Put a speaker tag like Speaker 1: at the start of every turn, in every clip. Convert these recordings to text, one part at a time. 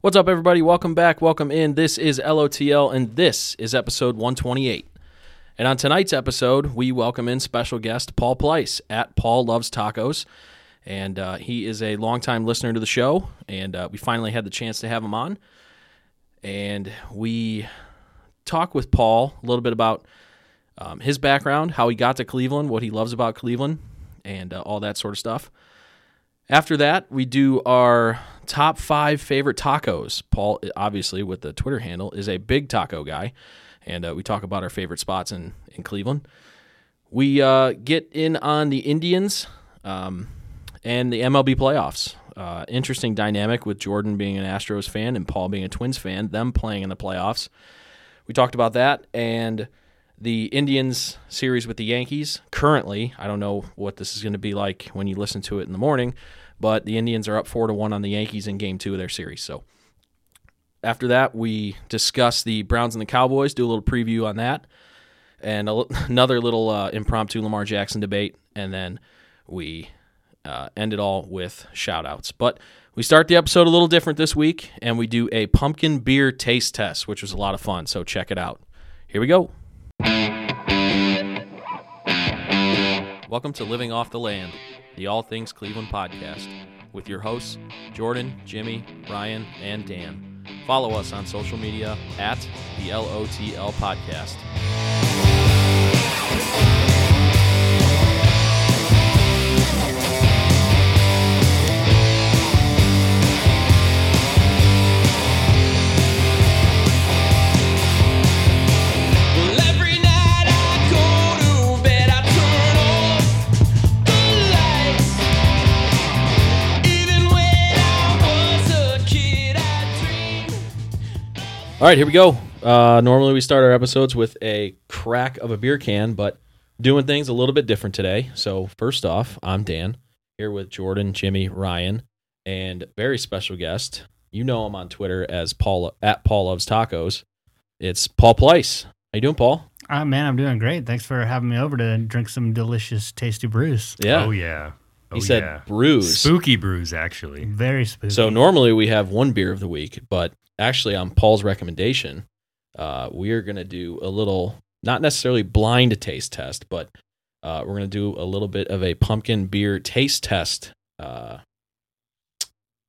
Speaker 1: What's up, everybody? Welcome back. Welcome in. This is LOTL, and this is episode 128. And on tonight's episode, we welcome in special guest Paul Place at Paul Loves Tacos. And uh, he is a longtime listener to the show, and uh, we finally had the chance to have him on. And we talk with Paul a little bit about um, his background, how he got to Cleveland, what he loves about Cleveland, and uh, all that sort of stuff. After that, we do our top five favorite tacos. Paul, obviously, with the Twitter handle, is a big taco guy, and uh, we talk about our favorite spots in in Cleveland. We uh, get in on the Indians um, and the MLB playoffs. Uh, interesting dynamic with Jordan being an Astros fan and Paul being a Twins fan. Them playing in the playoffs. We talked about that and the Indians series with the Yankees. Currently, I don't know what this is going to be like when you listen to it in the morning, but the Indians are up four to one on the Yankees in Game Two of their series. So after that, we discuss the Browns and the Cowboys. Do a little preview on that, and a, li- another little uh, impromptu Lamar Jackson debate, and then we uh, end it all with shout outs. But we start the episode a little different this week, and we do a pumpkin beer taste test, which was a lot of fun. So check it out. Here we go. Welcome to Living Off the Land, the All Things Cleveland podcast, with your hosts, Jordan, Jimmy, Ryan, and Dan. Follow us on social media at the LOTL podcast.
Speaker 2: Well, every night I go to bed, I turn off the lights. Even when I was a kid, I dreamed.
Speaker 1: All right, here we go. Uh, normally, we start our episodes with a crack of a beer can, but doing things a little bit different today. So, first off, I'm Dan here with Jordan, Jimmy, Ryan, and very special guest. You know him on Twitter as Paul at Paul Loves Tacos. It's Paul Place. How you doing, Paul?
Speaker 3: Ah, man, I'm doing great. Thanks for having me over to drink some delicious, tasty brews.
Speaker 1: Yeah,
Speaker 4: Oh yeah. Oh,
Speaker 1: he said
Speaker 4: yeah.
Speaker 1: brews.
Speaker 4: Spooky brews actually.
Speaker 3: Very spooky.
Speaker 1: So normally we have one beer of the week, but actually on Paul's recommendation, uh, we are going to do a little, not necessarily blind taste test, but uh, we're going to do a little bit of a pumpkin beer taste test. Uh,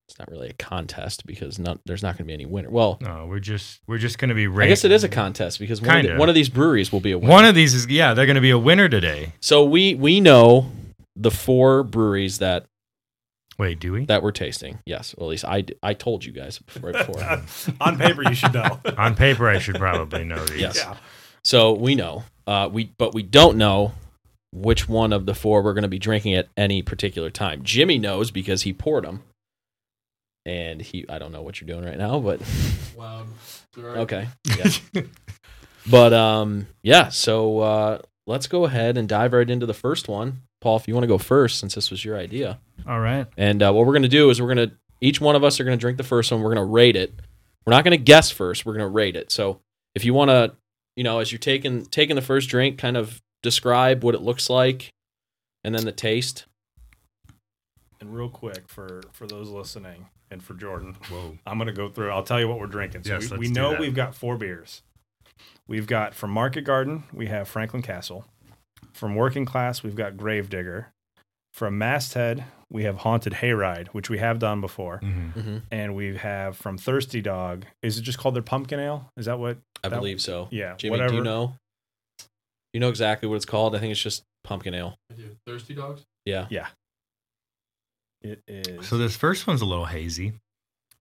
Speaker 1: it's not really a contest because not, there's not going to be any winner. Well,
Speaker 4: No, Oh, we're just we're just gonna be.
Speaker 1: I
Speaker 4: Ranked.
Speaker 1: guess it is a contest because one, of, the-
Speaker 4: Kinda.
Speaker 1: one of these breweries will be a winner.
Speaker 4: One of these is yeah. They're gonna be a winner today.
Speaker 1: so we we know the four breweries that
Speaker 4: Wait, do we?
Speaker 1: that we're tasting. Yes, well, at least I d- I told you guys right before.
Speaker 5: on paper you should know.
Speaker 4: On paper, I should probably know these.
Speaker 1: Yes.
Speaker 5: Yeah.
Speaker 1: So we know. Uh, we but we don't know which one of the four we're going to be drinking at any particular time. Jimmy knows because he poured them. And he, I don't know what you're doing right now, but
Speaker 5: Wow.
Speaker 1: okay, yeah. but um, yeah. So uh, let's go ahead and dive right into the first one, Paul. If you want to go first, since this was your idea,
Speaker 3: All right.
Speaker 1: and uh, what we're going to do is we're going to each one of us are going to drink the first one. We're going to rate it. We're not going to guess first. We're going to rate it. So if you want to, you know, as you're taking taking the first drink, kind of describe what it looks like, and then the taste.
Speaker 5: And real quick for for those listening and for Jordan, Whoa. I'm gonna go through. I'll tell you what we're drinking. So
Speaker 4: Yes,
Speaker 5: we,
Speaker 4: let's
Speaker 5: we
Speaker 4: do
Speaker 5: know
Speaker 4: that.
Speaker 5: we've got four beers. We've got from Market Garden, we have Franklin Castle. From Working Class, we've got Gravedigger. From Masthead, we have Haunted Hayride, which we have done before.
Speaker 4: Mhm.
Speaker 5: And we have from Thirsty Dog. Is it just called their pumpkin ale? Is that what?
Speaker 1: I
Speaker 5: That-
Speaker 1: believe so.
Speaker 5: Yeah.
Speaker 1: Jimmy,
Speaker 5: whatever.
Speaker 1: do you know? You know exactly what it's called. I think it's just pumpkin ale.
Speaker 6: Thirsty dogs?
Speaker 1: Yeah.
Speaker 5: It is.
Speaker 4: So this first one's a little hazy,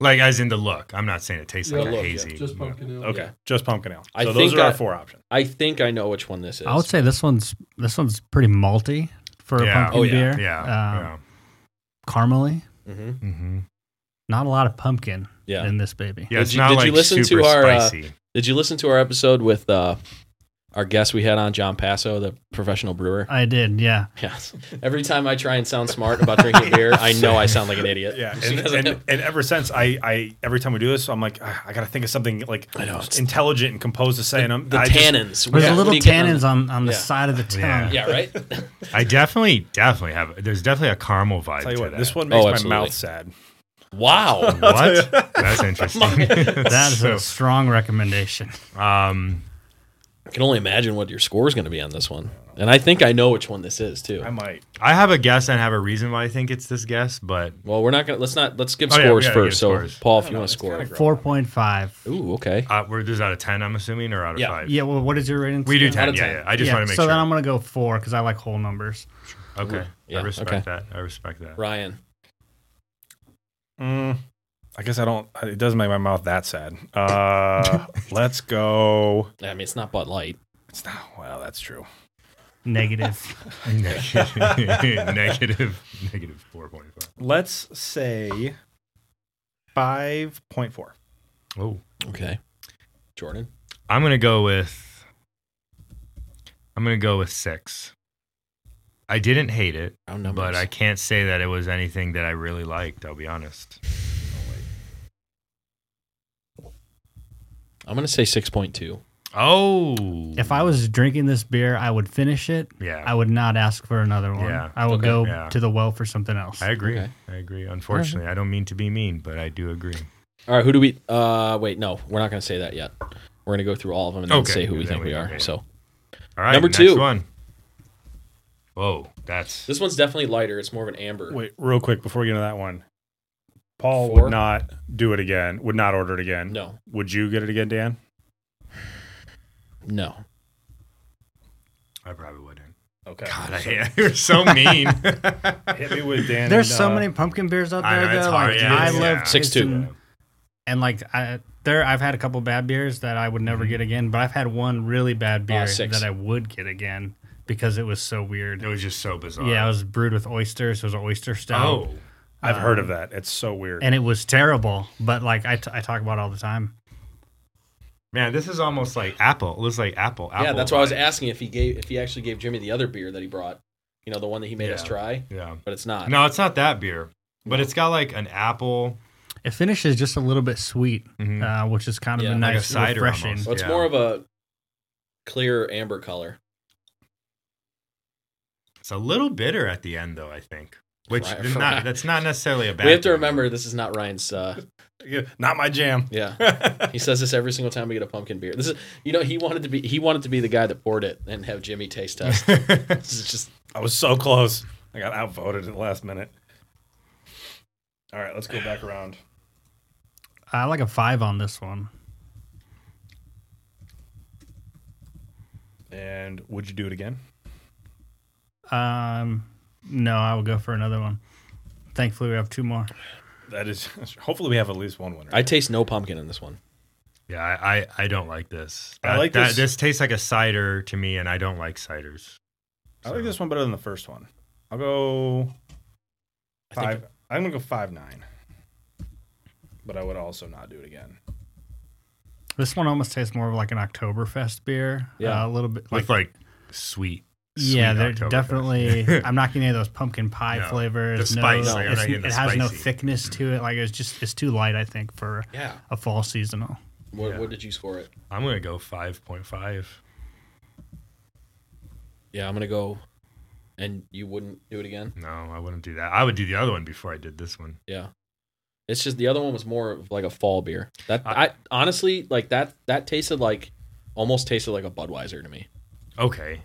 Speaker 4: like as in the look. I'm not saying it tastes like
Speaker 1: Yeah,
Speaker 4: a
Speaker 1: look, yeah.
Speaker 4: hazy.
Speaker 6: Just pumpkin ale.
Speaker 5: okay,
Speaker 1: yeah.
Speaker 5: just pumpkin ale. So
Speaker 1: I
Speaker 5: those
Speaker 1: think
Speaker 5: are
Speaker 1: I-
Speaker 5: our four options.
Speaker 1: I think I know which one this is.
Speaker 3: I would say this one's this one's pretty malty for
Speaker 4: Yeah.
Speaker 3: a pumpkin
Speaker 1: Oh, yeah.
Speaker 3: beer.
Speaker 4: Yeah.
Speaker 3: Um, Caramely.
Speaker 1: hmm
Speaker 4: yeah. hmm
Speaker 3: Not a lot of pumpkin
Speaker 1: Yeah.
Speaker 3: in this baby.
Speaker 4: yeah. It's
Speaker 1: you-
Speaker 4: not
Speaker 1: did you
Speaker 4: like
Speaker 1: listen
Speaker 4: super
Speaker 1: to our, uh,
Speaker 4: spicy.
Speaker 1: Did you listen to our episode with uh, our guest we had on John Passo, the professional brewer?
Speaker 3: I did. Yeah.
Speaker 1: Yes. Every time I try and sound smart about drinking beer, I know I sound like an idiot.
Speaker 5: Yeah,
Speaker 1: Just
Speaker 5: and,
Speaker 1: because I
Speaker 5: and,
Speaker 1: know.
Speaker 5: and ever since I, I every time we do this, I'm like, "Ah, I gotta think of something like
Speaker 1: I know, it's-
Speaker 5: intelligent and composed to say, and I'm
Speaker 1: the
Speaker 5: I just-
Speaker 1: tannins.
Speaker 3: There's
Speaker 1: Yeah.
Speaker 3: a little
Speaker 1: What do you get
Speaker 3: tannins on, on the
Speaker 1: Yeah.
Speaker 3: side of the tongue.
Speaker 4: Yeah.
Speaker 1: Yeah, right.
Speaker 4: I definitely, definitely have. There's definitely a caramel vibe.
Speaker 5: tell you
Speaker 4: to
Speaker 5: what,
Speaker 4: that.
Speaker 5: this one makes my
Speaker 1: Oh, absolutely.
Speaker 5: mouth sad.
Speaker 1: Wow.
Speaker 4: What? That's interesting.
Speaker 3: That is
Speaker 4: so,
Speaker 3: a strong recommendation.
Speaker 4: um,
Speaker 1: I can only imagine what your score is going to be on this one. And I think I know which one this is too.
Speaker 5: I might.
Speaker 4: I have a guess and I have a reason why I think it's this guess, but
Speaker 1: Well, we're not going to let's not let's give
Speaker 4: Oh, yeah, we
Speaker 1: scores
Speaker 4: gotta give
Speaker 1: first. So,
Speaker 4: scores.
Speaker 1: Paul, if you
Speaker 5: know,
Speaker 1: want to
Speaker 5: it's
Speaker 1: score.
Speaker 5: kinda
Speaker 3: Four point five.
Speaker 1: Ooh, okay.
Speaker 4: uh, we're, this is out of 10, I'm assuming, or out of
Speaker 1: Yeah.
Speaker 4: 5?
Speaker 3: Yeah. Well, what is your rating?
Speaker 4: We do
Speaker 3: scale?
Speaker 4: 10,
Speaker 1: of
Speaker 4: yeah,
Speaker 1: 10.
Speaker 4: yeah. I just
Speaker 3: Yeah,
Speaker 4: want to make
Speaker 3: so
Speaker 4: sure.
Speaker 3: then I'm gonna go four because I like whole numbers.
Speaker 4: okay.
Speaker 1: Yeah,
Speaker 4: I respect
Speaker 1: okay.
Speaker 4: that. I respect that.
Speaker 1: Ryan.
Speaker 5: Mm, I guess I don't. It doesn't make my mouth that sad. Uh, let's go.
Speaker 1: I mean, it's not Bud Light.
Speaker 5: It's not. Well, that's true.
Speaker 3: Negative.
Speaker 4: Negative, negative, negative 4.5.
Speaker 5: Let's say five point four.
Speaker 4: Oh.
Speaker 1: Okay. Jordan.
Speaker 4: I'm gonna go with. I'm gonna go with six. I didn't hate it,
Speaker 1: Round numbers.
Speaker 4: but I can't say that it was anything that I really liked. I'll be honest.
Speaker 1: I'm going to say 6.2.
Speaker 4: Oh,
Speaker 3: if I was drinking this beer, I would finish it.
Speaker 4: yeah,
Speaker 3: I would not ask for another one.
Speaker 4: Yeah,
Speaker 3: I will
Speaker 1: okay,
Speaker 3: go
Speaker 4: yeah.
Speaker 3: to the well for something else.
Speaker 4: I agree.
Speaker 1: Okay.
Speaker 4: I agree. Unfortunately, I don't mean to be mean, but I do agree.
Speaker 1: All right, who do we uh wait, no, we're not going to say that yet. We're going to go through all of them and then
Speaker 4: Okay,
Speaker 1: say who we
Speaker 4: then
Speaker 1: think
Speaker 4: we-
Speaker 1: we are.
Speaker 4: okay.
Speaker 1: So,
Speaker 4: All right,
Speaker 1: Number
Speaker 4: next
Speaker 1: two.
Speaker 4: one. Whoa, that's
Speaker 1: this one's definitely lighter. It's more of an amber.
Speaker 5: Wait, real quick before we get into that one. Paul
Speaker 1: Four?
Speaker 5: would not do it again. Would not order it again.
Speaker 1: No.
Speaker 5: Would you get it again, Dan?
Speaker 1: No.
Speaker 4: I probably wouldn't.
Speaker 5: Okay.
Speaker 4: God, I hate you're so mean.
Speaker 5: Hit me with Dan.
Speaker 3: There's
Speaker 5: and,
Speaker 3: so
Speaker 5: uh,
Speaker 3: many pumpkin beers out
Speaker 4: I
Speaker 3: there.
Speaker 4: know, it's
Speaker 3: though.
Speaker 4: hard,
Speaker 3: Like,
Speaker 4: yeah,
Speaker 3: I
Speaker 4: it's-
Speaker 3: love
Speaker 4: yeah.
Speaker 1: Six, two.
Speaker 3: tasting- And like I, there, I've had a couple bad beers that I would never
Speaker 4: Mm-hmm.
Speaker 3: get again. But I've had one really bad beer
Speaker 1: Oh, six.
Speaker 3: that I would get again because it was so weird.
Speaker 4: it was just so bizarre.
Speaker 3: Yeah, it was brewed with oysters. It was an oyster stout.
Speaker 4: oh,
Speaker 5: I've heard of that. It's so weird.
Speaker 3: and it was terrible. But like I, t- I talk about it all the time.
Speaker 4: man, this is almost like Apple. It was like Apple. Apple
Speaker 1: yeah, that's why I was
Speaker 4: vibes.
Speaker 1: asking if he gave if he actually gave Jimmy the other beer that he brought. You know, the one that he made us
Speaker 4: Yeah.
Speaker 1: try,
Speaker 4: Yeah.
Speaker 1: but it's not.
Speaker 4: No, it's not that beer, but it's got like an apple.
Speaker 3: It finishes just a little bit sweet,
Speaker 4: Mhm.
Speaker 3: uh, which is kind of
Speaker 1: Yeah,
Speaker 3: a
Speaker 1: like
Speaker 4: a
Speaker 3: nice
Speaker 4: cider
Speaker 3: refreshing.
Speaker 4: almost.
Speaker 1: Well, it's
Speaker 4: Yeah.
Speaker 1: more of a clear amber color.
Speaker 4: It's a little bitter at the end, though. I think, which
Speaker 1: Right,
Speaker 4: is
Speaker 1: right.
Speaker 4: not, that's not necessarily a bad.
Speaker 1: we have to
Speaker 4: thing.
Speaker 1: remember this is not Ryan's. Uh,
Speaker 5: Yeah, not my jam.
Speaker 1: yeah, he says this every single time we get a pumpkin beer. This is, you know, he wanted to be he wanted to be the guy that poured it and have Jimmy taste test. this is just
Speaker 5: I was so close. I got outvoted at the last minute. All right, let's go back around.
Speaker 3: I like a five on this one.
Speaker 5: And would you do it again?
Speaker 3: Um, no, I will go for another one. Thankfully, we have two more.
Speaker 5: That is. Hopefully, we have at least one winner.
Speaker 1: I taste no pumpkin in this one.
Speaker 4: Yeah, I, I, I don't like this.
Speaker 5: I like this-
Speaker 4: This tastes like a cider to me, and I don't like ciders.
Speaker 5: I like this one better than the first one. I'll go five. I'm gonna go five nine. But I would also not do it again.
Speaker 3: This one almost tastes more of like an Oktoberfest beer.
Speaker 1: Yeah.
Speaker 3: uh, a little bit like,
Speaker 4: With like sweet.
Speaker 3: yeah,
Speaker 4: sweet
Speaker 3: they're
Speaker 4: Oktoberfest.
Speaker 3: definitely. I'm not getting any of those pumpkin pie
Speaker 4: No.
Speaker 3: flavors.
Speaker 4: The
Speaker 3: no,
Speaker 4: spice, like, I'm
Speaker 3: it's-
Speaker 4: not
Speaker 3: it
Speaker 4: getting the
Speaker 3: has no
Speaker 4: spicy.
Speaker 3: thickness to it. Like it's just it's too light. I think for
Speaker 1: Yeah.
Speaker 3: a fall seasonal.
Speaker 1: What,
Speaker 4: Yeah.
Speaker 1: what did you score it?
Speaker 4: I'm gonna go five point five.
Speaker 1: Yeah, I'm gonna go. And you wouldn't do it again?
Speaker 4: No, I wouldn't do that. I would do the other one before I did this one.
Speaker 1: Yeah. It's just the other one was more of like a fall beer. That I,
Speaker 4: I-
Speaker 1: honestly like that that tasted like almost tasted like a Budweiser to me.
Speaker 4: Okay,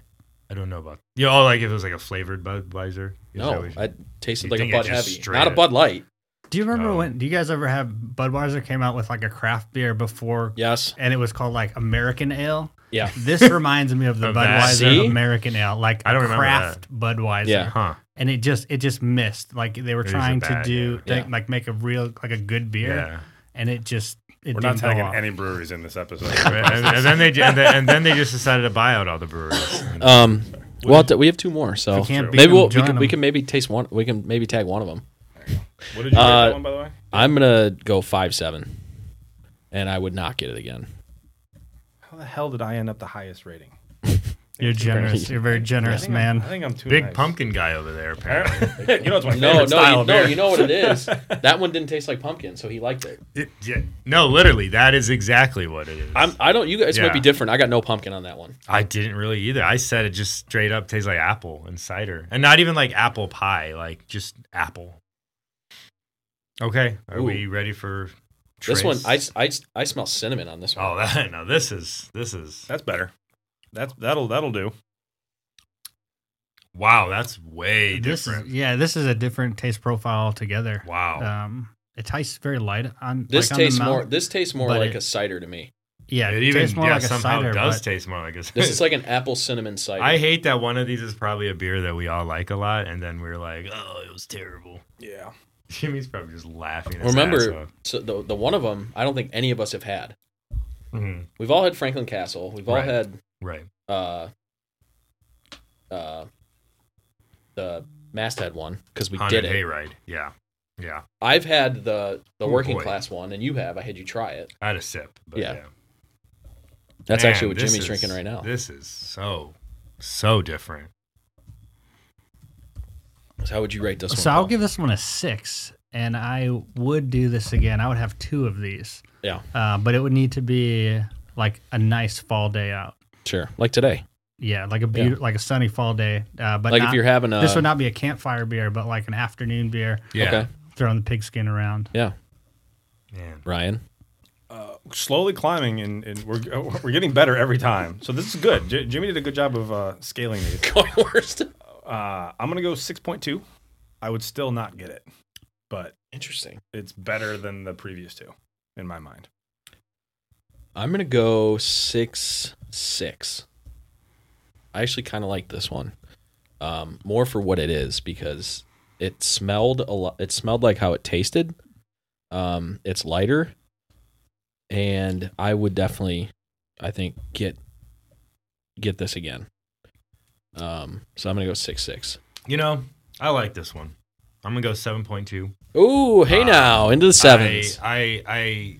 Speaker 4: I don't know about. You know, oh, like if it was like a flavored Budweiser. Is that
Speaker 1: no,
Speaker 4: what you-
Speaker 1: I tasted
Speaker 4: you
Speaker 1: like a
Speaker 4: think it
Speaker 1: Bud
Speaker 4: just
Speaker 1: Heavy,
Speaker 4: straight
Speaker 1: not a
Speaker 4: up-
Speaker 1: Bud Light.
Speaker 3: Do you remember
Speaker 4: Um,
Speaker 3: when? Do you guys ever have Budweiser came out with like a craft beer before?
Speaker 1: Yes.
Speaker 3: And it was called like American Ale.
Speaker 1: Yeah.
Speaker 3: This reminds me of the
Speaker 4: Of that.
Speaker 3: Budweiser
Speaker 1: See?
Speaker 3: American Ale, like
Speaker 4: I don't
Speaker 3: a
Speaker 4: remember
Speaker 3: craft Budweiser.
Speaker 1: Yeah.
Speaker 4: huh?
Speaker 3: and it just it just missed like they were
Speaker 4: It is a
Speaker 3: trying to
Speaker 4: bad
Speaker 3: do
Speaker 1: beer.
Speaker 3: they-
Speaker 1: Yeah.
Speaker 3: like make a real like a good beer
Speaker 4: Yeah.
Speaker 3: and it just it
Speaker 5: We're not
Speaker 3: didn't go
Speaker 5: tagging
Speaker 3: off.
Speaker 5: any breweries in this episode.
Speaker 4: and, and then they ju- and then, and then they just decided to buy out all the breweries.
Speaker 5: Oh,
Speaker 1: Um, well, t- we have two more, so
Speaker 3: If we can't beat
Speaker 1: maybe we'll, we,
Speaker 3: them, join
Speaker 1: can, we
Speaker 3: them.
Speaker 1: can maybe taste one. We can maybe tag one of them.
Speaker 5: what did you uh,
Speaker 1: Uh,
Speaker 5: that one by the way?
Speaker 1: I'm gonna go five seven, and I would not get it again.
Speaker 5: How the hell did I end up the highest rating?
Speaker 3: you're generous you're a very
Speaker 5: I
Speaker 3: generous
Speaker 5: think
Speaker 3: man
Speaker 5: I'm, I think I'm too
Speaker 4: Big
Speaker 5: nice.
Speaker 4: pumpkin guy over there. Apparently.
Speaker 5: you know it's my favorite
Speaker 1: No, no,
Speaker 5: style
Speaker 1: you,
Speaker 5: of
Speaker 1: no.
Speaker 5: beer.
Speaker 1: You know what it is. that one didn't taste like pumpkin, so he liked it.
Speaker 4: It- yeah, no, literally, that is exactly what it is.
Speaker 1: I'm. I don't. You guys might be
Speaker 4: Yeah.
Speaker 1: different. I got no pumpkin on that one.
Speaker 4: I did not really either. I said it just straight up tastes like apple and cider, and not even like apple pie, like just apple. Okay. Are
Speaker 1: Ooh.
Speaker 4: we ready for
Speaker 1: This one, I,
Speaker 4: Trace?
Speaker 1: I, I smell cinnamon on this one.
Speaker 4: Oh, that, now this is this is
Speaker 5: That's better. That's that'll that'll do.
Speaker 4: wow. That's way
Speaker 3: This is,
Speaker 4: different.
Speaker 3: yeah, this is a different taste profile altogether.
Speaker 4: wow.
Speaker 3: Um, it tastes very light on.
Speaker 1: this
Speaker 3: like on the
Speaker 1: tastes
Speaker 3: mouth.
Speaker 1: more. This tastes more
Speaker 3: but
Speaker 1: like
Speaker 3: it-
Speaker 1: a cider to me.
Speaker 3: Yeah,
Speaker 4: it even
Speaker 3: tastes more
Speaker 4: yeah,
Speaker 3: like a
Speaker 4: somehow
Speaker 3: cider.
Speaker 4: does
Speaker 3: but
Speaker 4: taste more like a cider.
Speaker 1: This is like an apple cinnamon cider.
Speaker 4: I hate that one of these is probably a beer that we all like a lot, and then we're like, oh, it was terrible.
Speaker 5: Yeah.
Speaker 4: Jimmy's probably just laughing. His ass
Speaker 1: Remember,
Speaker 4: off.
Speaker 1: so the the one of them, I don't think any of us have had.
Speaker 3: Mm-hmm.
Speaker 4: Mhm.
Speaker 1: We've all had Franklin Castle. We've all
Speaker 4: Right.
Speaker 1: had
Speaker 4: right?
Speaker 1: uh, uh, the masthead one because we
Speaker 4: Haunted
Speaker 1: did it.
Speaker 4: Hayride. Yeah, yeah.
Speaker 1: I've had the the
Speaker 4: Oh,
Speaker 1: working
Speaker 4: boy.
Speaker 1: class one, and you have. I had you try it.
Speaker 4: I had a sip. But
Speaker 1: Yeah.
Speaker 4: yeah.
Speaker 1: That's
Speaker 4: Man,
Speaker 1: actually what
Speaker 4: this
Speaker 1: Jimmy's
Speaker 4: is-
Speaker 1: drinking right now.
Speaker 4: This is so, so different.
Speaker 1: so how would you rate this one?
Speaker 3: So I'll
Speaker 1: Paul?
Speaker 3: give this one a six, and I would do this again. I would have two of these,
Speaker 1: yeah,
Speaker 3: uh, but it would need to be like a nice fall day out.
Speaker 1: sure. Like today,
Speaker 3: Yeah, like a beautiful, like a sunny fall day. Uh, but
Speaker 1: like if
Speaker 3: not-
Speaker 1: you're having a
Speaker 3: this
Speaker 4: Um,
Speaker 3: would not be a campfire beer, but like an afternoon beer,
Speaker 4: Yeah,
Speaker 1: okay,
Speaker 3: throwing the pigskin around.
Speaker 1: yeah,
Speaker 4: man.
Speaker 1: Ryan.
Speaker 5: Slowly climbing, and, and we're uh, we're getting better every time. So this is good. J- Jimmy did a good job of uh, scaling these.
Speaker 1: Going worst.
Speaker 5: Uh, I'm gonna go six point two. I would still not get it, but
Speaker 1: Interesting.
Speaker 5: it's better than the previous two in my mind.
Speaker 1: I'm gonna go six six. I actually kind of like this one, um, more for what it is because it smelled a lot. It smelled like how it tasted. Um, it's lighter, and I would definitely, I think, get get this again. Um, so I'm gonna go six six.
Speaker 4: You know, I like this one. I'm gonna go seven point two.
Speaker 1: Ooh, hey
Speaker 4: Uh,
Speaker 1: now into the sevens.
Speaker 4: I, I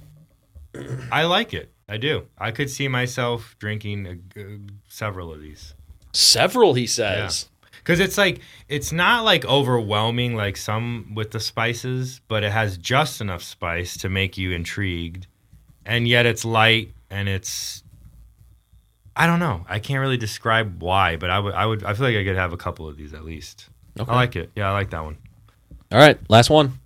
Speaker 4: I I like it. I do. I could see myself drinking a g several of these.
Speaker 1: Several, he says.
Speaker 4: Because it's like it's not like overwhelming like some with the spices, but it has just enough spice to make you intrigued, and yet it's light and it's. I don't know. I can't really describe why, but I would. I would. I feel like I could have a couple of these at least.
Speaker 1: Okay.
Speaker 4: I like it. Yeah, I like that one.
Speaker 1: All right, last one.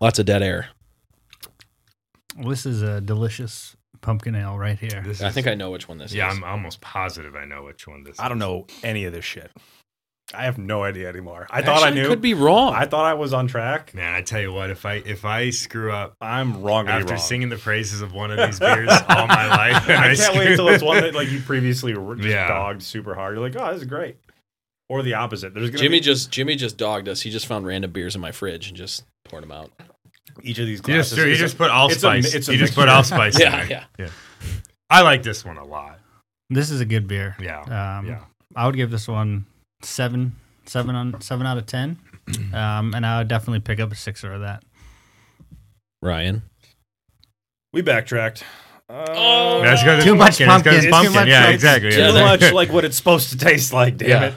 Speaker 1: Lots of dead air.
Speaker 3: Well, this is a delicious pumpkin ale right here.
Speaker 4: This
Speaker 1: I
Speaker 4: is-
Speaker 1: think I know which one this
Speaker 4: Yeah,
Speaker 1: is.
Speaker 4: I'm almost positive I know which one this.
Speaker 5: I don't know any of this shit. I have no idea anymore. I thought I
Speaker 1: Actually,
Speaker 5: knew.
Speaker 1: Could be wrong.
Speaker 5: I thought I was on track.
Speaker 4: is. Man, I tell you what, if I if I screw up
Speaker 5: I'm wrong.
Speaker 4: after
Speaker 5: wrong.
Speaker 4: singing the praises of one of these beers all my life, and I,
Speaker 5: I, can't wait
Speaker 4: screw-
Speaker 5: until it's one that like you previously were just
Speaker 4: Yeah.
Speaker 5: dogged super hard. You're like, oh, this is great. Or the opposite. There's gonna
Speaker 1: Jimmy
Speaker 5: be
Speaker 1: just Jimmy just dogged us. He just found random beers in my fridge and just poured them out.
Speaker 5: each of these
Speaker 4: You
Speaker 5: glasses.
Speaker 4: just, you
Speaker 5: is a-
Speaker 4: just put allspice.
Speaker 5: it's a
Speaker 4: you just put
Speaker 5: mixture.
Speaker 4: allspice.
Speaker 1: Yeah,
Speaker 4: in it.
Speaker 1: yeah.
Speaker 4: I like this one a lot.
Speaker 3: This is a good beer.
Speaker 4: Yeah,
Speaker 5: Uh,
Speaker 3: Um,
Speaker 4: yeah.
Speaker 3: I would give this one seven, seven on seven out of ten, um, and I would definitely pick up a sixer of that.
Speaker 1: Ryan.
Speaker 5: we backtracked. Uh,
Speaker 1: Oh,
Speaker 4: That's because
Speaker 3: Too much pumpkin.
Speaker 4: It's
Speaker 3: Too
Speaker 4: pumpkin.
Speaker 3: much
Speaker 4: yeah,
Speaker 3: pumpkin.
Speaker 4: exactly.
Speaker 1: Too
Speaker 5: too
Speaker 4: yeah.
Speaker 5: much like what it's supposed to taste like. Damn
Speaker 1: Yeah.
Speaker 5: it.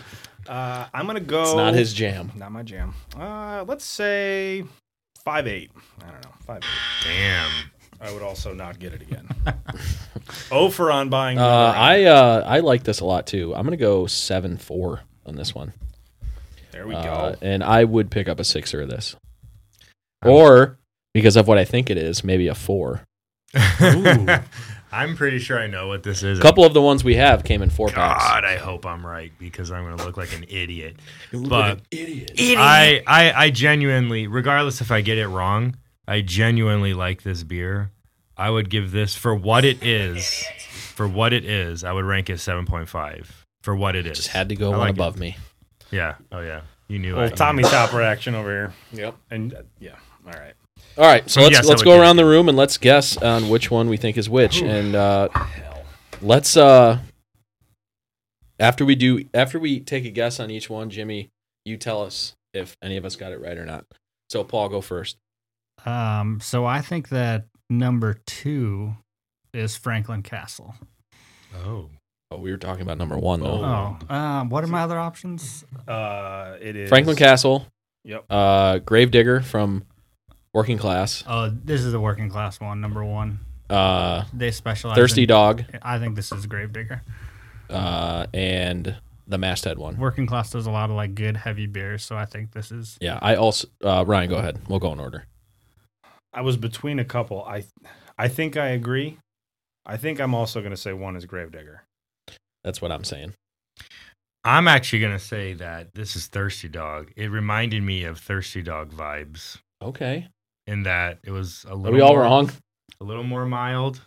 Speaker 5: Uh, I'm gonna go.
Speaker 1: It's not his jam.
Speaker 5: Not my jam. Uh, let's say five eight. I don't know. Five eight.
Speaker 4: Damn.
Speaker 5: I would also not get it again. oh, for on buying.
Speaker 1: Uh, I uh, I like this a lot too. I'm gonna go seven four on this one,
Speaker 5: there we
Speaker 1: uh,
Speaker 5: go.
Speaker 1: and I would pick up a sixer of this, or because of what I think it is, maybe a four.
Speaker 4: I'm pretty sure I know what this is.
Speaker 1: A
Speaker 4: Oh
Speaker 1: couple of the ones we have came in four packs.
Speaker 4: God, I hope I'm right because I'm gonna look like an idiot.
Speaker 1: Look
Speaker 4: but-
Speaker 1: an idiot.
Speaker 4: I, I I genuinely, regardless if I get it wrong, I genuinely like this beer. I would give this for what it is. For what it is, I would rank it seven point five. For what it is,
Speaker 1: Just had to go
Speaker 4: I
Speaker 1: one
Speaker 4: like it.
Speaker 1: above me.
Speaker 4: Yeah. Oh yeah. You knew
Speaker 5: Well,
Speaker 4: it.
Speaker 5: Tommy Topper action over here,
Speaker 1: Yep.
Speaker 5: and uh, yeah, all right.
Speaker 1: All right, so
Speaker 4: Oh,
Speaker 1: let's
Speaker 4: yes, I
Speaker 1: let's
Speaker 4: would
Speaker 1: go
Speaker 4: guess.
Speaker 1: around the room and let's guess on which one we think is which, and uh, let's uh, after we do after we take a guess on each one, Jimmy, you tell us if any of us got it right or not. So Paul, go first.
Speaker 3: Um, so I think that number two is Franklin Castle.
Speaker 4: Oh.
Speaker 1: Oh, we were talking about number one though.
Speaker 3: Oh, um, what are my other options?
Speaker 5: Uh, it is
Speaker 1: Franklin Castle,
Speaker 5: Yep.
Speaker 1: uh, Gravedigger from Working Class,
Speaker 3: Oh, this is the working class one, number one.
Speaker 1: uh,
Speaker 3: They specialize
Speaker 1: Thirsty
Speaker 3: in-
Speaker 1: Dog,
Speaker 3: I think this is Gravedigger.
Speaker 1: uh, and the masthead one.
Speaker 3: Working class does a lot of like good heavy beers, so I think this is
Speaker 1: Yeah, I also uh, Ryan, go ahead. We'll go in order.
Speaker 5: I was between a couple. I I think I agree. I think I'm also going to say one is Gravedigger.
Speaker 1: That's what I'm saying.
Speaker 4: I'm actually gonna say that this is Thirsty Dog. It reminded me of Thirsty Dog vibes
Speaker 1: Okay.
Speaker 4: in that it was a
Speaker 1: Are
Speaker 4: little
Speaker 1: we all
Speaker 4: more,
Speaker 1: wrong?
Speaker 4: a little more mild.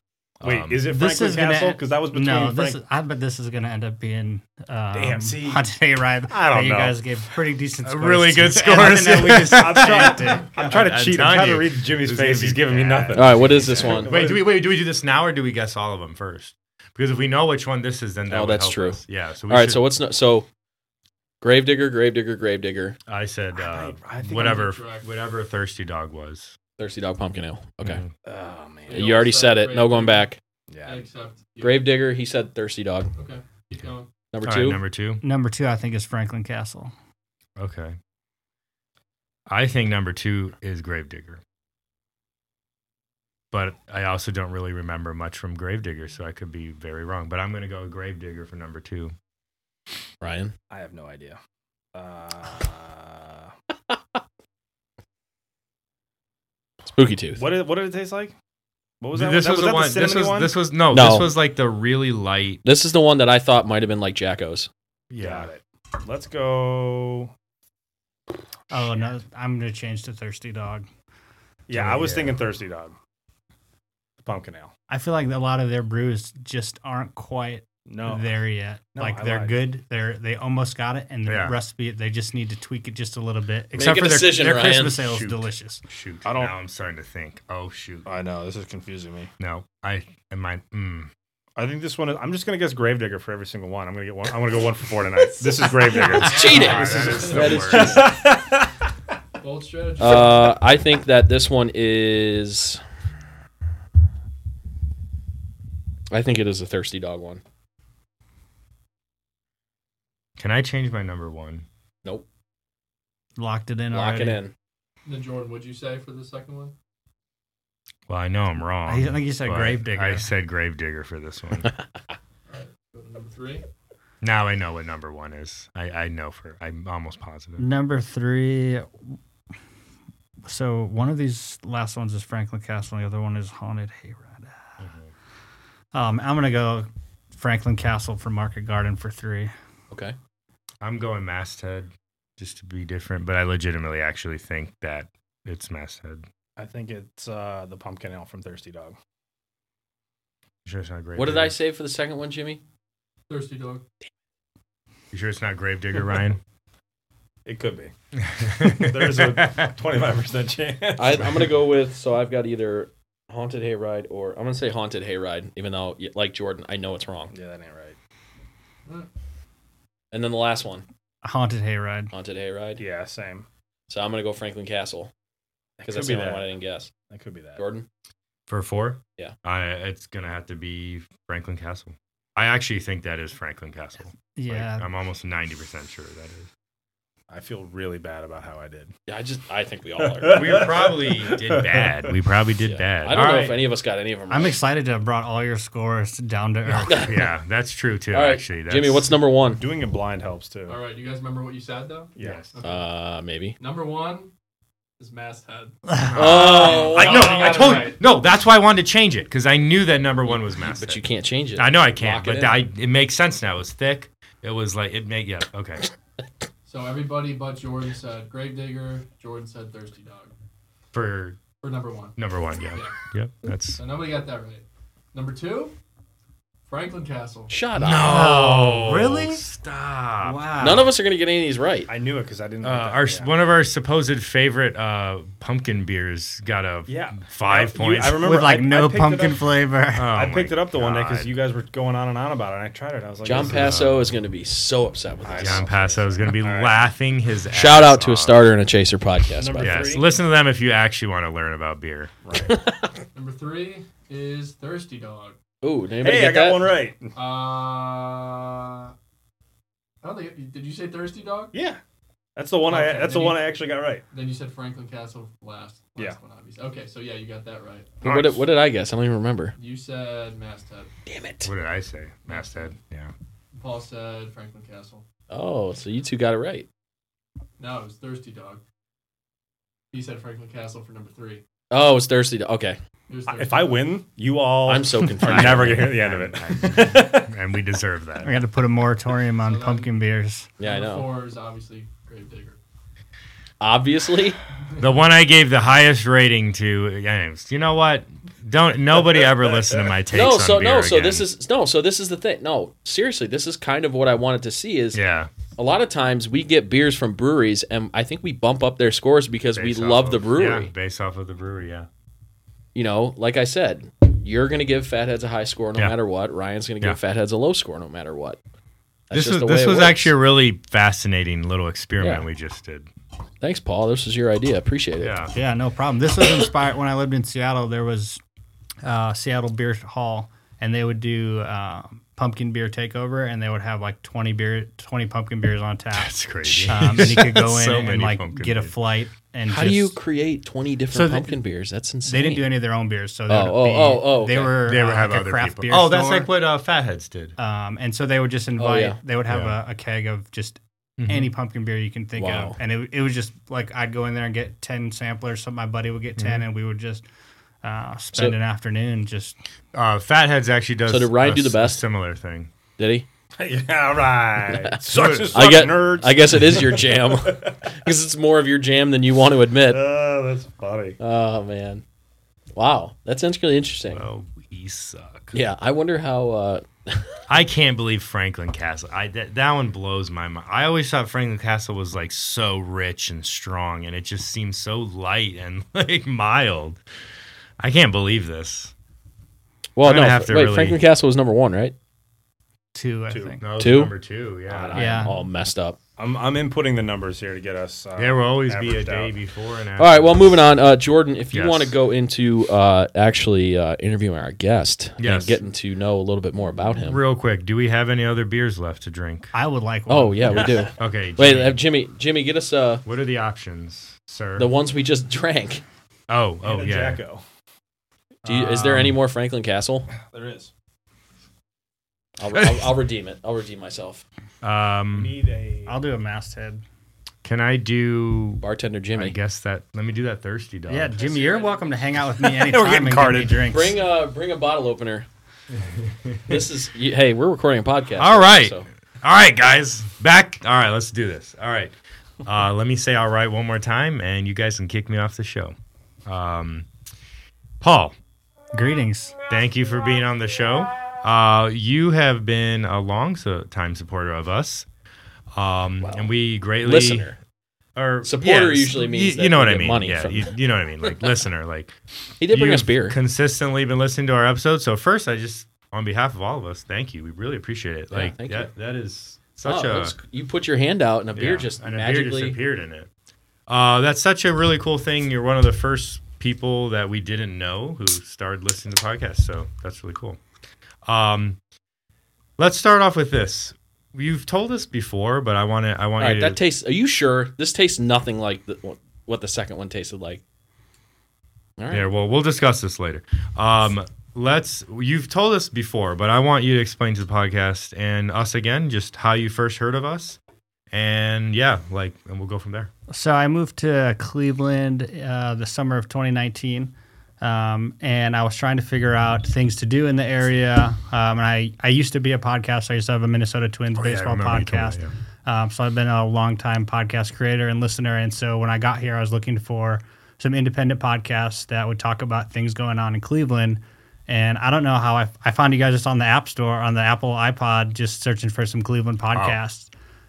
Speaker 5: Wait,
Speaker 4: Um,
Speaker 5: is it
Speaker 3: this
Speaker 5: Franklin
Speaker 3: is gonna-
Speaker 5: Castle? Because that was between
Speaker 3: no.
Speaker 5: Frank-
Speaker 3: This is, I bet this is gonna end up being um,
Speaker 5: Damn, see?
Speaker 3: haunted hayride.
Speaker 4: I don't
Speaker 3: that You
Speaker 4: know.
Speaker 3: guys gave pretty decent,
Speaker 4: A
Speaker 3: scores
Speaker 4: really
Speaker 3: to.
Speaker 4: good
Speaker 3: And I
Speaker 4: scores.
Speaker 3: know we just
Speaker 5: I'm trying,
Speaker 3: picked it.
Speaker 5: I'm trying to
Speaker 4: I'm
Speaker 5: cheat.
Speaker 4: telling
Speaker 5: I'm trying to
Speaker 4: you.
Speaker 5: read
Speaker 4: This
Speaker 5: Jimmy's
Speaker 4: is
Speaker 5: face.
Speaker 4: gonna
Speaker 5: He's
Speaker 4: be
Speaker 5: giving me
Speaker 4: bad.
Speaker 5: nothing.
Speaker 1: All right, what is this one?
Speaker 4: Wait, do we wait? Do we do this now or do we guess all of them first? Because if we know which one this is, then that
Speaker 1: Oh,
Speaker 4: would
Speaker 1: that's
Speaker 4: help
Speaker 1: true.
Speaker 4: us. Yeah. So
Speaker 1: All
Speaker 4: we
Speaker 1: right,
Speaker 4: should-
Speaker 1: so what's no, so Gravedigger, Gravedigger, Gravedigger,
Speaker 4: I said uh,
Speaker 5: I- I think I'm
Speaker 4: whatever,
Speaker 5: correct.
Speaker 4: whatever Thirsty Dog was.
Speaker 1: Thirsty Dog Pumpkin Ale. Okay.
Speaker 4: Mm.
Speaker 5: Oh man.
Speaker 1: You already said it. No going back.
Speaker 5: Yeah.
Speaker 2: Except.
Speaker 1: Gravedigger, he said Thirsty Dog.
Speaker 2: Okay. Keep going.
Speaker 1: Number
Speaker 4: All right,
Speaker 1: two.
Speaker 4: number two.
Speaker 3: Number two, I think, is Franklin Castle.
Speaker 4: Okay. I think number two is Gravedigger. But I also don't really remember much from Gravedigger, so I could be very wrong. But I'm going to go with Gravedigger for number two.
Speaker 1: Ryan.
Speaker 5: I have no idea. Uh,
Speaker 1: Spooky Tooth.
Speaker 5: what did what did it taste like? What was that?
Speaker 4: this
Speaker 5: that,
Speaker 4: was, the
Speaker 5: was that
Speaker 4: one.
Speaker 5: the
Speaker 4: this
Speaker 5: cinnamony
Speaker 4: was
Speaker 5: one?
Speaker 4: this was no,
Speaker 1: No.
Speaker 4: This was like the really light.
Speaker 1: This is the one that I thought might have been like Jacko's.
Speaker 4: Yeah.
Speaker 5: Got it. Let's go.
Speaker 3: Oh no, I'm gonna change to Thirsty Dog.
Speaker 5: Yeah,
Speaker 4: Yeah.
Speaker 5: I was thinking Thirsty Dog. The pumpkin ale.
Speaker 3: I feel like a lot of their brews just aren't quite
Speaker 5: No.
Speaker 3: there yet.
Speaker 5: No,
Speaker 3: like
Speaker 5: I
Speaker 3: they're
Speaker 5: lied.
Speaker 3: good. They're they almost got it, and the
Speaker 4: Yeah.
Speaker 3: recipe they just need to tweak it just a little bit.
Speaker 1: a
Speaker 3: their,
Speaker 1: decision,
Speaker 3: their
Speaker 1: Ryan.
Speaker 3: Christmas ale is
Speaker 4: Shoot.
Speaker 3: delicious.
Speaker 4: Shoot.
Speaker 5: I don't-
Speaker 4: Now I'm starting to think. Oh shoot.
Speaker 5: I know this is confusing me.
Speaker 4: No. I am I. Mm.
Speaker 5: I think this one. Is, I'm just gonna guess Gravedigger for every single one. I'm gonna get one. I'm gonna go one for four tonight. this is Gravedigger.
Speaker 1: It's cheating.
Speaker 4: All right,
Speaker 1: This
Speaker 4: that
Speaker 1: is-
Speaker 4: is
Speaker 1: that
Speaker 4: the
Speaker 1: is
Speaker 4: worst.
Speaker 1: cheating.
Speaker 2: Bold strategy.
Speaker 1: Uh, I think that this one is. I think it is a Thirsty Dog one.
Speaker 4: Can I change my number one?
Speaker 1: Nope.
Speaker 3: Locked it in.
Speaker 1: Lock
Speaker 3: already.
Speaker 1: it in.
Speaker 2: then Jordan, what'd you say for the second one?
Speaker 4: Well, I know I'm wrong.
Speaker 3: I think you said
Speaker 4: but
Speaker 3: Gravedigger.
Speaker 4: I said Gravedigger for this one.
Speaker 2: Go to number three.
Speaker 4: now I know what number one is. I, I know for. I'm almost positive.
Speaker 3: Number three. So one of these last ones is Franklin Castle, and the other one is Haunted Hayride.
Speaker 5: Mm-hmm.
Speaker 3: Um, I'm gonna go Franklin Castle for Market Garden for three.
Speaker 1: Okay.
Speaker 4: I'm going masthead just to be different, but I legitimately actually think that it's masthead.
Speaker 5: I think it's uh, the pumpkin ale from Thirsty Dog.
Speaker 4: You sure it's not Gravedigger?
Speaker 1: What did I say for the second one, Jimmy?
Speaker 2: Thirsty dog.
Speaker 4: You sure it's not Gravedigger, Ryan?
Speaker 5: It could be. There's a 25% chance.
Speaker 1: I, I'm gonna go with. So I've got either Haunted Hayride or I'm gonna say Haunted Hayride, even though y- like Jordan, I know it's wrong.
Speaker 5: yeah, that ain't right.
Speaker 1: And then the last one,
Speaker 3: Haunted Hayride.
Speaker 1: Haunted Hayride.
Speaker 5: Yeah, same.
Speaker 1: So I'm gonna go Franklin Castle
Speaker 5: That
Speaker 1: because
Speaker 5: could
Speaker 1: that's
Speaker 5: be
Speaker 1: the only one I
Speaker 5: that.
Speaker 1: didn't guess.
Speaker 5: That could be that.
Speaker 1: Jordan.
Speaker 4: for four.
Speaker 1: Yeah.
Speaker 4: I, it's gonna have to be Franklin Castle. I actually think that is Franklin Castle. Like,
Speaker 3: Yeah,
Speaker 5: uh,
Speaker 4: I'm almost 90 percent sure that is.
Speaker 5: I feel really bad about how I did.
Speaker 1: Yeah, I just I think we all are.
Speaker 4: we probably did bad. We probably did
Speaker 1: Yeah.
Speaker 4: bad.
Speaker 1: I don't know if any of us got any of them.
Speaker 3: I'm
Speaker 1: right.
Speaker 3: excited to have brought all your scores down to earth.
Speaker 4: yeah, that's true too.
Speaker 1: All right,
Speaker 4: Actually, that's,
Speaker 1: Jimmy, what's number one?
Speaker 5: Doing it blind helps too.
Speaker 2: All right, you guys remember what you said though?
Speaker 5: Yes.
Speaker 1: Uh, maybe.
Speaker 2: Number one is masthead.
Speaker 1: Oh,
Speaker 4: I know.
Speaker 2: no,
Speaker 4: I
Speaker 2: that's
Speaker 4: told you.
Speaker 2: right.
Speaker 4: No, that's why I wanted to change it because I knew that number one was massive.
Speaker 1: But you can't change it.
Speaker 4: I know I can't,
Speaker 1: Lock it
Speaker 4: but
Speaker 1: in.
Speaker 4: I, it makes sense now. It was thick. It was like it made. Yeah. Okay.
Speaker 2: So everybody but Jordan said Gravedigger. Jordan said Thirsty Dog
Speaker 4: For
Speaker 2: for number one.
Speaker 4: number one. Yeah. Yep. That's.
Speaker 2: So nobody got that right. Number two, Franklin Castle.
Speaker 1: Shut up.
Speaker 4: No.
Speaker 3: really?
Speaker 4: Oh, Stop.
Speaker 3: wow.
Speaker 1: None of us are gonna get any of these right.
Speaker 5: I knew it because I didn't.
Speaker 4: Uh,
Speaker 5: think that-
Speaker 4: our
Speaker 5: yeah.
Speaker 4: one of our supposed favorite uh, pumpkin beers got a
Speaker 5: Yeah.
Speaker 4: five
Speaker 5: You-
Speaker 4: points.
Speaker 5: I remember
Speaker 3: with like
Speaker 5: I- I
Speaker 3: no
Speaker 5: picked it
Speaker 3: pumpkin
Speaker 5: up-
Speaker 3: flavor.
Speaker 4: Oh
Speaker 5: I picked
Speaker 4: my
Speaker 5: it up the one day because
Speaker 4: God.
Speaker 5: you guys were going on and on about it. And I tried it. and I was like,
Speaker 1: John
Speaker 5: this is- uh,
Speaker 1: Passo is gonna be so upset with this.
Speaker 4: John Paso is going to be laughing his ass
Speaker 1: Shout out to a
Speaker 4: off.
Speaker 1: starter and a chaser podcast.
Speaker 5: Number
Speaker 1: by the way.
Speaker 4: Yes,
Speaker 5: Three.
Speaker 4: listen to them if you actually want to learn about beer.
Speaker 2: Number three is Thirsty Dog.
Speaker 1: Ooh, did anybody
Speaker 5: Hey,
Speaker 1: get
Speaker 5: I got
Speaker 1: that?
Speaker 5: one right.
Speaker 2: Uh, I don't think. Did you say Thirsty Dog?
Speaker 5: Yeah. That's the one I.
Speaker 2: Okay,
Speaker 5: That's the
Speaker 2: then
Speaker 5: one
Speaker 2: you-
Speaker 5: I actually got right.
Speaker 2: Then you said Franklin Castle last. last
Speaker 5: Yeah.
Speaker 2: One, obviously. Okay, so yeah, you got that right.
Speaker 1: What did, what did I guess? I don't even remember.
Speaker 2: You said masthead.
Speaker 1: Damn it.
Speaker 4: What did I say? Masthead. Yeah.
Speaker 2: Paul said Franklin Castle.
Speaker 1: Oh, so you two got it right.
Speaker 6: No, it was Thirsty Dog. He said Franklin Castle for number three.
Speaker 1: Oh, it's thirsty. Do- Okay,
Speaker 6: It was
Speaker 5: If
Speaker 6: Thirsty
Speaker 5: I
Speaker 6: Dog.
Speaker 5: win, you all
Speaker 1: I'm so
Speaker 5: are
Speaker 1: confused.
Speaker 5: never gonna hear the end of it.
Speaker 4: it. and we deserve that.
Speaker 3: I got to put a moratorium on
Speaker 6: So then-
Speaker 3: pumpkin beers.
Speaker 1: yeah, I
Speaker 6: Number
Speaker 1: know.
Speaker 6: Four is obviously Gravedigger.
Speaker 1: Obviously,
Speaker 4: The one I gave the highest rating to. yeah, You know what? Don't nobody ever listen to my takes.
Speaker 1: no.
Speaker 4: on
Speaker 1: So
Speaker 4: beer
Speaker 1: no. So this
Speaker 4: again.
Speaker 1: is no. So this is the thing. No, seriously, this is kind of what I wanted to see. Is
Speaker 4: yeah.
Speaker 1: a lot of times we get beers from breweries, and I think we bump up their scores because we
Speaker 4: based off
Speaker 1: love the
Speaker 4: of-
Speaker 1: brewery.
Speaker 4: Yeah, based off of the brewery, yeah.
Speaker 1: you know, like I said, you're going to give Fatheads a high score no
Speaker 4: Yeah.
Speaker 1: matter what. Ryan's going to give Fatheads a low score no matter what. That's
Speaker 4: This was
Speaker 1: the way
Speaker 4: this
Speaker 1: it
Speaker 4: was
Speaker 1: works.
Speaker 4: actually a really fascinating little experiment
Speaker 1: Yeah.
Speaker 4: we just did.
Speaker 1: Thanks, Paul. This was your idea. Appreciate it.
Speaker 4: Yeah.
Speaker 3: Yeah, no problem. This was inspired when I lived in Seattle. There was uh, Seattle Beer Hall, and they would do uh, pumpkin beer takeover, and they would have like twenty beer, twenty pumpkin beers on tap.
Speaker 4: That's crazy.
Speaker 3: Um, and you could go in
Speaker 4: So
Speaker 3: and
Speaker 4: many
Speaker 3: like
Speaker 4: pumpkin
Speaker 3: get a
Speaker 4: beers.
Speaker 3: flight. And
Speaker 1: How
Speaker 3: just,
Speaker 1: do you create 20 different
Speaker 3: So they-
Speaker 1: pumpkin beers? That's insane.
Speaker 3: They didn't do any of their own beers, so they
Speaker 1: Oh,
Speaker 3: would
Speaker 1: oh,
Speaker 3: be,
Speaker 1: oh, oh, okay.
Speaker 3: they were
Speaker 4: They
Speaker 3: uh,
Speaker 4: would have
Speaker 3: like a
Speaker 4: other
Speaker 3: craft
Speaker 4: people.
Speaker 3: beer.
Speaker 4: Oh, that's
Speaker 3: store.
Speaker 4: like what uh, Fatheads did.
Speaker 3: Um, and so they would just invite.
Speaker 1: Oh, yeah.
Speaker 3: They would have
Speaker 4: Yeah.
Speaker 3: a, a keg of just any pumpkin beer you can think
Speaker 1: Wow.
Speaker 3: of, and it, it was just like I'd go in there and get ten samplers. So my buddy would get 10 and we would just uh, spend
Speaker 1: So-
Speaker 3: an afternoon just.
Speaker 4: Uh, Fatheads actually does.
Speaker 1: So did Ryan
Speaker 4: a
Speaker 1: do the
Speaker 4: s-
Speaker 1: best?
Speaker 4: Similar thing.
Speaker 1: Did he?
Speaker 5: yeah, all right. Such as
Speaker 1: I guess,
Speaker 5: nerds.
Speaker 1: I guess it is your jam because it's more of your jam than you want to admit.
Speaker 4: Uh,
Speaker 5: Oh, that's funny.
Speaker 1: Oh, man. Wow. That's actually interesting.
Speaker 4: Oh, we suck.
Speaker 1: yeah. I wonder how. Uh,
Speaker 4: I can't believe Franklin Castle. I that, that one blows my mind. I always thought Franklin Castle was like so rich and strong, and it just seems so light and like mild. I can't believe this.
Speaker 1: well,
Speaker 4: I'm
Speaker 1: no.
Speaker 4: gonna have
Speaker 1: Wait,
Speaker 4: to really-
Speaker 1: Franklin Castle was number one, right?
Speaker 3: Two, I
Speaker 5: Two. Uh,
Speaker 3: think.
Speaker 4: No,
Speaker 1: Two?
Speaker 4: number two. Yeah,
Speaker 1: I'm
Speaker 3: Yeah.
Speaker 1: all messed up.
Speaker 5: I'm I'm inputting the numbers here to get us. Uh,
Speaker 4: there will always be a
Speaker 5: averaged
Speaker 4: day
Speaker 5: out.
Speaker 4: before and after.
Speaker 1: All right, well, moving on. Uh, Jordan, if you
Speaker 4: Yes.
Speaker 1: want to go into uh, actually uh, interviewing our guest and
Speaker 4: Yes.
Speaker 1: getting to know a little bit more about him.
Speaker 4: Real quick, do we have any other beers left to drink?
Speaker 3: I would like one.
Speaker 1: oh, yeah, we do.
Speaker 4: Okay.
Speaker 1: Wait,
Speaker 4: Jimmy,
Speaker 1: have Jimmy, Jimmy, get us uh,
Speaker 4: what are the options, sir?
Speaker 1: the ones we just drank.
Speaker 4: oh,
Speaker 5: And
Speaker 4: oh
Speaker 5: a
Speaker 4: yeah.
Speaker 5: Jacko.
Speaker 1: Do you, is there any
Speaker 4: Um,
Speaker 1: more Franklin Castle?
Speaker 5: There is.
Speaker 1: I'll, I'll, I'll redeem it. I'll redeem myself.
Speaker 4: Um,
Speaker 5: Need a.
Speaker 3: I'll do a masthead.
Speaker 4: can I do?
Speaker 1: Bartender
Speaker 4: I
Speaker 1: Jimmy,
Speaker 4: guess that. Let me do that thirsty
Speaker 1: Oh,
Speaker 4: dog.
Speaker 3: yeah, Jimmy, you're welcome to hang out with me anytime.
Speaker 5: getting
Speaker 3: and give me
Speaker 5: carded.
Speaker 3: Drinks.
Speaker 1: bring a bring a bottle opener. this is you, hey, we're recording a podcast.
Speaker 4: All right.
Speaker 1: so-
Speaker 4: All right, guys, back. All right, let's do this. All right, uh, let me say all right one more time, and you guys can kick me off the show. Um, Paul,
Speaker 3: Greetings.
Speaker 4: thank you for being on the show. Uh, you have been a long so- time supporter of us, um, and we greatly
Speaker 1: listener.
Speaker 4: Or
Speaker 1: Supporter usually means
Speaker 4: you,
Speaker 1: that we
Speaker 4: know what I
Speaker 1: get
Speaker 4: mean.
Speaker 1: money
Speaker 4: yeah,
Speaker 1: from
Speaker 4: you, you know what I mean. Like listener, like
Speaker 1: He did bring
Speaker 4: you've
Speaker 1: us beer.
Speaker 4: Consistently been listening to our episodes. So first, I just on behalf of all of us, thank you. We really appreciate it.
Speaker 1: Yeah,
Speaker 4: Like
Speaker 1: thank
Speaker 4: that, that is
Speaker 1: Oh,
Speaker 4: such a
Speaker 1: that's- you put your hand out and a beer
Speaker 4: yeah,
Speaker 1: just
Speaker 4: and a beer
Speaker 1: magically.
Speaker 4: just appeared in it. Uh, that's such a really cool thing. You're one of the first people that we didn't know who started listening to podcasts. So that's really cool. Um, let's start off with this. You've told us before, but I want to. I want
Speaker 1: All right,
Speaker 4: you
Speaker 1: that
Speaker 4: to.
Speaker 1: tastes. Are you sure this tastes nothing like the, what the second one tasted like? Uh, All right.
Speaker 4: yeah, well, we'll discuss this later. Um, let's. You've told us before, but I want you to explain to the podcast and us again just how you first heard of us, and yeah, like, and we'll go from there.
Speaker 3: So I moved to Cleveland uh, the summer of 2019, um, and I was trying to figure out things to do in the area. Um, and I, I used to be a podcaster. I used to have a Minnesota Twins
Speaker 4: Oh, yeah, I
Speaker 3: baseball
Speaker 4: remember you told me
Speaker 3: podcast.
Speaker 4: that,
Speaker 3: um, so I've been a longtime podcast creator and listener. And so when I got here, I was looking for some independent podcasts that would talk about things going on in Cleveland. And I don't know how I, I found you guys just on the App Store on the Apple iPod, just searching for some Cleveland podcasts.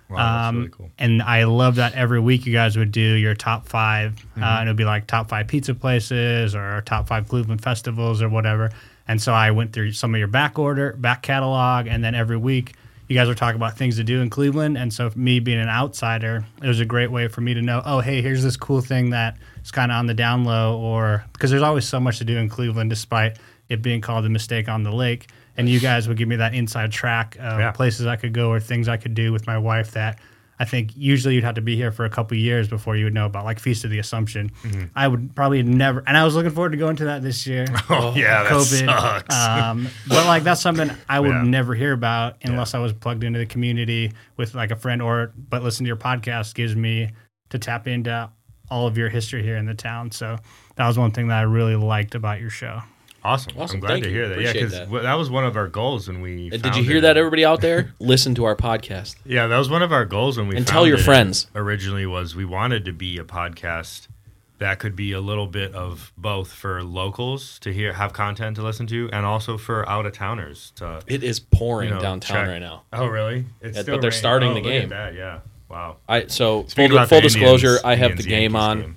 Speaker 4: Wow, that's
Speaker 3: Um,
Speaker 4: really cool.
Speaker 3: And I love that every week you guys would do your top 5
Speaker 4: Mm-hmm.
Speaker 3: uh, and it would be like top five pizza places or top five Cleveland festivals or whatever. And so I went through some of your back order, back catalog, and then every week you guys were talking about things to do in Cleveland. And so, for me being an outsider, it was a great way for me to know, oh, hey, here's this cool thing that is kind of on the down low, or because there's always so much to do in Cleveland, despite it being called the mistake on the lake. And you guys would give me that inside track of
Speaker 4: Yeah.
Speaker 3: places I could go or things I could do with my wife that I think usually you'd have to be here for a couple years before you would know about like Feast of the Assumption.
Speaker 4: Mm-hmm.
Speaker 3: I would probably never, and I was looking forward to going to that this year.
Speaker 4: Oh, yeah, that
Speaker 3: COVID.
Speaker 4: sucks.
Speaker 3: Um, but like that's something I would
Speaker 4: Yeah.
Speaker 3: never hear about unless I was plugged into the community with like a friend or but listen to your podcast gives me to tap into all of your history here in the town. So that was one thing that I really liked about your show.
Speaker 4: Awesome.
Speaker 1: Awesome.
Speaker 4: I'm glad
Speaker 1: Thank
Speaker 4: to
Speaker 1: you.
Speaker 4: hear that.
Speaker 1: Appreciate
Speaker 4: yeah, because
Speaker 1: that.
Speaker 4: that. was one of our goals when we.
Speaker 1: And did you
Speaker 4: founded
Speaker 1: hear that,
Speaker 4: it.
Speaker 1: everybody out there? Listen to our podcast.
Speaker 4: Yeah, that was one of our goals when we
Speaker 1: And tell your
Speaker 4: founded it
Speaker 1: friends.
Speaker 4: Originally, was we wanted to be a podcast that could be a little bit of both for locals to hear, have content to listen to, and also for out of towners to.
Speaker 1: It is pouring
Speaker 4: You know,
Speaker 1: downtown
Speaker 4: check.
Speaker 1: right now.
Speaker 4: Oh, really? It's
Speaker 1: Yeah,
Speaker 4: still
Speaker 1: but they're
Speaker 4: rain-
Speaker 1: starting
Speaker 4: oh,
Speaker 1: the
Speaker 4: look at
Speaker 1: game.
Speaker 4: that, yeah. Wow.
Speaker 1: I so
Speaker 4: Speaking
Speaker 1: full,
Speaker 4: about
Speaker 1: full
Speaker 4: the
Speaker 1: discllosure,
Speaker 4: Indians-
Speaker 1: I have
Speaker 4: Indians,
Speaker 1: the game
Speaker 4: Yankees
Speaker 1: on.
Speaker 4: game.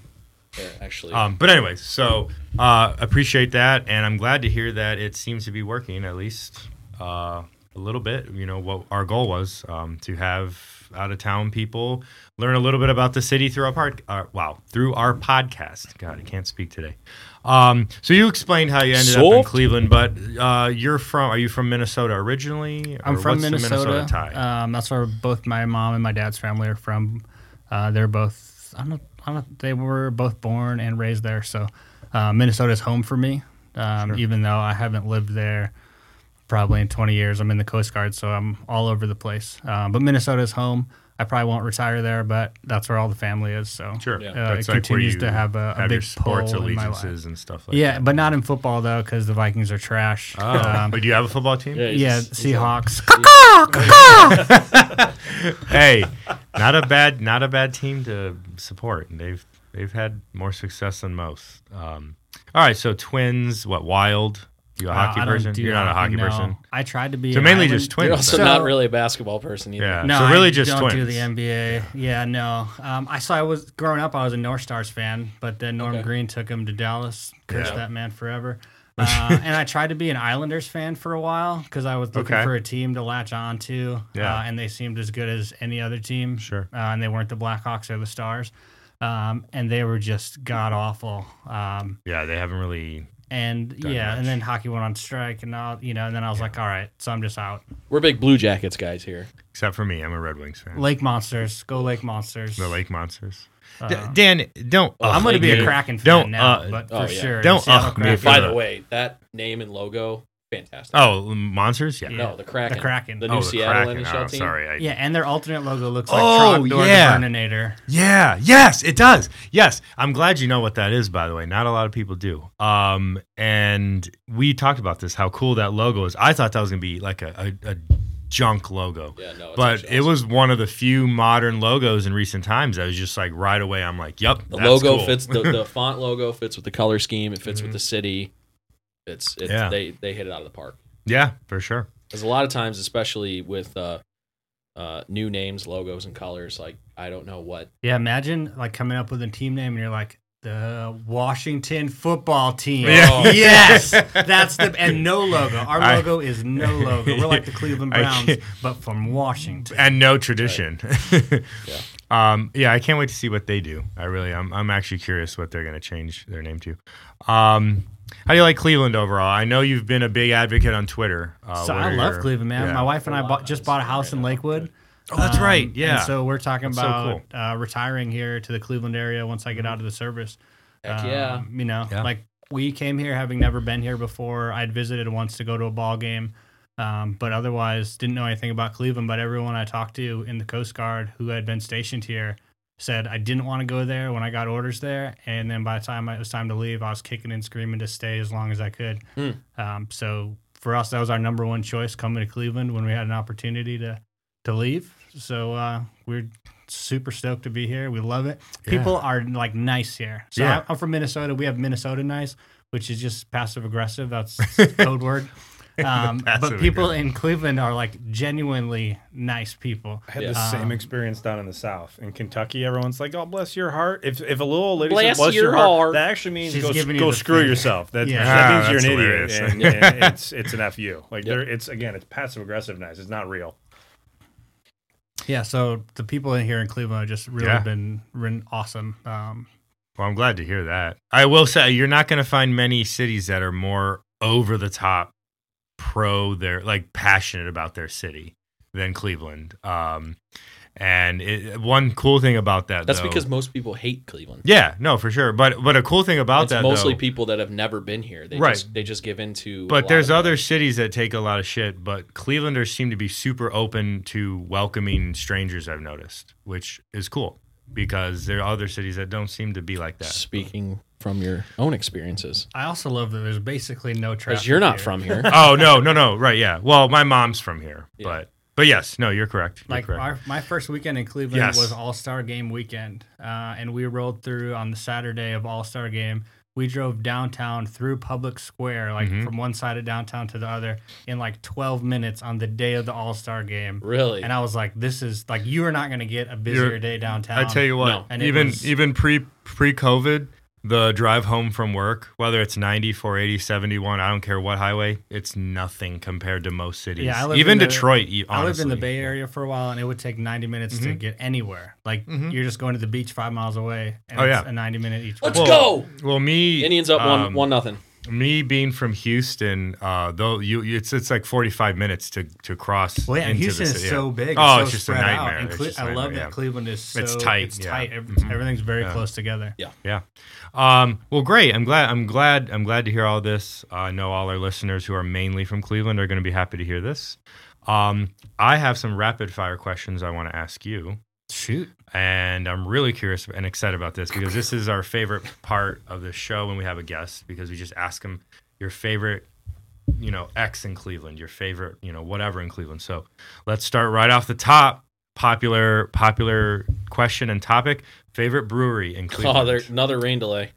Speaker 1: Here, actually,
Speaker 4: Um, but anyways, so uh, appreciate that, and I'm glad to hear that it seems to be working at least uh, a little bit. You know what our goal was um, to have out of town people learn a little bit about the city through our pod- uh, wow through our podcast. God, I can't speak today. Um, so you explained how you ended up in
Speaker 1: Solved.
Speaker 4: Cleveland, but uh, you're from are you from Minnesota originally?
Speaker 3: I'm
Speaker 4: Or
Speaker 3: from
Speaker 4: what's the
Speaker 3: Minnesota.
Speaker 4: tie?
Speaker 3: Um, that's where both my mom and my dad's family are from. Uh, they're both. I don't. I don't. They were both born and raised there. So uh, Minnesota's home for me. Um, Even though I haven't lived there probably in 20 years. I'm in the Coast Guard, so I'm all over the place. Um, but Minnesota's home. I probably won't retire there, but that's where all the family is. So
Speaker 4: sure,
Speaker 1: Yeah.
Speaker 3: uh, it
Speaker 4: like where
Speaker 3: continues
Speaker 4: you
Speaker 3: to have a, a
Speaker 4: have
Speaker 3: big
Speaker 4: your sports
Speaker 3: pull in my life.
Speaker 4: allegiances and stuff like
Speaker 3: yeah,
Speaker 4: that.
Speaker 3: but uh, not in football though, because the Vikings are trash. Um,
Speaker 4: Oh, but do you have a football team?
Speaker 1: Yeah,
Speaker 3: yeah,
Speaker 1: he's-
Speaker 3: Seahawks.
Speaker 4: hey, not a bad not a bad team to support. and They've they've had more success than most. Um, all right, so twins, what wild? You a
Speaker 3: Uh,
Speaker 4: hockey
Speaker 3: I don't
Speaker 4: person?
Speaker 3: do
Speaker 4: You're not a hockey
Speaker 3: no.
Speaker 4: person.
Speaker 3: I tried to be.
Speaker 4: So
Speaker 3: an
Speaker 4: mainly
Speaker 3: island-
Speaker 4: just twins.
Speaker 1: you're also
Speaker 4: then.
Speaker 1: not really a basketball person either.
Speaker 4: yeah.
Speaker 3: No,
Speaker 4: so really
Speaker 3: I
Speaker 4: just
Speaker 3: don't
Speaker 4: twins.
Speaker 3: do the NBA. Yeah, no. Um, I saw. I was growing up. I was a North Stars fan, but then Norm
Speaker 1: Okay.
Speaker 3: Green took him to Dallas. Cursed
Speaker 4: Yeah.
Speaker 3: that man forever. Uh, and I tried to be an Islanders fan for a while because I was looking
Speaker 4: Okay.
Speaker 3: for a team to latch on to.
Speaker 4: Yeah.
Speaker 3: Uh, and they seemed as good as any other team.
Speaker 4: Sure.
Speaker 3: Uh, and they weren't the Blackhawks or the Stars. Um, and they were just god awful. Um,
Speaker 4: yeah, they haven't really.
Speaker 3: and yeah,
Speaker 4: much.
Speaker 3: and then hockey went on strike, and all you know. And then I was like, all right, so I'm just out.
Speaker 1: We're big Blue Jackets guys here.
Speaker 4: Except for me, I'm a Red Wings fan.
Speaker 3: Lake Monsters, go Lake Monsters.
Speaker 4: the Lake Monsters. D- Dan, don't.
Speaker 3: I'm
Speaker 4: ugh
Speaker 3: going to be
Speaker 4: me.
Speaker 3: a Kraken fan
Speaker 4: Don't,
Speaker 3: now,
Speaker 4: uh,
Speaker 3: but for
Speaker 1: oh, yeah.
Speaker 3: sure.
Speaker 4: Don't
Speaker 3: the Seattle
Speaker 4: ugh me
Speaker 3: Kraken.
Speaker 4: if you're
Speaker 1: By
Speaker 4: Yeah.
Speaker 1: the way, that name and logo, fantastic.
Speaker 4: Oh, monsters. Yeah.
Speaker 1: no, the Kraken.
Speaker 3: The Kraken.
Speaker 1: The new
Speaker 4: Oh, the
Speaker 1: Seattle
Speaker 4: Kraken.
Speaker 1: NHL
Speaker 4: oh,
Speaker 1: team.
Speaker 4: Sorry, I,
Speaker 3: Yeah, and their alternate logo looks
Speaker 4: Oh,
Speaker 3: like Trogdor
Speaker 4: yeah.
Speaker 3: the Burninator.
Speaker 4: Yeah. Yes, it does. Yes. I'm glad you know what that is, by the way. Not a lot of people do. Um, and we talked about this, how cool that logo is. I thought that was going to be like a, a, a junk logo.
Speaker 1: Yeah, no, it's
Speaker 4: but
Speaker 1: actually
Speaker 4: it was one of the few modern logos in recent times. I was just like, right away, I'm like, yep.
Speaker 1: The
Speaker 4: that's
Speaker 1: logo
Speaker 4: cool. Mm-hmm.
Speaker 1: fits the, the font logo fits with the color scheme. It fits with the city. It's, it's
Speaker 4: Yeah.
Speaker 1: they they hit it out of the park.
Speaker 4: yeah, for sure.
Speaker 1: Because a lot of times, especially with uh, uh, new names, logos, and colors, like I don't know what
Speaker 3: Yeah, imagine like coming up with a team name and you're like, the Washington football team.
Speaker 1: Oh.
Speaker 4: Yeah.
Speaker 3: Yes. That's the and no logo. Our
Speaker 4: I-
Speaker 3: logo is no logo. We're like the Cleveland
Speaker 4: I
Speaker 3: Browns,
Speaker 4: can't-
Speaker 3: but from Washington.
Speaker 4: And no tradition. yeah. Um, yeah, I can't wait to see what they do. I really, I'm, I'm actually curious what they're going to change their name to. Um, how do you like Cleveland overall? I know you've been a big advocate on Twitter. Uh,
Speaker 3: So
Speaker 4: what
Speaker 3: I
Speaker 4: are
Speaker 3: love
Speaker 4: your-
Speaker 3: Cleveland, man.
Speaker 4: yeah.
Speaker 3: My wife and I bought, just bought a house in Lakewood.
Speaker 4: Oh, that's right.
Speaker 3: Um,
Speaker 4: Yeah.
Speaker 3: And so we're talking
Speaker 4: That's so Mm-hmm.
Speaker 3: about uh, retiring here to the Cleveland area once I get out of the service.
Speaker 1: Heck yeah.
Speaker 3: Um, You know,
Speaker 4: Yeah.
Speaker 3: like we came here having never been here before. I'd visited once to go to a ball game, um, but otherwise didn't know anything about Cleveland. But everyone I talked to in the Coast Guard who had been stationed here said I didn't want to go there when I got orders there. And then by the time it was time to leave, I was kicking and screaming to stay as long as I could.
Speaker 4: Hmm.
Speaker 3: Um, so for us, that was our number one choice coming to Cleveland when we had an opportunity to to leave. So uh, we're super stoked to be here. We love it. People are like nice here. So
Speaker 4: Yeah.
Speaker 3: I- I'm from Minnesota. We have Minnesota nice, which is just passive aggressive. That's code word. Um, but
Speaker 4: Passive
Speaker 3: people in Cleveland are like genuinely nice people.
Speaker 5: I had
Speaker 1: Yeah.
Speaker 5: the same experience down in the South. In Kentucky, everyone's like, "Oh, bless your heart." If, if a little old lady
Speaker 1: Bless
Speaker 5: says "bless your,
Speaker 1: your
Speaker 5: heart,
Speaker 1: heart.
Speaker 5: that actually means
Speaker 3: She's
Speaker 5: go,
Speaker 3: giving you
Speaker 5: go
Speaker 3: the
Speaker 5: screw
Speaker 3: finger.
Speaker 5: yourself. That,
Speaker 3: Yeah.
Speaker 4: Ah,
Speaker 5: that means
Speaker 4: that's
Speaker 5: you're an
Speaker 4: hilarious.
Speaker 5: idiot, and, and it's it's an fu. Like there, it's again, it's passive aggressive nice. It's not real.
Speaker 3: Yeah. So the people in here in Cleveland have just really
Speaker 4: Yeah.
Speaker 3: been, been awesome. Um,
Speaker 4: Well, I'm glad to hear that. I will say you're not going to find many cities that are more over the top pro their like passionate about their city than Cleveland. Um And it, one cool thing about that
Speaker 1: That's
Speaker 4: though-
Speaker 1: because most people hate Cleveland.
Speaker 4: yeah, no, for sure. But but a cool thing about
Speaker 1: It's
Speaker 4: that
Speaker 1: mostly
Speaker 4: though,
Speaker 1: people that have never been here. They
Speaker 4: Right.
Speaker 1: just they just give in to. a
Speaker 4: But
Speaker 1: lot
Speaker 4: there's
Speaker 1: of-
Speaker 4: other cities that take a lot of shit, but Clevelanders seem to be super open to welcoming strangers, I've noticed, which is cool because there are other cities that don't seem to be like that.
Speaker 1: speaking from your own experiences,
Speaker 3: I also love that there's basically no traffic.
Speaker 1: because you're not
Speaker 3: here.
Speaker 1: from here.
Speaker 4: oh, no, no, no. Right. Yeah. Well, my mom's from here, but but yes, no, you're correct. You're
Speaker 3: Like
Speaker 4: correct.
Speaker 3: our, my first weekend in Cleveland
Speaker 4: Yes.
Speaker 3: was All Star Game weekend, uh, and we rolled through on the Saturday of All Star Game. We drove downtown through Public Square, like
Speaker 4: Mm-hmm.
Speaker 3: from one side of downtown to the other, in like 12 minutes on the day of the All Star Game.
Speaker 1: Really?
Speaker 3: And I was like, "This is like you are not going to get a busier
Speaker 4: You're-
Speaker 3: day downtown."
Speaker 4: I tell you what,
Speaker 1: No.
Speaker 3: And it
Speaker 4: even
Speaker 3: was-
Speaker 4: even pre pre COVID, the drive home from work, whether it's 90, 480, 71, I don't care what highway, it's nothing compared to most cities.
Speaker 3: Yeah, I lived
Speaker 4: even
Speaker 3: in the-
Speaker 4: Detroit. e-
Speaker 3: I lived in the
Speaker 4: honestly. Mm-hmm.
Speaker 3: Bay Area for a while, and it would take 90 minutes to get anywhere. Like you're just going to the beach five miles away, and
Speaker 4: Oh,
Speaker 3: it's
Speaker 4: yeah.
Speaker 3: a 90 minute each way.
Speaker 1: Let's go.
Speaker 4: Well, me
Speaker 1: Indians up
Speaker 4: um,
Speaker 1: one one nothing.
Speaker 4: Me being from Houston, uh, though you you- it's it's like forty five minutes to to cross.
Speaker 3: Well, yeah, and
Speaker 4: into
Speaker 3: Houston
Speaker 4: the
Speaker 3: is
Speaker 4: city.
Speaker 3: so big. It's
Speaker 4: oh,
Speaker 3: so
Speaker 4: it's just a
Speaker 3: spread out,
Speaker 4: nightmare.
Speaker 3: and
Speaker 4: It's
Speaker 3: Cle-
Speaker 4: just a
Speaker 3: I love
Speaker 4: nightmare,
Speaker 3: that
Speaker 4: yeah.
Speaker 3: Cleveland is so
Speaker 4: It's tight,
Speaker 3: It's
Speaker 4: yeah. Mm-hmm.
Speaker 3: tight. Ev- Everything's very close together.
Speaker 1: Yeah.
Speaker 4: Yeah. Um, well, great. I'm glad. I'm glad. I'm glad to hear all this. I know all our listeners who are mainly from Cleveland are going to be happy to hear this. Um, I have some rapid fire questions I want to ask you,
Speaker 3: Shoot.
Speaker 4: and I'm really curious and excited about this because this is our favorite part of the show when we have a guest because we just ask them your favorite, you know, X in Cleveland, your favorite, you know, whatever in Cleveland. So let's start right off the top. Popular, popular question and topic: favorite brewery in Cleveland.
Speaker 1: Oh, there, another rain delay.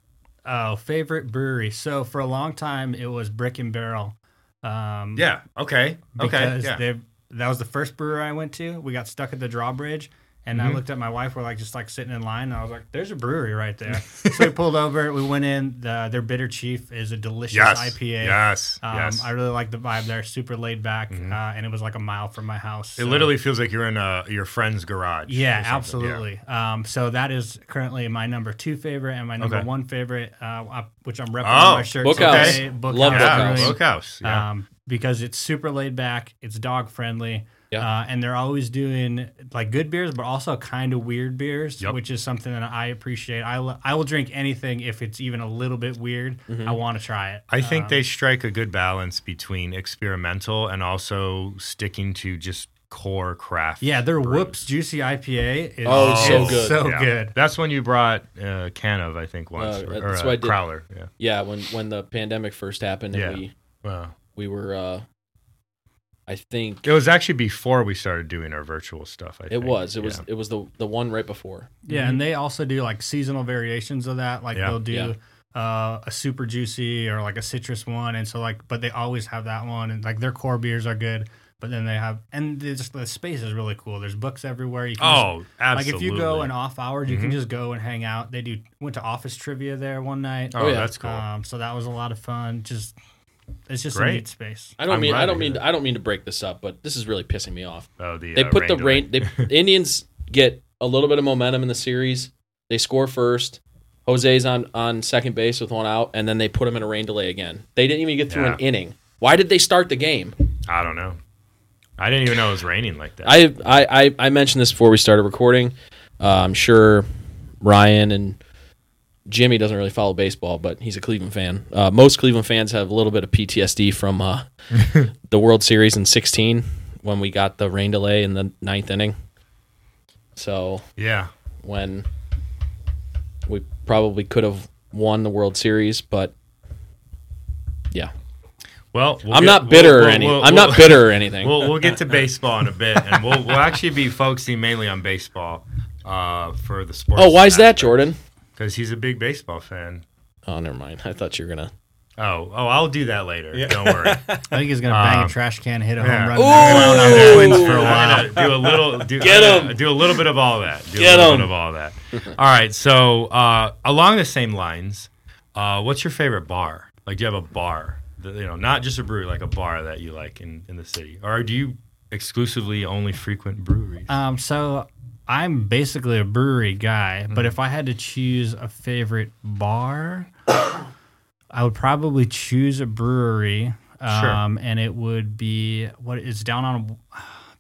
Speaker 3: Oh, favorite brewery. So for a long time, it was Brick and Barrel. Um,
Speaker 4: Yeah. Okay. Okay.
Speaker 3: because
Speaker 4: Yeah.
Speaker 3: they that was the first brewery I went to. We got stuck at the drawbridge, and
Speaker 4: Mm-hmm.
Speaker 3: I looked at my wife. We're like just like sitting in line, and I was like, "There's a brewery right there." so we pulled over. We went in. The, their Bitter Chief is a delicious
Speaker 4: yes.
Speaker 3: IPA.
Speaker 4: Yes.
Speaker 3: Um,
Speaker 4: yes. Mm-hmm.
Speaker 3: I really like the vibe there. Super laid back, uh, and it was like a mile from my house.
Speaker 4: it
Speaker 3: so-
Speaker 4: literally feels like you're in a, your friend's garage.
Speaker 3: Yeah,
Speaker 4: or something. Yeah.
Speaker 3: absolutely. Um, so that is currently my number two favorite and my number
Speaker 4: Okay.
Speaker 3: one favorite, uh, I- which I'm repping
Speaker 4: Oh,
Speaker 3: on my shirt
Speaker 1: Bookhouse.
Speaker 3: today.
Speaker 1: Okay. Love
Speaker 4: Yeah.
Speaker 1: Bookhouse.
Speaker 3: Brewing,
Speaker 4: Bookhouse. Yeah.
Speaker 3: Um, because it's super laid back, it's dog friendly,
Speaker 1: Yeah.
Speaker 3: uh, and they're always doing like good beers, but also kind of weird beers,
Speaker 4: Yep.
Speaker 3: which is something that I appreciate. I lo- I will drink anything if it's even a little bit weird. I want to try it.
Speaker 4: Mm-hmm.
Speaker 3: Uh,
Speaker 4: I think they strike a good balance between experimental and also sticking to just core craft.
Speaker 3: Yeah, their
Speaker 4: brews.
Speaker 3: Whoops Juicy IPA is
Speaker 1: Oh, so
Speaker 3: is
Speaker 1: good.
Speaker 3: So
Speaker 4: Yeah.
Speaker 3: good.
Speaker 4: That's when you brought uh, can of, I think, once
Speaker 1: Uh,
Speaker 4: or,
Speaker 1: that's
Speaker 4: or,
Speaker 1: what I
Speaker 4: uh,
Speaker 1: did.
Speaker 4: crowler. Yeah.
Speaker 1: Yeah, when when the pandemic first happened, and
Speaker 4: Yeah.
Speaker 1: we
Speaker 4: Wow.
Speaker 1: we were, uh, I think
Speaker 4: It was actually before we started doing our virtual stuff. I
Speaker 1: it
Speaker 4: think.
Speaker 1: was it
Speaker 4: Yeah.
Speaker 1: was it was the the one right before.
Speaker 3: Yeah, and they also do like seasonal variations of that. Like
Speaker 4: Mm-hmm. Yeah.
Speaker 3: they'll do uh, a super juicy or like a citrus one, and so like, but they always have that one, and like their core beers are good. But then they have, and they just, the space is really cool. There's books everywhere. You can
Speaker 4: Oh,
Speaker 3: just, like if
Speaker 4: absolutely. Mm-hmm.
Speaker 3: you go in off hours, you can just go and hang out. They do went to office trivia there one night.
Speaker 4: oh,
Speaker 1: yeah.
Speaker 4: that's cool.
Speaker 3: um, so that was a lot of fun. Just it's just a
Speaker 4: Great.
Speaker 3: neat space.
Speaker 1: I don't
Speaker 4: I'm
Speaker 1: mean
Speaker 4: glad
Speaker 1: I
Speaker 4: to
Speaker 1: don't
Speaker 4: hear
Speaker 1: mean
Speaker 4: that.
Speaker 1: I don't mean to break this up, but this is really pissing me off.
Speaker 4: oh, the
Speaker 1: They
Speaker 4: uh,
Speaker 1: put the
Speaker 4: delay.
Speaker 1: rain. They Indians get a little bit of momentum in the series. They score first. Jose's on on second base with one out, and then they put him in a rain delay again. They didn't even get through an
Speaker 4: Yeah.
Speaker 1: inning. Why did they start the game?
Speaker 4: I don't know. I didn't even know it was raining like that.
Speaker 1: I I I, I mentioned this before we started recording. Uh, I'm sure Ryan and Jimmy doesn't really follow baseball, but he's a Cleveland fan. Uh, most Cleveland fans have a little bit of PTSD from uh, the World Series in '16 when we got the rain delay in the ninth inning. So
Speaker 4: yeah.
Speaker 1: when we probably could have won the World Series, but yeah,
Speaker 4: Well, we'll
Speaker 1: I'm
Speaker 4: get-
Speaker 1: not
Speaker 4: we'll-
Speaker 1: bitter or
Speaker 4: we'll-
Speaker 1: any.
Speaker 4: we'll-
Speaker 1: I'm
Speaker 4: we'll-
Speaker 1: not bitter or anything.
Speaker 4: We'll we'll get to baseball in a bit, and we'll we'll actually be focusing mainly on baseball uh, for the sports.
Speaker 1: oh, why is that, Jordan?
Speaker 4: Because he's a big baseball fan.
Speaker 1: Oh, never mind. I thought you were gonna.
Speaker 4: Oh, oh, I'll do that later. Don't worry.
Speaker 3: I think he's gonna bang
Speaker 4: Um,
Speaker 3: a trash can, hit a
Speaker 4: yeah.
Speaker 3: home run, and
Speaker 1: Ooh!
Speaker 3: on the Twins for a while.
Speaker 4: I'm gonna do a little do,
Speaker 1: Get
Speaker 4: I'm gonna
Speaker 1: 'em.
Speaker 4: do a little bit of all that. Do
Speaker 1: Get
Speaker 4: a little
Speaker 1: 'em.
Speaker 4: bit of all that. All right. So uh, along the same lines, uh, what's your favorite bar? Like, do you have a bar? that- you know, not just a brewery, like a bar that you like in, in the city, or do you exclusively only frequent breweries?
Speaker 3: Um, so I'm basically a brewery guy,
Speaker 4: Mm-hmm.
Speaker 3: but if I had to choose a favorite bar, I would probably choose a brewery. Um, And it would be what is down on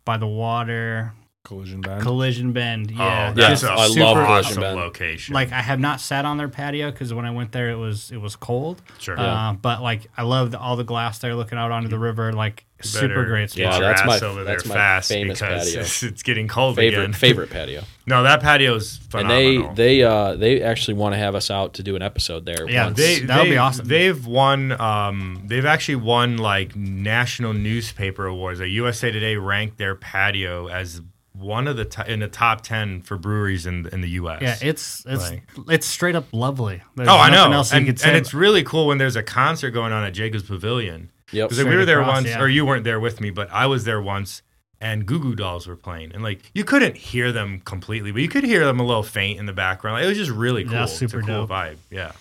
Speaker 3: by the water.
Speaker 5: Collision Bend.
Speaker 3: Collision Bend. Yeah,
Speaker 4: oh, that's
Speaker 3: just
Speaker 4: a
Speaker 1: I love
Speaker 4: super
Speaker 1: Collision
Speaker 4: awesome
Speaker 1: Bend.
Speaker 4: location.
Speaker 3: like I have not sat on their patio because when I went there, it was it was cold.
Speaker 4: sure.
Speaker 3: Uh, but like I love the, all the glass there, looking out onto the river. Like super
Speaker 4: Better
Speaker 3: great spot.
Speaker 4: get
Speaker 1: Yeah,
Speaker 4: your
Speaker 1: that's my-
Speaker 4: ass over
Speaker 1: that's
Speaker 4: there
Speaker 1: my
Speaker 4: fast
Speaker 1: famous
Speaker 4: because
Speaker 1: patio.
Speaker 4: It's, it's getting cold
Speaker 1: Favorite
Speaker 4: again.
Speaker 1: favorite patio.
Speaker 4: No, that patio's
Speaker 1: And
Speaker 4: phenomenal.
Speaker 1: they they uh they actually want to have us out to do an episode there.
Speaker 3: Yeah,
Speaker 1: once.
Speaker 4: They,
Speaker 3: That would be
Speaker 4: they-
Speaker 3: awesome.
Speaker 4: They've won. Um, they've actually won like national newspaper awards. Like USA Today ranked their patio as one of the to- in the top ten for breweries in in the U.S.
Speaker 3: Yeah, it's it's
Speaker 4: Like-
Speaker 3: it's straight up lovely. There's
Speaker 4: oh, I
Speaker 3: nothing
Speaker 4: know.
Speaker 3: Else
Speaker 4: and,
Speaker 3: you could say.
Speaker 4: and it's
Speaker 3: about-
Speaker 4: really cool when there's a concert going on at Jacob's Pavilion.
Speaker 1: Yep.
Speaker 4: Because like, we
Speaker 3: Straight
Speaker 4: were there
Speaker 3: across,
Speaker 4: once,
Speaker 3: yeah.
Speaker 4: or you weren't there with me, but I was there once, and Goo Goo Dolls were playing, and like you couldn't hear them completely, but you could hear them a little faint in the background. Like, it was just really cool.
Speaker 3: Yeah, super
Speaker 4: it's a cool
Speaker 3: dope.
Speaker 4: vibe. Yeah.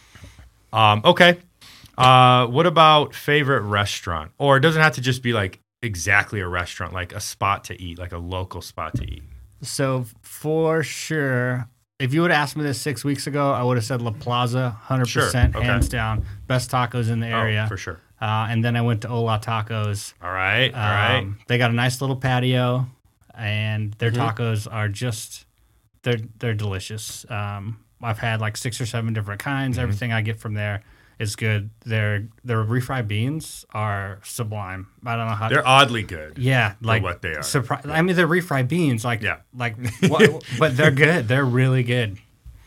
Speaker 4: Um, okay. Uh, what about favorite restaurant? Or it doesn't have to just be like exactly a restaurant, like a spot to eat, like a local spot to eat.
Speaker 3: so for sure. If you would have asked me this six weeks ago, I would have said La Plaza, hundred percent,
Speaker 4: Sure, okay.
Speaker 3: hands down, best tacos in the area.
Speaker 4: Oh, for sure.
Speaker 3: uh, and then I went to Ola Tacos.
Speaker 4: All right. All
Speaker 3: Um,
Speaker 4: right. Mm-hmm.
Speaker 3: They got a nice little patio, and their tacos are just they're they're delicious. Um, I've had like six or seven different
Speaker 4: Mm-hmm.
Speaker 3: kinds. Everything I get from there is good. Their their refried beans are sublime. I don't know how.
Speaker 4: They're oddly good.
Speaker 3: yeah, like
Speaker 4: what they are.
Speaker 3: Surpri- I mean, they're refried beans. Like
Speaker 4: Yeah.
Speaker 3: like, what, but they're good. They're really good.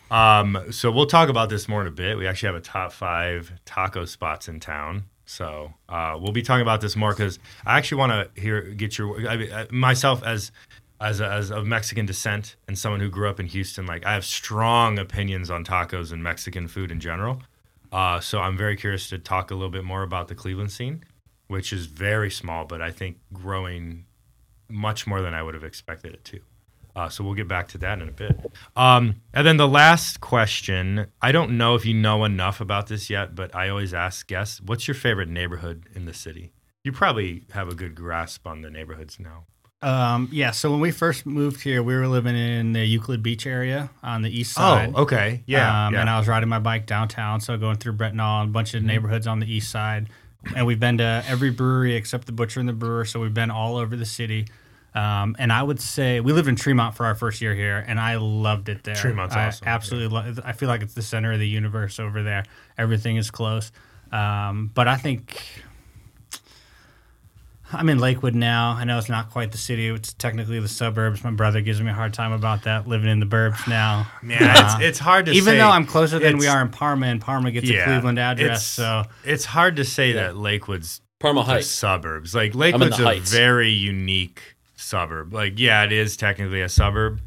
Speaker 4: Um, so we'll talk about this more in a bit. We actually have a top five taco spots in town. So uh, we'll be talking about this more because I actually want to hear get your I, mean, uh, myself as as a, as of Mexican descent and someone who grew up in Houston. Like I have strong opinions on tacos and Mexican food in general. Uh, so I'm very curious to talk a little bit more about the Cleveland scene, which is very small, but I think growing much more than I would have expected it to. Uh, so we'll get back to that in a bit. Um, and then the last question I don't know if you know enough about this yet, but I always ask guests, what's your favorite neighborhood in the city? You probably have a good grasp on the neighborhoods now.
Speaker 3: Um, yeah. So when we first moved here, we were living in the Euclid Beach area on the east side.
Speaker 4: Oh, okay. Yeah.
Speaker 3: Yeah, um,
Speaker 4: yeah. Mm-hmm.
Speaker 3: And I was riding my bike downtown, so going through Bretnall, a bunch of neighborhoods on the east side. And we've been to every brewery except the Butcher and the Brewer, so we've been all over the city. Um, and I would say we lived in Tremont for our first year here, and I loved it there.
Speaker 4: Tremont's
Speaker 3: I
Speaker 4: awesome,
Speaker 3: Absolutely, lo- I feel like it's the center of the universe over there. Everything is close. Um, but I think I'm in Lakewood now. I know it's not quite the city; it's technically the suburbs. My brother gives me a hard time about that, living in the burbs now.
Speaker 4: yeah,
Speaker 3: Uh,
Speaker 4: it's, it's hard to
Speaker 3: even
Speaker 4: say.
Speaker 3: though I'm closer than we
Speaker 4: It's-
Speaker 3: are in Parma, and Parma gets a Cleveland address,
Speaker 4: it's-
Speaker 3: so
Speaker 4: it's hard to say that Lakewood's
Speaker 1: Parma
Speaker 4: the
Speaker 1: Heights.
Speaker 4: suburbs. Like
Speaker 1: in the
Speaker 4: Lakewood's a
Speaker 1: Heights.
Speaker 4: very unique suburb. Like, yeah, it is technically a suburb,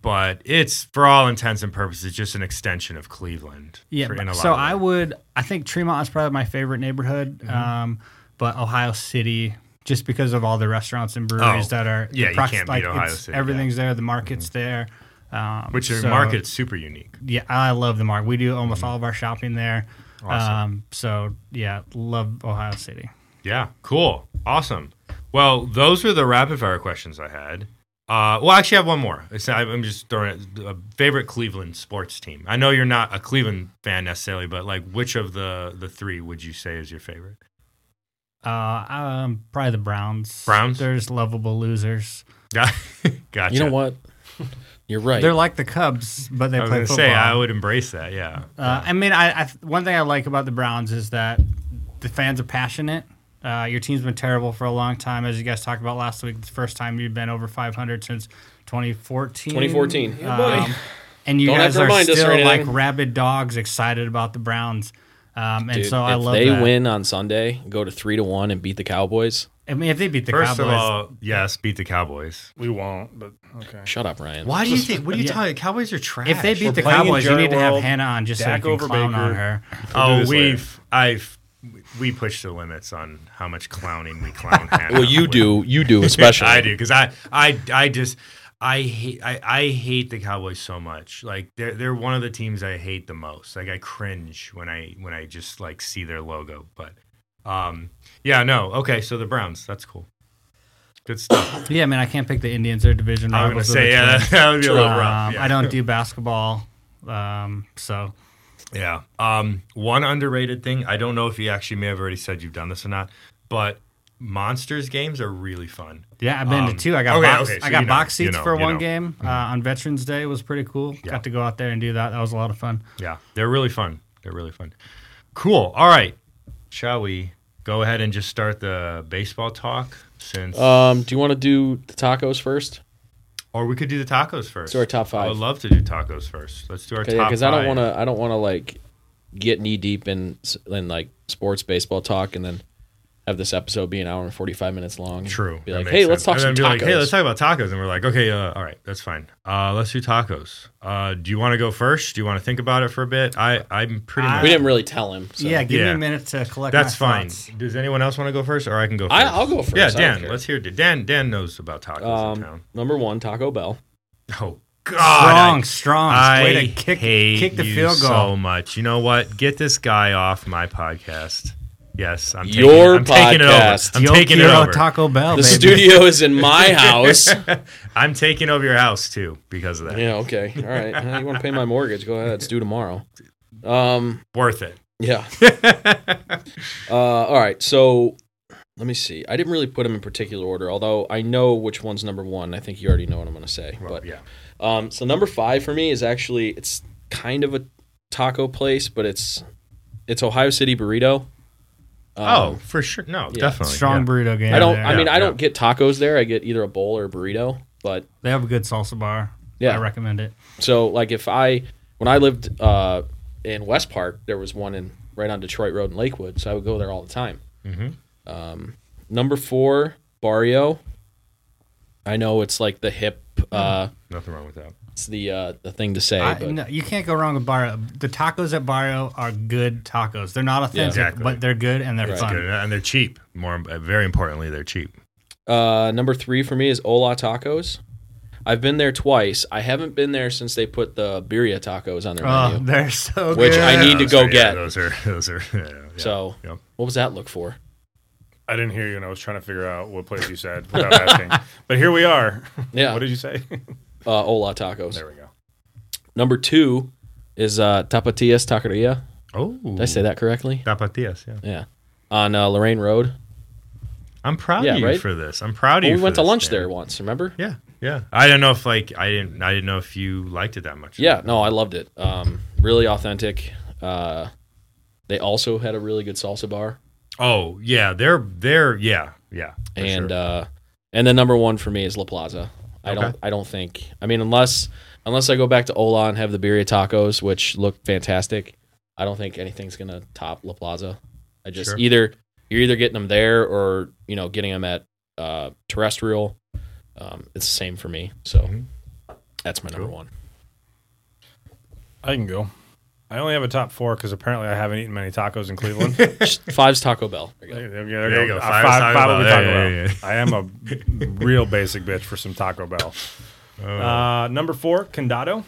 Speaker 4: but it's for all intents and purposes just an extension of Cleveland.
Speaker 3: yeah.
Speaker 4: for- in
Speaker 3: but-
Speaker 4: a lot
Speaker 3: So
Speaker 4: of Mm-hmm.
Speaker 3: I
Speaker 4: ways.
Speaker 3: would, I think Tremont is probably my favorite neighborhood, um, but Ohio City, just because of all the restaurants and breweries
Speaker 4: Oh,
Speaker 3: that are
Speaker 4: yeah,
Speaker 3: the
Speaker 4: you
Speaker 3: prox-
Speaker 4: can't beat
Speaker 3: like,
Speaker 4: Ohio
Speaker 3: it's-
Speaker 4: City, yeah. Mm-hmm.
Speaker 3: Everything's there, the market's there, um,
Speaker 4: Which their
Speaker 3: so-
Speaker 4: market's super unique.
Speaker 3: Yeah, I love the market. We do almost all of our shopping there.
Speaker 4: Awesome.
Speaker 3: Um, so yeah, love Ohio City.
Speaker 4: Yeah, cool. Awesome. Well, those were the rapid fire questions I had. Uh, well, actually, I have one more. It's, I- I'm just throwing it. A favorite Cleveland sports team. I know you're not a Cleveland fan necessarily, but like, which of the the three would you say is your favorite?
Speaker 3: Uh, um, probably the Browns.
Speaker 4: Browns?
Speaker 3: They're just lovable losers.
Speaker 4: gotcha.
Speaker 1: You know what? You're right.
Speaker 3: They're like the Cubs, but they
Speaker 4: I was
Speaker 3: play
Speaker 4: gonna
Speaker 3: football.
Speaker 4: say I would embrace that. Yeah.
Speaker 3: Uh, I mean, I, I one thing I like about the Browns is that the fans are passionate. Uh, your team's been terrible for a long time, as you guys talked about last week. It's the first time you've been over 500 since 2014.
Speaker 1: 2014. Yeah, buddy.
Speaker 3: Um, and you
Speaker 1: Don't have
Speaker 3: guys
Speaker 1: to
Speaker 3: are
Speaker 1: remind us or
Speaker 3: still like
Speaker 1: anything.
Speaker 3: rabid dogs, excited about the Browns. Um, and
Speaker 1: Dude,
Speaker 3: so I
Speaker 1: if
Speaker 3: love
Speaker 1: they
Speaker 3: that.
Speaker 1: win on Sunday, go to three to one and beat the Cowboys.
Speaker 3: I mean, if they beat the
Speaker 4: First
Speaker 3: Cowboys,
Speaker 4: of all, yes, beat the Cowboys.
Speaker 5: we won't, but okay.
Speaker 1: Shut up, Ryan.
Speaker 4: Why do you think? What are you
Speaker 3: Yeah.
Speaker 4: talking? Cowboys are trash.
Speaker 3: if they beat the
Speaker 5: playing
Speaker 3: Cowboys, you
Speaker 5: Jerry
Speaker 3: need to have
Speaker 5: World,
Speaker 3: Hannah on just
Speaker 5: Dak
Speaker 3: so you can clown
Speaker 5: Overbaker.
Speaker 3: on her.
Speaker 5: We'll do
Speaker 4: oh,
Speaker 5: this later.
Speaker 4: we've I've we push the limits on how much clowning we clown. Hannah
Speaker 1: Well, you
Speaker 4: with.
Speaker 1: do. You do especially.
Speaker 4: I do because I, I, I just, I hate, I, I hate the Cowboys so much. Like they're they're one of the teams I hate the most. Like I cringe when I when I just like see their logo. But, um, yeah, no, okay. So the Browns, that's cool. Good stuff.
Speaker 3: Yeah, I mean, I can't pick the Indians. They're division
Speaker 4: I
Speaker 3: rivals.
Speaker 4: was gonna
Speaker 3: of the
Speaker 4: say yeah,
Speaker 3: Twins.
Speaker 4: that, that would be a little rough.
Speaker 3: Um,
Speaker 4: Yeah.
Speaker 3: I don't do basketball. Um, so
Speaker 4: Yeah. Um, one underrated thing, I don't know if you actually may have already said you've done this or not, but monsters games are really fun.
Speaker 3: Yeah, I've been
Speaker 4: Um,
Speaker 3: to two. I got
Speaker 4: okay,
Speaker 3: box,
Speaker 4: okay, so
Speaker 3: I got
Speaker 4: you know,
Speaker 3: box
Speaker 4: you
Speaker 3: seats
Speaker 4: know,
Speaker 3: for
Speaker 4: you
Speaker 3: one
Speaker 4: know. Mm-hmm.
Speaker 3: game uh, on Veterans Day. was pretty cool.
Speaker 4: Yeah.
Speaker 3: Got to go out there and do that. That was a lot of fun.
Speaker 4: Yeah, they're really fun. They're really fun. Cool. All right, shall we go ahead and just start the baseball talk? Since
Speaker 1: Um, do you want to do the tacos first?
Speaker 4: or we could do the tacos first.
Speaker 1: Do our top
Speaker 4: I
Speaker 1: five.
Speaker 4: would love to do tacos first. Let's do our top.
Speaker 1: Because I don't
Speaker 4: five.
Speaker 1: want to. I don't want to like get knee deep in s- in like sports baseball talk and then have this episode be an hour and forty five minutes long. and
Speaker 4: True.
Speaker 1: Be
Speaker 4: That
Speaker 1: like,
Speaker 4: makes
Speaker 1: hey, let's
Speaker 4: sense.
Speaker 1: talk
Speaker 4: And
Speaker 1: some
Speaker 4: then
Speaker 1: tacos.
Speaker 4: be like, hey, let's talk about tacos. And we're like, okay, uh, all right, that's fine. Uh, let's do tacos. Uh, do you want to go first? Do you want to think about it for a bit? I, I'm pretty much.
Speaker 1: we didn't really tell him. So.
Speaker 3: yeah, give me
Speaker 4: Yeah.
Speaker 3: a minute to collect.
Speaker 4: that's
Speaker 3: my
Speaker 4: fine.
Speaker 3: thoughts.
Speaker 4: Does anyone else want to go first, or I can go first?
Speaker 1: I- I'll go first. I
Speaker 4: Yeah,
Speaker 1: don't
Speaker 4: Dan.
Speaker 1: care.
Speaker 4: Let's hear. Dan. Dan knows about tacos in
Speaker 1: Um,
Speaker 4: town.
Speaker 1: number one, Taco Bell.
Speaker 4: Oh God.
Speaker 3: Strong,
Speaker 4: I-
Speaker 3: strong.
Speaker 4: I
Speaker 3: Way to kick,
Speaker 4: hate
Speaker 3: kick the
Speaker 4: you
Speaker 3: field goal.
Speaker 4: so much. You know what? Get this guy off my podcast. Yes, I'm taking,
Speaker 1: Your
Speaker 4: I'm taking it over.
Speaker 1: podcast.
Speaker 4: I'm taking it
Speaker 3: Yokiro
Speaker 4: over.
Speaker 3: Taco Bell.
Speaker 1: The
Speaker 3: Oh, baby.
Speaker 1: studio is in my house. yeah.
Speaker 4: I'm taking over your house too because of that.
Speaker 1: Okay. All right. Uh, You want to pay my mortgage? Go ahead. It's due tomorrow. Um.
Speaker 4: Worth it.
Speaker 1: Yeah. Uh, all right. So let me see. I didn't really put them in particular order, although I know which one's number one. I think you already know what I'm going to say.
Speaker 4: well,
Speaker 1: but
Speaker 4: yeah.
Speaker 1: um, so number five for me is actually it's kind of a taco place, but it's it's Ohio City Burrito. Um,
Speaker 4: Oh, for sure. No, definitely.
Speaker 3: Strong
Speaker 4: yeah.
Speaker 3: burrito game.
Speaker 1: I don't.
Speaker 3: there.
Speaker 1: I mean,
Speaker 4: yeah,
Speaker 1: I don't
Speaker 4: yeah.
Speaker 1: get tacos there. I get either a bowl or a burrito. But
Speaker 3: they have a good salsa bar.
Speaker 1: Yeah.
Speaker 3: I recommend it.
Speaker 1: So like if I when I lived uh, in West Park, there was one in right on Detroit Road in Lakewood, so I would go there all the time.
Speaker 5: Mm-hmm.
Speaker 4: Mhm.
Speaker 1: Um, number four, Barrio. I know it's like the hip. Uh,
Speaker 4: Nothing wrong with that.
Speaker 1: it's the uh, the thing to say,
Speaker 3: I-
Speaker 1: but
Speaker 3: no, you can't go wrong with Barrio. The tacos at Barrio are good tacos. They're not authentic,
Speaker 4: Exactly.
Speaker 3: but they're good and they're
Speaker 4: It's
Speaker 3: fun.
Speaker 4: good. And they're cheap. More, very importantly, they're cheap.
Speaker 1: uh, number three for me is Ola Tacos. I've been there twice. I haven't been there since they put the birria tacos on their
Speaker 5: Ah.
Speaker 3: Oh,
Speaker 1: menu.
Speaker 3: they're so
Speaker 1: Which
Speaker 3: good.
Speaker 1: I need to
Speaker 4: Those
Speaker 1: go
Speaker 4: are- yeah,
Speaker 1: get.
Speaker 4: those are. Those are. yeah, yeah.
Speaker 1: So
Speaker 4: yeah.
Speaker 1: what was that look for?
Speaker 5: I didn't hear you, and I was trying to figure out what place you said without asking. But here we are.
Speaker 1: Yeah,
Speaker 5: What did you say?
Speaker 1: uh, Ola Tacos.
Speaker 5: there we go.
Speaker 1: Number two is uh, Tapatias Taqueria.
Speaker 4: Oh,
Speaker 1: Did I say that correctly?
Speaker 4: Tapatías. Yeah.
Speaker 1: Yeah. On uh, Lorraine Road.
Speaker 4: I'm proud
Speaker 1: Yeah,
Speaker 4: of you
Speaker 1: right?
Speaker 4: for this. I'm proud of
Speaker 1: Well,
Speaker 4: you.
Speaker 1: we
Speaker 4: for
Speaker 1: went to
Speaker 4: this,
Speaker 1: lunch
Speaker 4: Dan.
Speaker 1: there once, remember?
Speaker 4: Yeah, yeah. I don't know if like I didn't. I didn't know if you liked it that much.
Speaker 1: Yeah, no, I loved it. Um, really authentic. Uh, they also had a really good salsa bar.
Speaker 4: Oh yeah, they're they're yeah yeah. for
Speaker 1: and
Speaker 4: sure.
Speaker 1: uh, and then number one for me is La Plaza. I don't
Speaker 4: Okay.
Speaker 1: I don't think I mean unless unless I go back to Ola and have the birria tacos, which look fantastic. I don't think anything's gonna top La Plaza. I just
Speaker 4: Sure.
Speaker 1: either you're either getting them there or you know getting them at uh, terrestrial. Um, it's the same for me, so
Speaker 4: Mhm.
Speaker 1: that's my number one.
Speaker 5: I can go. I only have a top four because apparently I haven't eaten many tacos in Cleveland.
Speaker 1: Just Five's Taco Bell. There you go.
Speaker 5: There, there- there
Speaker 4: There you
Speaker 5: go.
Speaker 4: go.
Speaker 5: Uh,
Speaker 4: Five
Speaker 5: Five,
Speaker 4: Taco
Speaker 5: five,
Speaker 4: Bell.
Speaker 5: will be
Speaker 4: Yeah,
Speaker 5: Taco
Speaker 4: yeah,
Speaker 5: Bell.
Speaker 4: yeah,
Speaker 5: I am a real basic bitch for some Taco Bell. Uh, number four, Condado.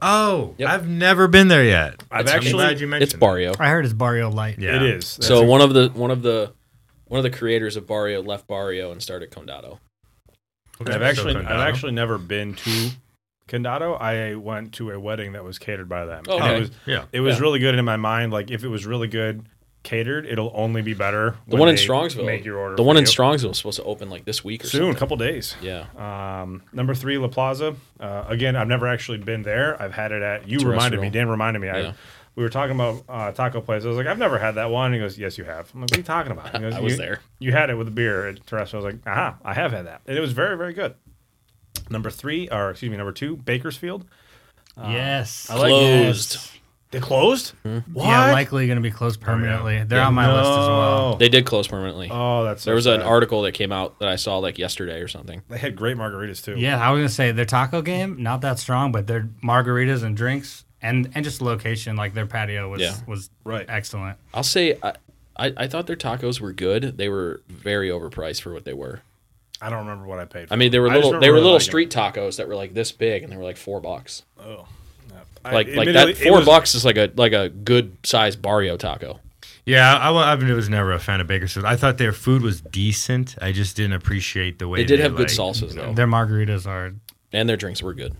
Speaker 4: oh,
Speaker 1: Yep.
Speaker 4: I've never been there yet.
Speaker 5: I've
Speaker 4: That's- I'm
Speaker 5: actually-
Speaker 4: glad you mentioned
Speaker 1: It's Barrio.
Speaker 3: I heard it's Barrio Light.
Speaker 4: it. Yeah.
Speaker 5: It is. That's
Speaker 1: so
Speaker 5: a-
Speaker 1: one of the one of the one of the creators of Barrio left Barrio and started Condado.
Speaker 4: Okay,
Speaker 5: I've
Speaker 4: so
Speaker 5: actually
Speaker 4: Condado.
Speaker 5: I've actually never been to Condado. I went to a wedding that was catered by them.
Speaker 1: Oh,
Speaker 5: And
Speaker 1: okay.
Speaker 5: It was
Speaker 4: yeah.
Speaker 5: it was
Speaker 1: Yeah.
Speaker 5: really good and in my mind. Like if it was really good catered, it'll only be better.
Speaker 1: The
Speaker 5: when
Speaker 1: one in
Speaker 5: they
Speaker 1: Strongsville.
Speaker 5: Make your order.
Speaker 1: the
Speaker 5: for
Speaker 1: one in
Speaker 5: you.
Speaker 1: Strongsville is supposed to open like this week or
Speaker 5: Soon,
Speaker 1: something.
Speaker 5: couple days.
Speaker 1: Yeah.
Speaker 5: Um, number three, La Plaza. Uh, again, I've never actually been there. I've had it at. You
Speaker 1: Terrestrial.
Speaker 5: reminded me. Dan reminded me.
Speaker 1: Yeah.
Speaker 5: I, we were talking about uh, taco place. I was like, I've never had that one. He goes, Yes, you have. I'm like, What are you talking about? He goes,
Speaker 1: I was
Speaker 5: "You-
Speaker 1: there."
Speaker 5: You had it with a beer at terrestrial. I was like, Aha, I have had that, and it was very, very good. Number three, or excuse me, number two, Bakersfield.
Speaker 3: Yes.
Speaker 5: I like-
Speaker 1: Closed.
Speaker 5: They closed.
Speaker 1: Hmm.
Speaker 5: What?
Speaker 3: Yeah, likely going to be closed permanently. They're on my list as well.
Speaker 5: No.
Speaker 1: They did close permanently.
Speaker 5: oh, that's so
Speaker 1: there was an
Speaker 5: sad.
Speaker 1: article that came out that I saw like yesterday or something.
Speaker 5: They had great margaritas too.
Speaker 3: Yeah, I was going to say their taco game, not that strong, but their margaritas and drinks and, and just location, like their patio was,
Speaker 1: Yeah.
Speaker 3: was
Speaker 5: Right.
Speaker 3: excellent.
Speaker 1: I'll say I, I, I thought their tacos were good. They were very overpriced for what they were.
Speaker 5: I don't remember what I paid. For
Speaker 1: I mean, they were
Speaker 5: it. just
Speaker 1: little they
Speaker 5: remember
Speaker 1: were
Speaker 5: really
Speaker 1: little
Speaker 5: liking
Speaker 1: street
Speaker 5: it.
Speaker 1: tacos that were like this big and they were like four bucks.
Speaker 5: Oh. I-
Speaker 1: Like like
Speaker 5: admittedly,
Speaker 1: that
Speaker 5: it
Speaker 1: four
Speaker 5: was-
Speaker 1: bucks is like a like a good sized barrio taco.
Speaker 4: Yeah, I, wa- I was never a fan of Bakersfield. I thought their food was decent. I just didn't appreciate the way
Speaker 1: They did have good
Speaker 4: like,
Speaker 1: salsas though,
Speaker 3: Their margaritas are
Speaker 1: and their drinks were good.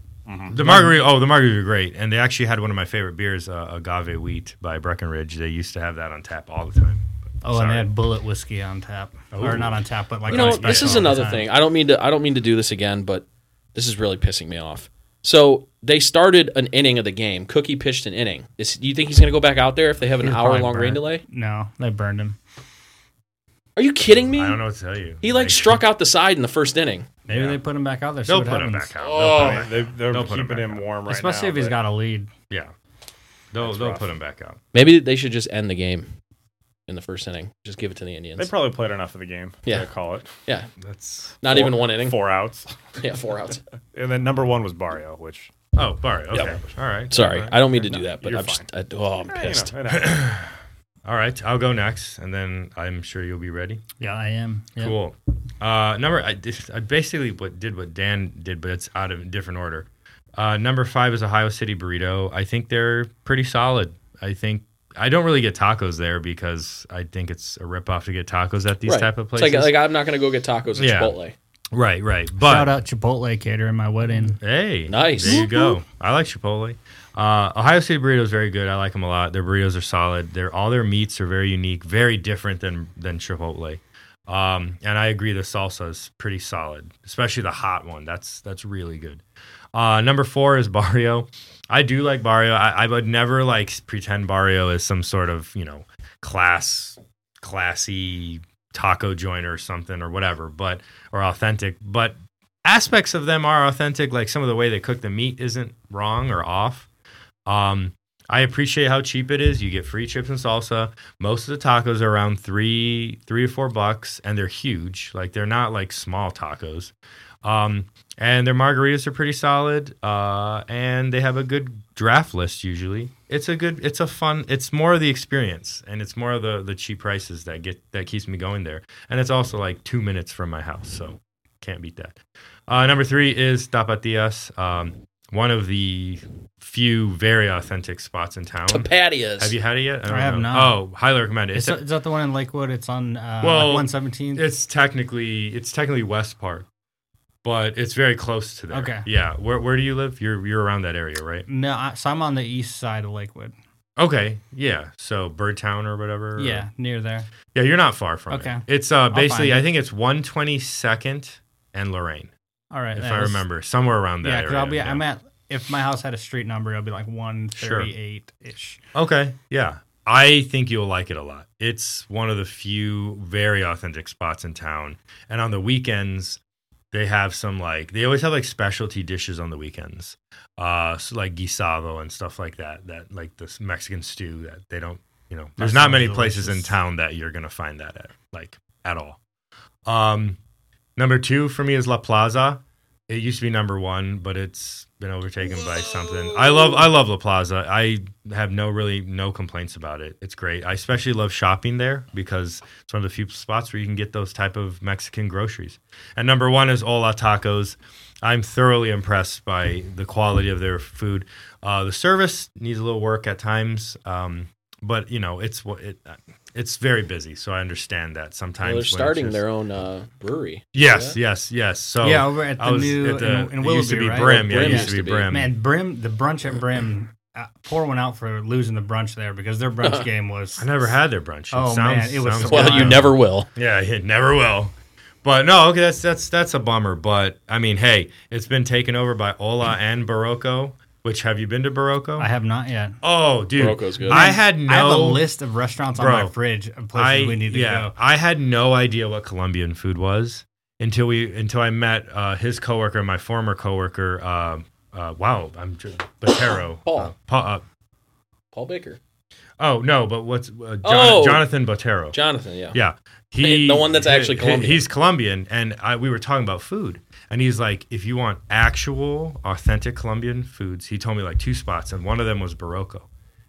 Speaker 4: The margarita, oh, the margarita are great, and they actually had one of my favorite beers, uh, agave wheat by Breckenridge. They used to have that on tap all the time. But
Speaker 3: Oh, and
Speaker 4: Sorry.
Speaker 3: they had bullet whiskey on tap, or not on tap, but like
Speaker 1: You
Speaker 3: on
Speaker 1: know,
Speaker 3: special
Speaker 1: this
Speaker 3: all
Speaker 1: is
Speaker 3: the
Speaker 1: another
Speaker 3: time.
Speaker 1: thing. I don't mean to. I don't mean to do this again, but this is really pissing me off. So they started an inning of the game. Cookie pitched an inning. Is, do you think he's going to go back out there if they have an
Speaker 3: He was
Speaker 1: hour
Speaker 3: probably
Speaker 1: long rain
Speaker 3: burnt.
Speaker 1: delay?
Speaker 3: No, they burned him.
Speaker 1: Are you kidding me?
Speaker 4: I don't know what to tell you.
Speaker 1: He like struck out the side in the first inning.
Speaker 3: Maybe
Speaker 4: Yeah.
Speaker 3: they put him back out there. see
Speaker 4: They'll
Speaker 3: what
Speaker 4: put him
Speaker 3: happens.
Speaker 4: back out.
Speaker 5: Oh,
Speaker 4: They'll put him
Speaker 5: they, they're
Speaker 4: They'll put him
Speaker 5: keeping
Speaker 4: back
Speaker 5: him
Speaker 4: up.
Speaker 5: warm right
Speaker 3: especially
Speaker 5: now.
Speaker 3: if he's
Speaker 5: but
Speaker 3: got a lead.
Speaker 4: Yeah. They'll
Speaker 5: Oh, That's
Speaker 4: they'll
Speaker 5: rough.
Speaker 4: put him back out.
Speaker 1: Maybe they should just end the game in the first inning. Just give it to the Indians.
Speaker 5: They probably played enough of the game.
Speaker 1: Yeah.
Speaker 5: to call it
Speaker 1: yeah,
Speaker 4: That's
Speaker 1: not
Speaker 5: Four-
Speaker 1: even one inning.
Speaker 5: four outs,
Speaker 1: Yeah, four outs.
Speaker 5: and then number one was Barrio, which
Speaker 4: Oh, Barry. Okay. All right.
Speaker 1: Sorry,
Speaker 4: All right.
Speaker 1: I don't mean to do that, but
Speaker 5: you're
Speaker 1: I'm just. I, oh, I'm
Speaker 5: eh, you know,
Speaker 1: pissed.
Speaker 5: it happens.
Speaker 4: All right. I'll go next and then I'm sure you'll be ready.
Speaker 3: Yeah, I am. Yeah.
Speaker 4: Cool. Uh, number I, did- I basically what did what Dan did, but it's out of different order. Uh, number five is Ohio City burrito. I think they're pretty solid. I think I don't really get tacos there because I think it's a ripoff to get tacos at these
Speaker 1: Right.
Speaker 4: type of
Speaker 1: It's
Speaker 4: places.
Speaker 1: like, like I'm not going to go get tacos at
Speaker 4: Yeah.
Speaker 1: Chipotle.
Speaker 4: right, right. But
Speaker 3: Shout out Chipotle catering my
Speaker 4: Mm-hmm.
Speaker 3: wedding.
Speaker 4: Hey,
Speaker 1: Nice.
Speaker 4: There you
Speaker 1: Whoop,
Speaker 4: go. I like Chipotle. Uh, Ohio City burrito is very good. I like them a lot. Their burritos are solid. Their all their meats are very unique, very different than than Chipotle. Um, and I agree, the salsa is pretty solid, especially the hot one. That's that's really good. Uh, number four is Barrio. I do like Barrio. I, I would never like pretend Barrio is some sort of you know class classy taco joint or something or whatever, but or authentic. But aspects of them are authentic. Like some of the way they cook the meat isn't wrong or off. Um, I appreciate how cheap it is. You get free chips and salsa. Most of the tacos are around three, three or four bucks, and they're huge. Like they're not like small tacos. Um, and their margaritas are pretty solid. Uh, and they have a good draft list usually. It's a good, it's a fun, it's more of the experience, and it's more of the the cheap prices that get that keeps me going there. And it's also like two minutes from my house, so can't beat that. Uh, number three is Tapatias, um, one of the few very authentic spots in town.
Speaker 1: Papadias.
Speaker 4: Have you had it yet? don't
Speaker 3: I have
Speaker 4: know.
Speaker 3: not.
Speaker 4: Oh, highly recommend it.
Speaker 3: Is,
Speaker 4: It's,
Speaker 3: that- is that the one in Lakewood? It's on uh,
Speaker 4: Well,
Speaker 3: like 117.
Speaker 4: it's technically it's technically West Park, but it's very close to there.
Speaker 3: Okay.
Speaker 4: Yeah. Where Where do you live? You're You're around that area, right?
Speaker 3: no, I, so I'm on the east side of Lakewood.
Speaker 4: Okay. Yeah. So Birdtown or whatever. or-
Speaker 3: Yeah, near there.
Speaker 4: Yeah. You're not far from. it.
Speaker 3: Okay.
Speaker 4: It's uh
Speaker 3: find
Speaker 4: basically I
Speaker 3: it.
Speaker 4: think it's 122nd and Lorraine,
Speaker 3: All right.
Speaker 4: if
Speaker 3: that
Speaker 4: I
Speaker 3: was-
Speaker 4: remember, somewhere around that
Speaker 3: Yeah, because
Speaker 4: area.
Speaker 3: I'll be.
Speaker 4: yeah.
Speaker 3: I'm at. If my house had a street number, it'll be like 138 ish.
Speaker 4: Okay. Yeah. I think you'll like it a lot. It's one of the few very authentic spots in town. And on the weekends, they have some like they always have like specialty dishes on the weekends. Uh so like guisado and stuff like that. That like this Mexican stew that they don't, you know. There's
Speaker 3: That
Speaker 4: not
Speaker 3: sounds
Speaker 4: many places in
Speaker 3: delicious.
Speaker 4: town that you're going to find that at like at all. Um number 2 for me is La Plaza. It used to be number one, but it's been overtaken by something. I love I love La Plaza. I have no really no complaints about it. It's great. I especially love shopping there because it's one of the few spots where you can get those type of Mexican groceries. And number one is Ola Tacos. I'm thoroughly impressed by the quality of their food. Uh, the service needs a little work at times, um, but you know it's what it. It's very busy, so I understand that sometimes.
Speaker 1: Well,
Speaker 4: when
Speaker 1: they're
Speaker 4: it's
Speaker 1: starting
Speaker 4: just-
Speaker 1: their own uh, brewery.
Speaker 4: Yes, yes, yes. So
Speaker 3: yeah, over at
Speaker 4: I
Speaker 3: the
Speaker 4: was
Speaker 3: new
Speaker 4: at the,
Speaker 3: in, in
Speaker 4: it used to
Speaker 3: Willoughby,
Speaker 4: be
Speaker 3: right?
Speaker 4: Brim. Yeah,
Speaker 1: Brim
Speaker 4: it used to be Brim.
Speaker 3: Man, Brim, the brunch at Brim, uh, pour one out for losing the brunch there because their brunch game was.
Speaker 4: I never had their brunch. It
Speaker 3: Oh,
Speaker 4: sounds,
Speaker 3: man, it was
Speaker 4: sounds
Speaker 3: so-
Speaker 1: Well,
Speaker 4: good.
Speaker 1: you never will.
Speaker 4: Yeah, it never will. But no, okay, that's that's that's a bummer. But I mean, hey, it's been taken over by Ola and Barocco. Which have you been to Barocco?
Speaker 3: I have not yet.
Speaker 4: oh, dude,
Speaker 1: Barocco's good.
Speaker 4: I had no.
Speaker 3: I have a list of restaurants
Speaker 4: Bro,
Speaker 3: on my fridge of places
Speaker 4: I-
Speaker 3: we need to
Speaker 4: yeah,
Speaker 3: go.
Speaker 4: I had no idea what Colombian food was until we until I met uh, his coworker, my former coworker. Uh, uh, wow, I'm dr- Botero.
Speaker 1: Paul.
Speaker 4: Uh, Pa- uh,
Speaker 1: Paul Baker,
Speaker 4: oh no, but what's uh, Jon-
Speaker 1: Oh.
Speaker 4: Jonathan Botero?
Speaker 1: Jonathan. Yeah.
Speaker 4: Yeah. He
Speaker 1: The one that's
Speaker 4: he-
Speaker 1: actually
Speaker 4: he-
Speaker 1: Colombian.
Speaker 4: He's Colombian and I, we were talking about food and he's like if you want actual authentic Colombian foods, he told me like two spots and one of them was Barroco.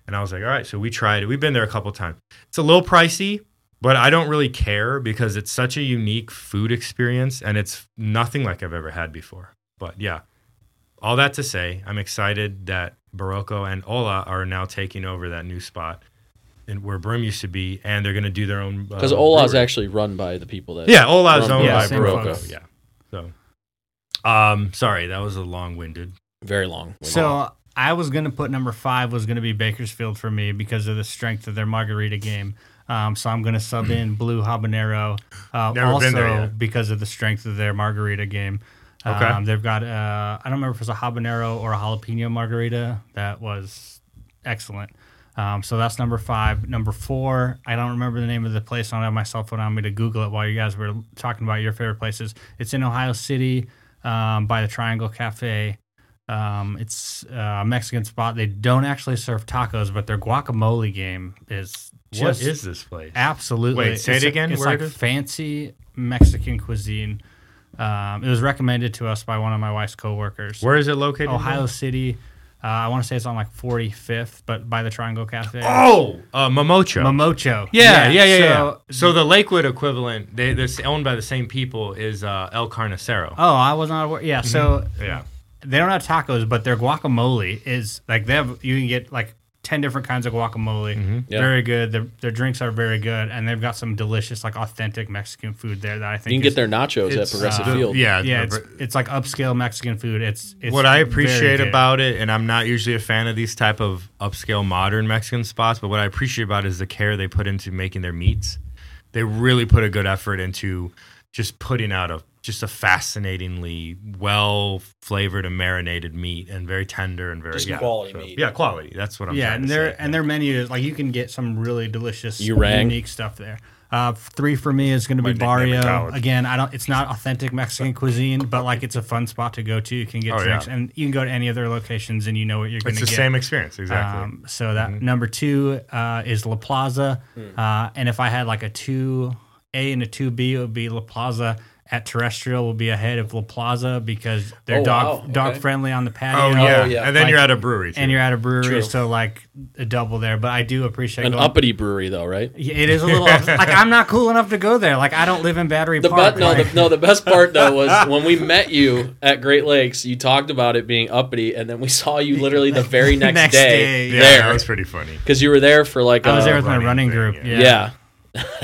Speaker 4: And I was like, "All right, so we tried it. We've been there a couple times. It's a little pricey, but I don't really care because it's such a unique food experience and it's nothing like I've ever had before." But yeah. All that to say, I'm excited that Barroco and Ola are now taking over that new spot. And where Brim used to be, and they're going to do their own. uh,
Speaker 1: Because Ola's
Speaker 4: brewery.
Speaker 1: actually run by the people that.
Speaker 4: Yeah, Ola's owned
Speaker 1: Yeah,
Speaker 4: by
Speaker 3: same
Speaker 4: Barocco.
Speaker 3: folks.
Speaker 4: Yeah. So, um, sorry, that was a long-winded.
Speaker 1: Very long.
Speaker 3: So I was gonna put number five was gonna be Bakersfield for me because of the strength of their margarita game. Um, so I'm gonna sub in Blue Habanero. Uh,
Speaker 4: Mm. Never
Speaker 3: also
Speaker 4: been there yet.
Speaker 3: because of the strength of their margarita game.
Speaker 4: Okay.
Speaker 3: Um, they've got uh, I don't remember if it was a habanero or a jalapeno margarita that was excellent. Um, so that's number five. Number four, I don't remember the name of the place. I don't have my cell phone on me to Google it while you guys were talking about your favorite places. It's in Ohio City um, by the Triangle Cafe. Um, it's uh, a Mexican spot. They don't actually serve tacos, but their guacamole game is
Speaker 4: what
Speaker 3: just
Speaker 4: is this place?
Speaker 3: absolutely.
Speaker 4: Wait, say
Speaker 3: It's-
Speaker 4: it again?
Speaker 3: It's
Speaker 4: Where
Speaker 3: like
Speaker 4: it is?
Speaker 3: fancy Mexican cuisine. Um, it was recommended to us by one of my wife's coworkers.
Speaker 4: Where is it located?
Speaker 3: Ohio City. Uh, I want to say it's on like 45th, but by the Triangle Cafe.
Speaker 4: Oh, uh, Momocho.
Speaker 3: Momocho.
Speaker 4: yeah, yeah, yeah, yeah. So,
Speaker 3: So-
Speaker 4: the Lakewood equivalent, they, they're owned by the same people, is uh, El Carnicero.
Speaker 3: Oh, I was not aware. Yeah, so
Speaker 4: Mm-hmm. yeah.
Speaker 3: they don't have tacos, but their guacamole is like they have. You can get like ten different kinds of guacamole.
Speaker 4: Mm-hmm.
Speaker 1: Yeah.
Speaker 3: Very good. Their, their drinks are very good, and they've got some delicious, like authentic Mexican food there that I think
Speaker 1: You can
Speaker 3: is-
Speaker 1: get their nachos at
Speaker 4: It's,
Speaker 1: Progressive
Speaker 4: uh,
Speaker 1: Field.
Speaker 4: Yeah,
Speaker 3: Yeah,
Speaker 4: the-
Speaker 3: it's, it's like upscale Mexican food. It's, it's
Speaker 4: what I
Speaker 3: very
Speaker 4: appreciate
Speaker 3: good.
Speaker 4: about it, and I'm not usually a fan of these type of upscale modern Mexican spots, but what I appreciate about it is the care they put into making their meats. They really put a good effort into just putting out a just a fascinatingly well flavored and marinated meat, and very tender and very
Speaker 1: Just
Speaker 4: yeah,
Speaker 1: quality
Speaker 4: so-
Speaker 1: meat.
Speaker 4: Yeah, quality. That's what I'm.
Speaker 3: yeah,
Speaker 4: trying
Speaker 3: and
Speaker 4: to
Speaker 3: their
Speaker 4: say.
Speaker 3: and their menu is like you can get some really delicious,
Speaker 1: Urang.
Speaker 3: unique stuff there. Uh, three for me is going to
Speaker 4: My
Speaker 3: be
Speaker 4: nickname
Speaker 3: Barrio.
Speaker 4: in college.
Speaker 3: Again, I don't. It's not authentic Mexican cuisine, but like it's a fun spot to go to. You can get
Speaker 4: Oh, yeah.
Speaker 3: drinks, and you can go to any of their locations, and you know what you're going
Speaker 4: it's
Speaker 3: to
Speaker 4: the
Speaker 3: get.
Speaker 4: same experience exactly. Mm-hmm.
Speaker 3: Um, so that number two uh, is La Plaza,
Speaker 4: Hmm.
Speaker 3: uh, and if I had like a two A and a two B, it would be La Plaza. At Terrestrial will be ahead of La Plaza because they're
Speaker 1: Oh,
Speaker 3: dog
Speaker 1: wow.
Speaker 3: dog
Speaker 1: Okay.
Speaker 3: friendly on the patio.
Speaker 4: oh, yeah.
Speaker 1: yeah.
Speaker 4: and then
Speaker 3: Like-
Speaker 4: you're at a brewery. Too.
Speaker 3: and you're at a brewery,
Speaker 1: True.
Speaker 3: so like a double there. But I do appreciate
Speaker 1: An
Speaker 3: going-
Speaker 1: uppity brewery, though, right?
Speaker 3: Yeah, It is a little up, like I'm not cool enough to go there. Like I don't live in Battery
Speaker 1: The
Speaker 3: Park.
Speaker 1: but no,
Speaker 3: like,
Speaker 1: the, no. The best part though was when we met you at Great Lakes. You talked about it being uppity, and then we saw you literally the very next,
Speaker 3: Next
Speaker 1: day,
Speaker 3: day.
Speaker 4: yeah,
Speaker 1: there
Speaker 4: that was pretty funny.
Speaker 1: because you were there for like
Speaker 3: I was
Speaker 1: a-
Speaker 3: there with my running
Speaker 4: running thing,
Speaker 3: group.
Speaker 1: yeah.
Speaker 3: Yeah,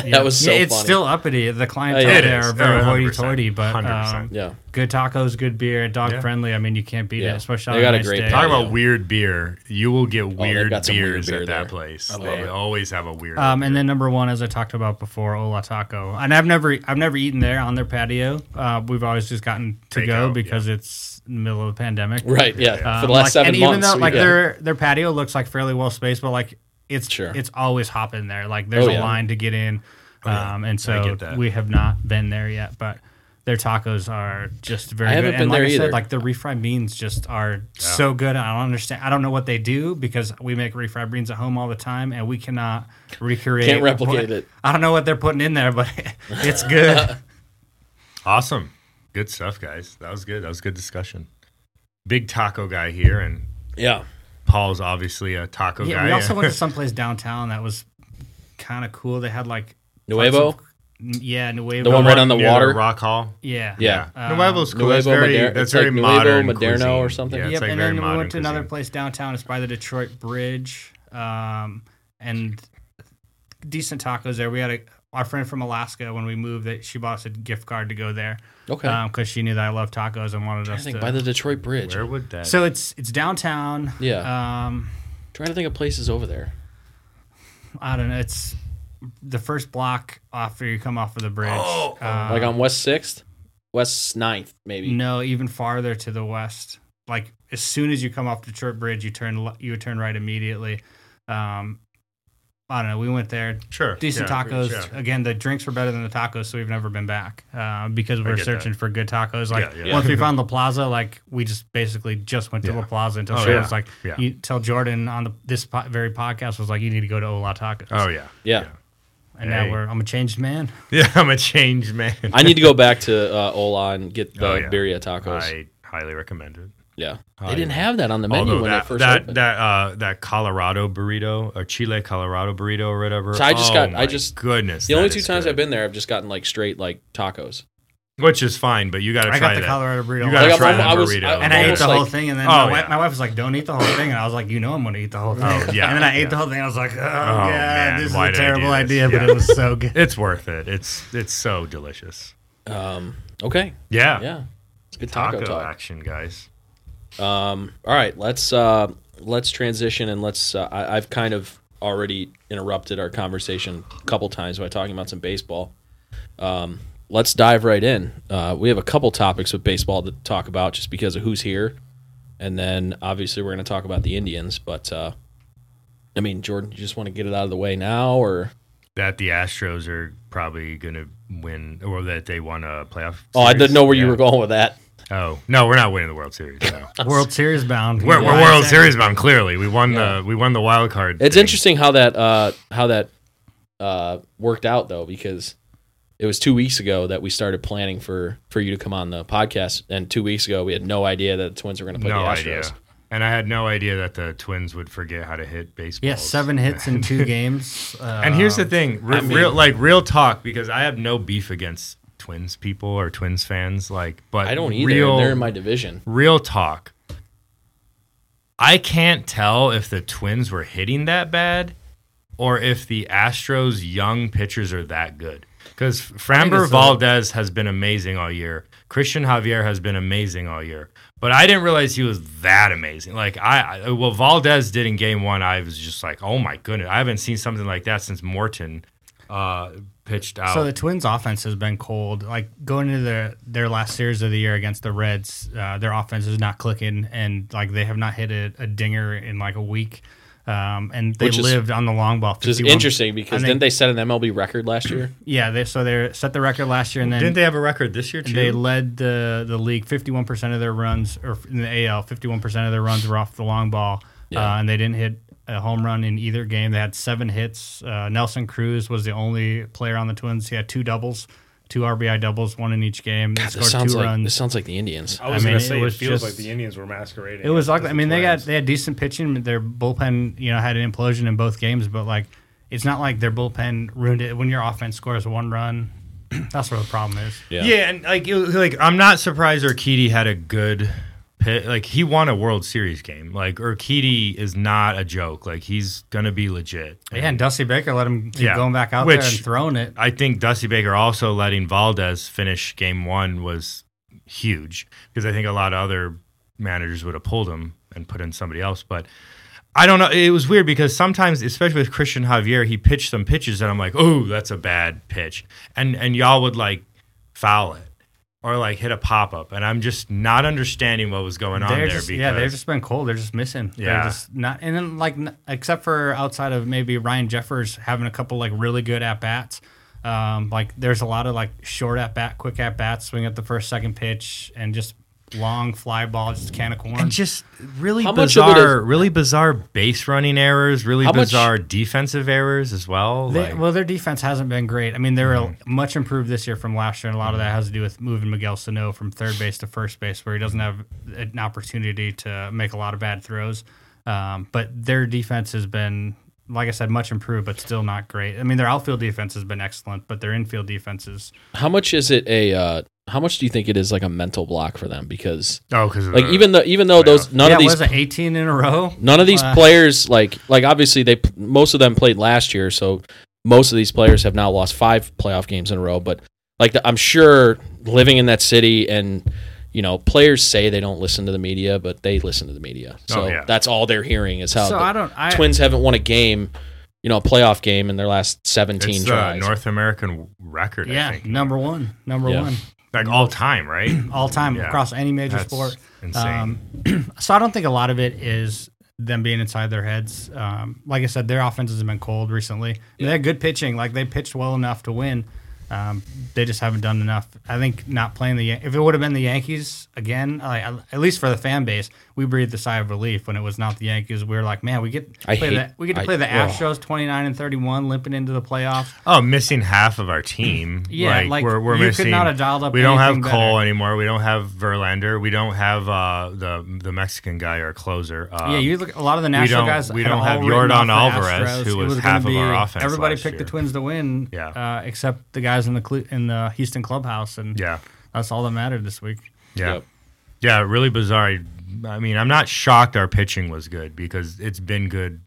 Speaker 1: that was so
Speaker 3: Yeah, it's
Speaker 1: funny.
Speaker 3: still uppity. The clientele
Speaker 1: Yeah, it
Speaker 3: there
Speaker 4: is.
Speaker 3: are very
Speaker 4: Oh, 100%,
Speaker 3: hoity-toity, but um,
Speaker 4: 100%.
Speaker 1: yeah.
Speaker 3: good tacos, good beer, dog
Speaker 4: Yeah.
Speaker 3: friendly. I mean, you can't beat
Speaker 1: Yeah.
Speaker 3: it,
Speaker 1: They
Speaker 3: especially
Speaker 1: got
Speaker 3: on
Speaker 1: a
Speaker 3: a nice
Speaker 1: great
Speaker 3: day.
Speaker 1: patio.
Speaker 4: Talk
Speaker 1: Yeah.
Speaker 4: about weird beer. You will get weird
Speaker 1: Oh, got
Speaker 4: beers
Speaker 1: some weird beer
Speaker 4: at
Speaker 1: there.
Speaker 4: that place.
Speaker 1: I love
Speaker 4: They
Speaker 1: it.
Speaker 4: always have a weird.
Speaker 3: Um, and then number one, as I talked about before, Ola Taco, and I've never, I've never eaten there on their patio. Uh, we've always just gotten to
Speaker 4: Takeout,
Speaker 3: go
Speaker 4: yeah.
Speaker 3: because it's in the middle of the pandemic,
Speaker 1: Right, yeah. For
Speaker 3: Um,
Speaker 1: the last
Speaker 3: like-
Speaker 1: seven
Speaker 3: and
Speaker 1: months,
Speaker 3: even though
Speaker 1: we-
Speaker 3: like
Speaker 1: yeah.
Speaker 3: their their patio looks like fairly well spaced, but like it's
Speaker 1: Sure.
Speaker 3: it's always hopping there. Like there's
Speaker 1: Oh,
Speaker 3: a
Speaker 1: yeah. Oh,
Speaker 3: line to get in,
Speaker 4: yeah.
Speaker 3: um, and
Speaker 4: I
Speaker 3: so
Speaker 4: get that.
Speaker 3: we have not been there yet. But their tacos are just very.
Speaker 1: I haven't
Speaker 3: good.
Speaker 1: been
Speaker 3: and like
Speaker 1: there
Speaker 3: I
Speaker 1: either.
Speaker 3: Said, like the refried beans just are so good. I don't understand. I don't know what they do because we make refried beans at home all the time, and we cannot recreate.
Speaker 1: Can't replicate
Speaker 3: what-
Speaker 1: it.
Speaker 3: I don't know what they're putting in there, but it's good.
Speaker 4: awesome, good stuff, guys. That was good. That was good discussion. Big taco guy here, and
Speaker 1: yeah.
Speaker 4: Paul's obviously a taco
Speaker 3: yeah,
Speaker 4: guy.
Speaker 3: we also went to someplace downtown that was kind of cool. They had like
Speaker 1: Nuevo,
Speaker 3: Yeah, Nuevo.
Speaker 1: the one right on the
Speaker 4: Near
Speaker 1: water.
Speaker 4: Rock Hall.
Speaker 3: Yeah.
Speaker 1: Yeah.
Speaker 3: Um,
Speaker 4: Nuevo's cool. That's
Speaker 1: Nuevo
Speaker 4: very,
Speaker 1: Moder-
Speaker 4: that's
Speaker 1: it's like
Speaker 4: very
Speaker 1: Nuevo
Speaker 4: modern.
Speaker 1: Moderno
Speaker 4: cuisine.
Speaker 1: or something?
Speaker 4: Yeah, it's
Speaker 3: Yep.
Speaker 4: like
Speaker 3: and
Speaker 4: very
Speaker 3: then we
Speaker 4: modern.
Speaker 3: went to another
Speaker 4: cuisine.
Speaker 3: place downtown. It's by the Detroit Bridge. Um, and decent tacos there. We had a our friend from Alaska when we moved that she bought us a gift card to go there.
Speaker 1: Okay.
Speaker 3: because she knew that I love tacos and wanted
Speaker 1: I
Speaker 3: us
Speaker 1: think
Speaker 3: to.
Speaker 1: by the Detroit Bridge.
Speaker 4: Where would that?
Speaker 3: so it's it's downtown.
Speaker 1: Yeah.
Speaker 3: Um,
Speaker 1: trying to think of places over there.
Speaker 3: I don't know. It's the first block off where you come off of the bridge.
Speaker 4: Oh,
Speaker 3: Uh,
Speaker 1: like on West 6th, West 9th, maybe.
Speaker 3: No, even farther to the west. Like as soon as you come off Detroit Bridge, you turn le- you would turn right immediately. Um, I don't know. We went there.
Speaker 4: sure,
Speaker 3: Decent
Speaker 4: yeah,
Speaker 3: tacos.
Speaker 4: yeah.
Speaker 3: Again, the drinks were better than the tacos, so we've never been back uh, because we're
Speaker 4: get
Speaker 3: searching
Speaker 4: that.
Speaker 3: for good tacos. Like
Speaker 4: Yeah, yeah.
Speaker 3: once we found La Plaza, like we just basically just went to
Speaker 4: Yeah.
Speaker 3: La Plaza until
Speaker 4: Oh,
Speaker 3: she
Speaker 4: yeah.
Speaker 3: was like,
Speaker 4: Yeah.
Speaker 3: you tell Jordan on the, this po- very podcast was like, you need to go to Ola Tacos.
Speaker 4: Oh yeah,
Speaker 1: Yeah.
Speaker 3: and
Speaker 4: hey.
Speaker 3: now we're I'm a changed man.
Speaker 4: yeah. I'm a changed man.
Speaker 1: I need to go back to uh, Ola and get the
Speaker 4: Oh, yeah.
Speaker 1: birria tacos.
Speaker 4: I highly recommend it.
Speaker 1: yeah.
Speaker 4: Oh,
Speaker 1: they didn't
Speaker 4: yeah.
Speaker 1: have that on the menu
Speaker 4: Although
Speaker 1: when
Speaker 4: that,
Speaker 1: it first
Speaker 4: that
Speaker 1: opened.
Speaker 4: that uh, that Colorado burrito or Chile Colorado burrito or whatever.
Speaker 1: So I just
Speaker 4: oh
Speaker 1: got- I
Speaker 4: my
Speaker 1: just-
Speaker 4: goodness.
Speaker 1: the only
Speaker 4: that
Speaker 1: two
Speaker 4: is
Speaker 1: times
Speaker 4: good.
Speaker 1: I've been there, I've just gotten like straight like tacos.
Speaker 4: which is fine, but you got to
Speaker 3: I
Speaker 4: try
Speaker 3: got the
Speaker 4: that.
Speaker 3: Colorado burrito.
Speaker 4: you
Speaker 1: I
Speaker 4: got to
Speaker 1: got
Speaker 4: try
Speaker 1: my-
Speaker 4: that
Speaker 1: I was-
Speaker 4: burrito.
Speaker 1: I-
Speaker 3: And I ate
Speaker 1: Almost
Speaker 3: the
Speaker 1: like-
Speaker 3: whole thing, and then
Speaker 4: Oh,
Speaker 3: my, wi-
Speaker 4: yeah. Oh,
Speaker 3: my wife was like, "Don't eat the whole thing," and I was like, "You know, I'm going to eat the whole thing."
Speaker 4: yeah.
Speaker 3: And then I
Speaker 4: Yeah.
Speaker 3: ate the whole thing. I was like, "Oh, god,
Speaker 4: man,
Speaker 3: this is
Speaker 4: why
Speaker 3: a
Speaker 4: did I do
Speaker 3: terrible
Speaker 4: this?"
Speaker 3: idea," but
Speaker 4: Yeah.
Speaker 3: it was so good.
Speaker 4: it's worth it. It's it's so delicious.
Speaker 1: Um, okay.
Speaker 4: Yeah,
Speaker 1: Yeah. It's good taco,
Speaker 4: Taco
Speaker 1: talk.
Speaker 4: action, guys.
Speaker 1: Um, all right, let's uh, let's transition and let's. Uh, I, I've kind of already interrupted our conversation a couple times by talking about some baseball. Um, let's dive right in. Uh, we have a couple topics with baseball to talk about just because of who's here, and then obviously we're going to talk about the Indians. But uh, I mean, Jordan, you just want to get it out of the way now, or
Speaker 4: that the Astros are probably going to win or that they won a playoff.
Speaker 1: oh, I didn't
Speaker 4: series?
Speaker 1: know where you
Speaker 4: Yeah.
Speaker 1: were going with that.
Speaker 4: Oh, no, we're not winning the World Series. No.
Speaker 3: World Series bound.
Speaker 4: we're, we're
Speaker 3: Why is
Speaker 4: World
Speaker 3: that?
Speaker 4: Series bound. Clearly, we won
Speaker 1: Yeah.
Speaker 4: the we won the wild card.
Speaker 1: It's
Speaker 4: thing.
Speaker 1: interesting how that uh, how that uh, worked out though, because it was two weeks ago that we started planning for for you to come on the podcast, and two weeks ago we had no idea that the Twins were going to play
Speaker 4: No
Speaker 1: the Astros.
Speaker 4: idea. And I had no idea that the Twins would forget how to hit baseballs.
Speaker 3: Yeah, seven hits in two games. Uh,
Speaker 4: And here's the thing, re- real like real talk, because I have no beef against Twins people or Twins fans. Like, but
Speaker 1: I don't either. and
Speaker 4: Real,
Speaker 1: They're in my division.
Speaker 4: real talk. I can't tell if the Twins were hitting that bad, or if the Astros' young pitchers are that good. Because Framber
Speaker 3: it's a-
Speaker 4: Valdez has been amazing all year. Christian Javier has been amazing all year. But I didn't realize he was that amazing. Like I, I well, Valdez did in Game One. I was just like, oh my goodness, I haven't seen something like that since Morton uh, pitched out.
Speaker 3: So the Twins' offense has been cold. Like going into their their last series of the year against the Reds, uh, their offense is not clicking, and like they have not hit a, a dinger in like a week. Um, and they
Speaker 1: Which is-
Speaker 3: lived on the long ball.
Speaker 1: Which is
Speaker 3: 51
Speaker 1: interesting because
Speaker 3: I
Speaker 1: didn't
Speaker 3: think-
Speaker 1: they set an MLB record last year?
Speaker 3: Yeah, they so they set the record last year, and then
Speaker 4: didn't they have a record this year too?
Speaker 3: They led the the league. Fifty one percent of their runs, or in the AL, fifty one percent of their runs were off the long ball,
Speaker 1: Yeah.
Speaker 3: uh, and they didn't hit a home run in either game. They had seven hits. Uh, Nelson Cruz was the only player on the Twins. He had two doubles, two RBI doubles, one in each game. They
Speaker 1: God,
Speaker 3: scored
Speaker 1: this sounds
Speaker 3: two
Speaker 1: like
Speaker 3: runs.
Speaker 1: this sounds like the Indians.
Speaker 5: I was
Speaker 3: I mean,
Speaker 5: gonna
Speaker 3: it
Speaker 5: say it,
Speaker 3: was
Speaker 5: feels
Speaker 3: just-
Speaker 5: like the Indians were masquerading.
Speaker 3: It was
Speaker 5: as
Speaker 3: ugly.
Speaker 5: the
Speaker 3: I mean, they got
Speaker 5: Twins.
Speaker 3: they had decent pitching. Their bullpen, you know, had an implosion in both games, but like it's not like their bullpen ruined it. When your offense scores one run, that's where the problem is.
Speaker 1: Yeah.
Speaker 4: Yeah, and like it, was- like I'm not surprised Urquidy had a good pit. Like he won a World Series game. Like Urquidy is not a joke. Like he's gonna be legit.
Speaker 3: Yeah, and Dusty Baker let him keep
Speaker 4: Yeah.
Speaker 3: going back out there
Speaker 4: Which-
Speaker 3: and throwing it.
Speaker 4: I think Dusty Baker also letting Valdez finish game one was huge because I think a lot of other managers would have pulled him and put in somebody else. But I don't know. It was weird because sometimes, especially with Christian Javier, he pitched some pitches that I'm like, oh, that's a bad pitch. And and y'all would like foul it or like hit a pop up. And I'm just not understanding what was going on
Speaker 3: They're
Speaker 4: there
Speaker 3: just,
Speaker 4: because
Speaker 3: yeah, they've just been cold. They're just missing.
Speaker 4: Yeah.
Speaker 3: They're just not, and then like n- except for outside of maybe Ryan Jeffers having a couple like really good at bats. Um, like there's a lot of like short at bat, quick at bats, swing at the first, second pitch, and just long fly ball, just a can of corn.
Speaker 4: and just really
Speaker 1: How much of it
Speaker 4: bizarre, really bizarre base running errors, really
Speaker 1: How much-
Speaker 4: bizarre defensive errors as well.
Speaker 3: They,
Speaker 4: like- Mm-hmm.
Speaker 3: well, their defense hasn't been great. I mean, they're much improved this year from last year, and a lot of that has to do with moving Miguel Sano from third base to first base, where he doesn't have an opportunity to make a lot of bad throws. Um, but their defense has been, like I said, much improved, but still not great. I mean, their outfield defense has been excellent, but their infield defense is
Speaker 1: How much is it a? Uh, how much do you think it is like a mental block for them? Because
Speaker 4: Oh, because
Speaker 1: like even though even though those none
Speaker 3: yeah,
Speaker 1: of
Speaker 3: was
Speaker 1: these
Speaker 3: it 18 in a row?
Speaker 1: none of these
Speaker 3: Uh,
Speaker 1: players like like obviously they most of them played last year, so most of these players have now lost five playoff games in a row. But like the, I'm sure living in that city and you know players say they don't listen to the media, but they listen to the media. So
Speaker 4: Oh, yeah.
Speaker 1: that's all they're hearing is how
Speaker 3: So
Speaker 1: the
Speaker 3: I don't. I,
Speaker 1: Twins haven't won a game, you know, a playoff game in their last 17
Speaker 4: it's the
Speaker 1: tries.
Speaker 4: North American record, I
Speaker 3: yeah,
Speaker 4: think.
Speaker 3: number one, number
Speaker 1: Yeah.
Speaker 3: one.
Speaker 4: like all time, right?
Speaker 3: all time
Speaker 4: Yeah.
Speaker 3: across any major
Speaker 4: That's
Speaker 3: sport.
Speaker 4: insane.
Speaker 3: Um, so I don't think a lot of it is them being inside their heads. Um, like I said, their offenses have been cold recently. I mean, They had good pitching. Like they pitched well enough to win. Um, they just haven't done enough. I think not playing the Yan- if it would have been the Yankees again, like, at least for the fan base, we breathed a sigh of relief when it was not the Yankees. We were like, man, we get to
Speaker 1: I
Speaker 3: play
Speaker 1: hate-
Speaker 3: the, we get to
Speaker 1: I-
Speaker 3: play the
Speaker 1: ugh.
Speaker 3: Astros twenty nine and thirty one, limping into the playoffs.
Speaker 4: oh, missing half of our team.
Speaker 3: Yeah, like,
Speaker 4: we're, we're
Speaker 3: you could
Speaker 4: missing.
Speaker 3: not have dialed up
Speaker 4: we don't have
Speaker 3: anything
Speaker 4: Cole
Speaker 3: better.
Speaker 4: anymore. We don't have Verlander. We don't have uh, the the Mexican guy our closer. Um,
Speaker 3: Yeah, you look a lot of the national
Speaker 4: don't-
Speaker 3: guys.
Speaker 4: we
Speaker 3: had
Speaker 4: don't
Speaker 3: all
Speaker 4: have
Speaker 3: written
Speaker 4: Yordan
Speaker 3: off the
Speaker 4: Alvarez,
Speaker 3: Astros.
Speaker 4: who
Speaker 3: It
Speaker 4: was
Speaker 3: gonna
Speaker 4: half of
Speaker 3: be-
Speaker 4: our offense
Speaker 3: e-, Everybody
Speaker 4: last
Speaker 3: picked
Speaker 4: year.
Speaker 3: the Twins to win,
Speaker 4: Yeah.
Speaker 3: uh, except the guys in the Cle- in the Houston clubhouse, and
Speaker 4: yeah,
Speaker 3: that's all that mattered this week.
Speaker 4: yeah,
Speaker 1: Yep.
Speaker 4: yeah. Really bizarre. I mean, I'm not shocked our pitching was good because it's been good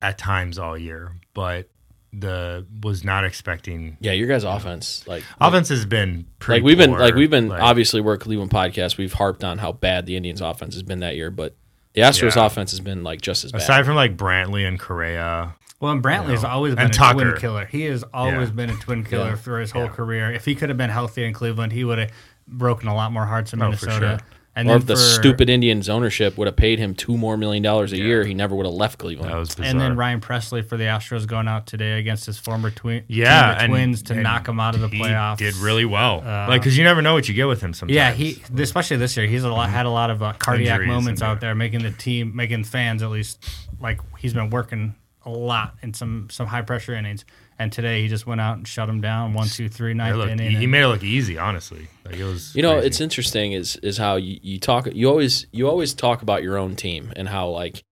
Speaker 4: at times all year, but the was not expecting.
Speaker 1: Yeah, your guys' offense, like
Speaker 4: Offense has been pretty
Speaker 1: like we've been
Speaker 4: poor,
Speaker 1: like we've been
Speaker 4: like-
Speaker 1: obviously we're a Cleveland podcast. We've harped on how bad the Indians' offense has been that year, but The Astros
Speaker 4: Yeah.
Speaker 1: offense has been like just as bad.
Speaker 4: Aside from like Brantley and Correa,
Speaker 3: Well, and Brantley has
Speaker 4: Yeah.
Speaker 3: always been
Speaker 4: And
Speaker 3: a
Speaker 4: Tucker.
Speaker 3: twin killer. He has always
Speaker 4: Yeah.
Speaker 3: been a twin killer
Speaker 1: Yeah.
Speaker 3: for his whole
Speaker 4: Yeah.
Speaker 3: career. If he could have been healthy in Cleveland, he would have broken a lot more hearts in
Speaker 4: Oh, for
Speaker 3: Minnesota.
Speaker 4: sure.
Speaker 3: And
Speaker 1: or
Speaker 3: then
Speaker 1: if the
Speaker 3: for-
Speaker 1: stupid Indians ownership would have paid him two more million dollars a year, he never would have left Cleveland.
Speaker 4: that was bizarre.
Speaker 3: And then Ryan Presley for the Astros going out today against his former twin,
Speaker 4: yeah,
Speaker 3: team, the
Speaker 4: and-
Speaker 3: Twins to
Speaker 4: and
Speaker 3: knock him out of the
Speaker 4: he
Speaker 3: playoffs.
Speaker 4: Did really well,
Speaker 3: Uh,
Speaker 4: like because you never know what you get with him. Sometimes,
Speaker 3: Yeah, he especially this year he's a lot, had a lot of uh, cardiac
Speaker 4: Mm-hmm. Injuries
Speaker 3: moments
Speaker 4: and
Speaker 3: out there, making the team, making fans at least like he's been working a lot in some some high pressure innings. And today he just went out and shut him down one, two, three,
Speaker 4: It
Speaker 3: ninth
Speaker 4: looked-
Speaker 3: inning.
Speaker 4: he, he
Speaker 3: and-
Speaker 4: made it look easy. Honestly, like it was.
Speaker 1: You know,
Speaker 4: crazy.
Speaker 1: it's interesting is is how you, you talk. You always you always talk about your own team and how like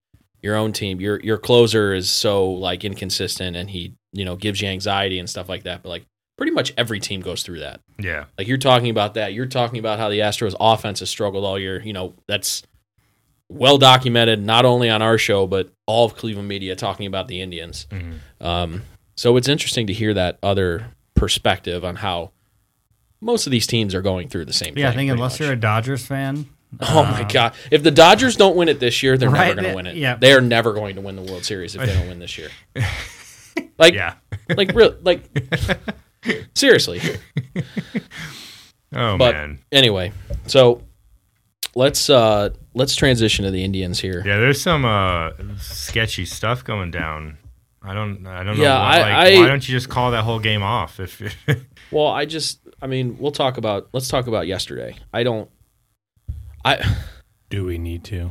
Speaker 1: your own team, your your closer is so like inconsistent and he you know gives you anxiety and stuff like that. But like pretty much every team goes through that.
Speaker 4: yeah.
Speaker 1: Like you're talking about that. You're talking about how the Astros offense has struggled all year. You know, that's well documented not only on our show but all of Cleveland media talking about the Indians.
Speaker 4: Mhm.
Speaker 3: Mm-hmm.
Speaker 1: Um, so it's interesting to hear that other perspective on how most of these teams are going through the same thing.
Speaker 3: yeah, I think
Speaker 1: pretty
Speaker 3: unless
Speaker 1: much.
Speaker 3: you're a Dodgers fan,
Speaker 1: Oh my god! If the Dodgers don't win it this year, they're
Speaker 3: Right,
Speaker 1: never going to
Speaker 3: they-
Speaker 1: win it.
Speaker 3: yeah.
Speaker 1: They are never going to win the World Series if they don't win this year. Like,
Speaker 4: Yeah.
Speaker 1: like real, like seriously.
Speaker 4: Oh
Speaker 1: But
Speaker 4: man.
Speaker 1: anyway, so let's uh let's transition to the Indians here.
Speaker 4: Yeah, there's some uh, sketchy stuff going down. I don't. I don't
Speaker 1: Yeah,
Speaker 4: know. Why,
Speaker 1: I-
Speaker 4: like,
Speaker 1: I-
Speaker 4: why don't you just call that whole game off? If
Speaker 1: Well, I just, I mean, we'll talk about let's talk about yesterday. I don't, I.
Speaker 5: Do we need to?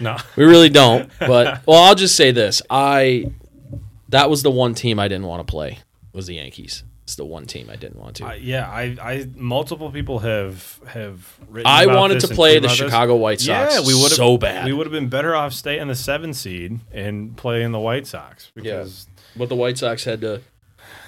Speaker 5: no.
Speaker 1: We really don't. But well, I'll just say this: I that was the one team I didn't want to play was the Yankees. It's the one team I didn't want to.
Speaker 5: I,
Speaker 1: I,
Speaker 5: yeah, I, I multiple people have have written. about
Speaker 1: wanted
Speaker 5: this
Speaker 1: to
Speaker 5: and
Speaker 1: play
Speaker 5: tweeted
Speaker 1: the
Speaker 5: about this.
Speaker 1: Chicago White Sox.
Speaker 5: Yeah, we would
Speaker 1: so bad.
Speaker 5: We would have been better off staying the seven seed and playing the White Sox because
Speaker 1: but the White Sox had to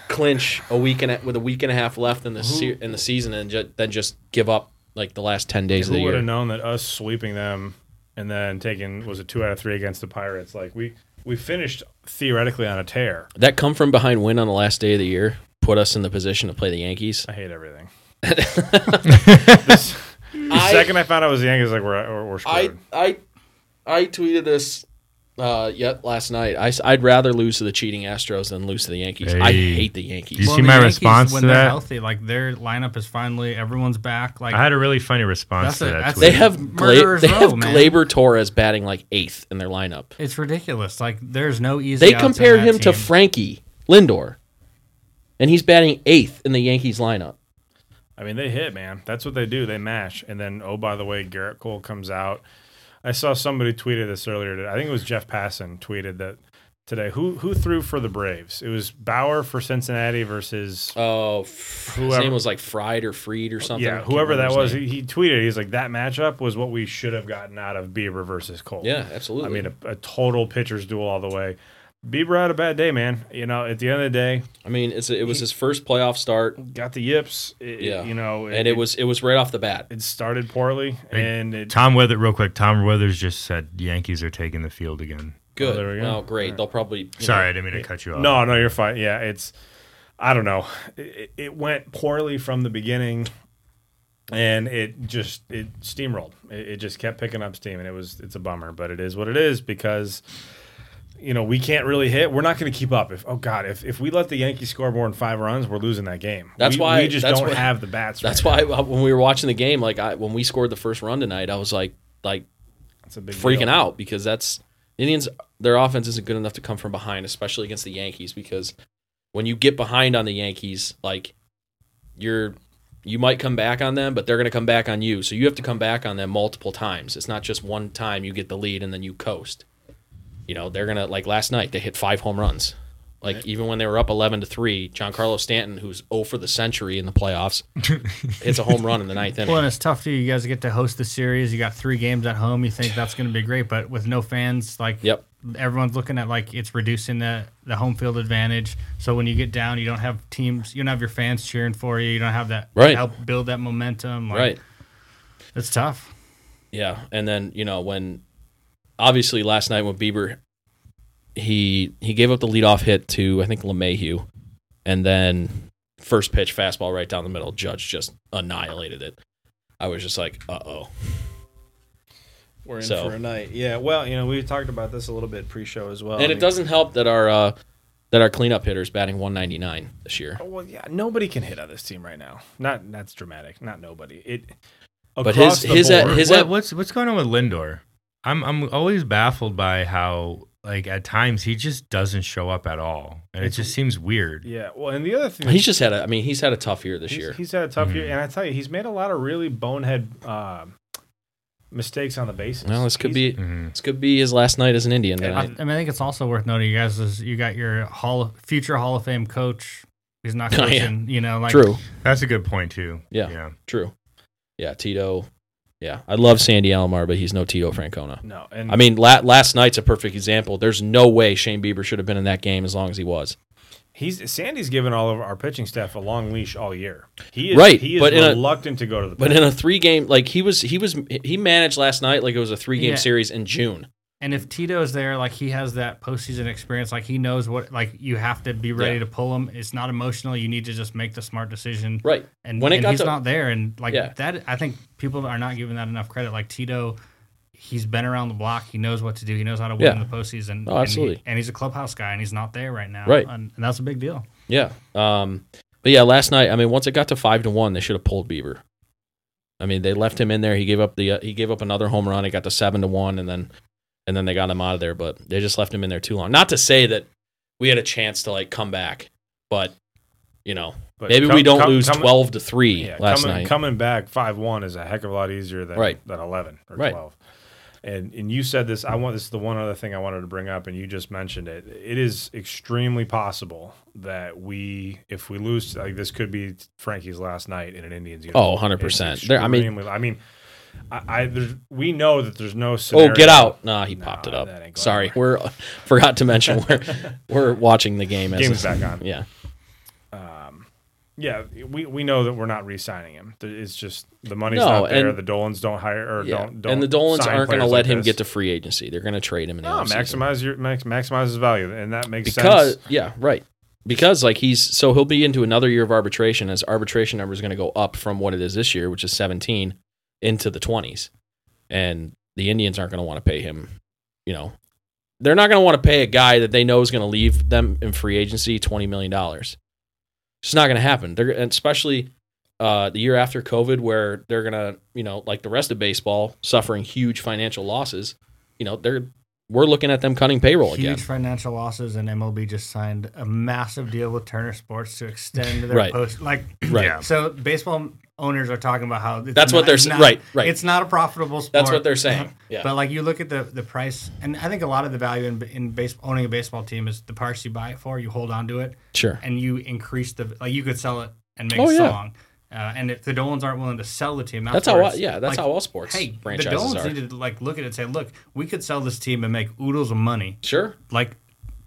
Speaker 1: clinch a week and a, with a week and a half left in the se- in the season, and ju- then just give up like the last ten days of the
Speaker 5: who would
Speaker 1: year.
Speaker 5: have known that us sweeping them and then taking was it two out of three against the Pirates? Like we we finished theoretically on a tear.
Speaker 1: That come from behind win on the last day of the year put us in the position to play the Yankees.
Speaker 5: I hate everything. This- the second I found out it was the Yankees, like we're we're, we're
Speaker 1: I
Speaker 5: screwed.
Speaker 1: I I tweeted this uh, yet last night. I, would rather lose to the cheating Astros than lose to the Yankees. I
Speaker 4: Hey.
Speaker 1: hate the Yankees.
Speaker 4: You see
Speaker 3: the
Speaker 4: my
Speaker 3: Yankees,
Speaker 4: response
Speaker 3: when
Speaker 4: to
Speaker 3: they're
Speaker 4: that?
Speaker 3: healthy, like their lineup is finally everyone's back. Like
Speaker 4: I had a really funny
Speaker 3: That's
Speaker 4: response to
Speaker 3: a-
Speaker 4: that
Speaker 3: that's-
Speaker 1: they
Speaker 4: tweet.
Speaker 1: have Gla-
Speaker 3: Murderers
Speaker 1: they have
Speaker 3: Row, man.
Speaker 1: Glaber Torres batting like eighth in their lineup.
Speaker 3: it's ridiculous. Like there's no easy.
Speaker 1: They
Speaker 3: outs in
Speaker 1: compared
Speaker 3: that
Speaker 1: him to
Speaker 3: team.
Speaker 1: Frankie Lindor, and he's batting eighth in the Yankees lineup.
Speaker 5: I mean, they hit, man. That's what they do. They mash. And then, oh, by the way, Garrett Cole comes out. I saw somebody tweeted this earlier. Today. I think it was Jeff Passan tweeted that today. Who who threw for the Braves? It was Bauer for Cincinnati versus
Speaker 1: Oh, f- his
Speaker 5: Whoever-
Speaker 1: name was like Fried or Freed or something. I
Speaker 5: yeah,
Speaker 1: can't
Speaker 5: whoever that
Speaker 1: remember
Speaker 5: was.
Speaker 1: his name.
Speaker 5: He, he tweeted. He's like that matchup was what we should have gotten out of Bieber versus Cole.
Speaker 1: Yeah, absolutely.
Speaker 5: I mean, a, a total pitcher's duel all the way. Bieber had a bad day, man. You know, at the end of the day,
Speaker 1: it's, it was his first playoff start,
Speaker 5: got the yips. It-
Speaker 1: Yeah.
Speaker 5: you know,
Speaker 1: and it was it was right off the bat.
Speaker 5: it started poorly, and it
Speaker 4: Tom Weather, real quick. Tom Weathers just said Yankees are taking the field again.
Speaker 1: Good.
Speaker 5: Oh, there we go.
Speaker 1: Well, great. They'll probably you know,
Speaker 4: Sorry, I didn't mean to cut you off.
Speaker 1: Uh,
Speaker 5: No, no, you're fine. Yeah, it's I don't know. It, it went poorly from the beginning, and it just it steamrolled. It, it just kept picking up steam, and it was it's a bummer, but it is what it is because you know we can't really hit. We're not going to keep up. If oh god, if if we let the Yankees score more than five runs, we're losing that game.
Speaker 1: That's
Speaker 5: we,
Speaker 1: why-
Speaker 5: we just
Speaker 1: that's
Speaker 5: don't
Speaker 1: why-
Speaker 5: have the bats.
Speaker 1: That's
Speaker 5: right
Speaker 1: why I,
Speaker 5: now.
Speaker 1: when we were watching the game, like I, when we scored the first run tonight, I was like like
Speaker 5: it's a big
Speaker 1: freaking
Speaker 5: deal.
Speaker 1: out because that's the Indians. Their offense isn't good enough to come from behind, especially against the Yankees. Because when you get behind on the Yankees, like you're you might come back on them, but they're going to come back on you. So you have to come back on them multiple times. It's not just one time you get the lead and then you coast. You know they're gonna like last night they hit five home runs. Like even when they were up eleven to three, Giancarlo Stanton, who's 0 for the century in the playoffs, hits a home run in the ninth inning.
Speaker 3: Well, and it's tough too. You guys get to host the series. You got three games at home. You think that's going to be great, but with no fans, like
Speaker 1: Yep.
Speaker 3: everyone's looking at like it's reducing the the home field advantage. So when you get down, you don't have teams. You don't have your fans cheering for you. You don't have that
Speaker 1: Right.
Speaker 3: help build that momentum. Like,
Speaker 1: right.
Speaker 3: it's tough.
Speaker 1: Yeah, and then you know when, obviously last night when Bieber, he he gave up the leadoff hit to I think Lemayhew, and then first pitch fastball right down the middle. Judge just annihilated it. I was just like, uh oh,
Speaker 5: We're in
Speaker 1: So-
Speaker 5: for a night. Yeah. Well, you know, we talked about this a little bit pre-show as well. I
Speaker 1: and it
Speaker 5: mean-
Speaker 1: doesn't help that our uh, that our cleanup hitter's batting 199 this year.
Speaker 5: Oh, well, yeah. Nobody can hit on this team right now. Not that's dramatic. Not nobody. It.
Speaker 1: But
Speaker 5: across
Speaker 1: his
Speaker 5: the
Speaker 1: his at,
Speaker 5: board-
Speaker 1: his
Speaker 4: What-
Speaker 1: at,
Speaker 4: what's what's going on with Lindor? I'm I'm always baffled by how like at times he just doesn't show up at all, and it just seems weird.
Speaker 5: yeah. Well, and the other thing
Speaker 1: he's just had a I mean he's had a tough year this
Speaker 5: he's,
Speaker 1: year. Mm-hmm.
Speaker 5: he's had a tough year,
Speaker 4: Mhm.
Speaker 5: and I tell you, he's made a lot of really bonehead uh, mistakes on the bases.
Speaker 1: Well, this could
Speaker 5: He's-
Speaker 1: be
Speaker 4: Mhm.
Speaker 1: this could be his last night as an Indian
Speaker 3: I, I
Speaker 1: tonight.
Speaker 3: mean, I think it's also worth noting, you guys, is you got your Hall of, future Hall of Fame coach. He's not
Speaker 1: Oh, yeah.
Speaker 3: coaching, you know, like
Speaker 1: True,
Speaker 4: That's a good point too.
Speaker 1: Yeah.
Speaker 4: yeah.
Speaker 1: true. Yeah, Tito. Yeah, I love Sandy Alomar, but he's no Tito Francona.
Speaker 5: No, and
Speaker 1: I mean, la- last night's a perfect example. There's no way Shane Bieber should have been in that game as long as he was.
Speaker 5: he's Sandy's given all of our pitching staff a long leash all year. He is
Speaker 1: Right,
Speaker 5: He is
Speaker 1: but in a-
Speaker 5: reluctant to go to the.
Speaker 1: But
Speaker 5: plate.
Speaker 1: in a three game, like he was, he was, he managed last night like it was a three game
Speaker 3: Yeah.
Speaker 1: series in June.
Speaker 3: And if Tito's there, like he has that postseason experience, like he knows what, like you have to be ready
Speaker 1: Yeah.
Speaker 3: to pull him. It's not emotional. You need to just make the smart decision.
Speaker 1: Right.
Speaker 3: And
Speaker 1: When
Speaker 3: when
Speaker 1: it got
Speaker 3: he's
Speaker 1: to-
Speaker 3: not there, and like
Speaker 1: Yeah.
Speaker 3: that, I think people are not giving that enough credit. Like Tito, he's been around the block. He knows what to do. He knows how to win
Speaker 1: Yeah.
Speaker 3: in the postseason.
Speaker 1: Oh,
Speaker 3: and he-
Speaker 1: absolutely.
Speaker 3: And, he's a clubhouse guy, and he's not there right now.
Speaker 1: Right.
Speaker 3: And, and that's a big deal.
Speaker 1: Yeah. Um, but yeah, last night, I mean, once it got to five to one, they should have pulled Bieber. I mean, they left him in there. He gave up the uh, he gave up another home run. It got to seven to one, and then and then they got him out of there. But they just left him in there too long. Not to say that we had a chance to like come back, but you know,
Speaker 5: But
Speaker 1: maybe
Speaker 5: come-
Speaker 1: we don't
Speaker 5: come-
Speaker 1: lose
Speaker 5: come-
Speaker 1: twelve to three
Speaker 5: Yeah,
Speaker 1: last
Speaker 5: coming,
Speaker 1: night.
Speaker 5: coming back five one is a heck of a lot easier than
Speaker 1: Right.
Speaker 5: than eleven or
Speaker 1: Right.
Speaker 5: twelve. And and you said this. I want this is the one other thing I wanted to bring up, and you just mentioned it. It is extremely possible that we, if we lose, like this could be Frankie's last night in an Indians uniform.
Speaker 1: Oh, 100%.
Speaker 5: It's
Speaker 1: There- I mean-
Speaker 5: extremely- I mean, I, I there's, we know that there's no.
Speaker 1: Oh,
Speaker 5: Scenario.
Speaker 1: get out! Nah, he popped it
Speaker 5: Nah,
Speaker 1: up.
Speaker 5: that ain't gonna
Speaker 1: Sorry, we're forgot to mention we're we're watching the game as
Speaker 5: Game's
Speaker 1: a-
Speaker 5: back on.
Speaker 1: Yeah,
Speaker 5: Yeah, we, we know that we're not re-signing him. There- It's just the money's
Speaker 1: No,
Speaker 5: not there.
Speaker 1: and-
Speaker 5: the Dolans don't hire or
Speaker 1: yeah.
Speaker 5: don't, don't.
Speaker 1: and the Dolans
Speaker 5: sign
Speaker 1: aren't going to
Speaker 5: players
Speaker 1: let
Speaker 5: like
Speaker 1: him
Speaker 5: this.
Speaker 1: get to free agency. They're going to trade him in the
Speaker 5: No,
Speaker 1: offseason.
Speaker 5: maximize your max, maximize his value, and that makes
Speaker 1: because
Speaker 5: sense.
Speaker 1: yeah, right. Because like he's so he'll be into another year of arbitration as arbitration number is going to go up from what it is this year, which is 17, into the 20s, and the Indians aren't going to want to pay him. You know, they're not going to want to pay a guy that they know is going to leave them in free agency 20 million dollars. It's not going to happen. They're and especially uh, the year after COVID, where they're going to you know like the rest of baseball suffering huge financial losses. You know, they're we're looking at them cutting payroll
Speaker 3: Huge
Speaker 1: again.
Speaker 3: financial losses, and MLB just signed a massive deal with Turner Sports to extend their
Speaker 1: Right.
Speaker 3: post. Like,
Speaker 1: Right.
Speaker 4: Yeah.
Speaker 3: so baseball owners are talking about how it's
Speaker 1: That's what
Speaker 3: not-
Speaker 1: they're
Speaker 3: it's
Speaker 1: s-
Speaker 3: not-
Speaker 1: right, right.
Speaker 3: It's not a profitable sport.
Speaker 1: That's what they're saying. Yeah.
Speaker 3: But like you look at the the price, and I think a lot of the value in in base, owning a baseball team is the price you buy it for. You hold on to it,
Speaker 1: Sure.
Speaker 3: and you increase the like you could sell it and make
Speaker 1: Oh,
Speaker 3: a
Speaker 1: yeah.
Speaker 3: song. Uh, and if the Dolans aren't willing to sell the team,
Speaker 1: That's how. I,
Speaker 3: afterwards,
Speaker 1: yeah, that's
Speaker 3: like,
Speaker 1: how all sports
Speaker 3: Hey, the
Speaker 1: franchises
Speaker 3: Dolans
Speaker 1: are.
Speaker 3: need to like look at it and say, look, we could sell this team and make oodles of money
Speaker 1: sure.
Speaker 3: like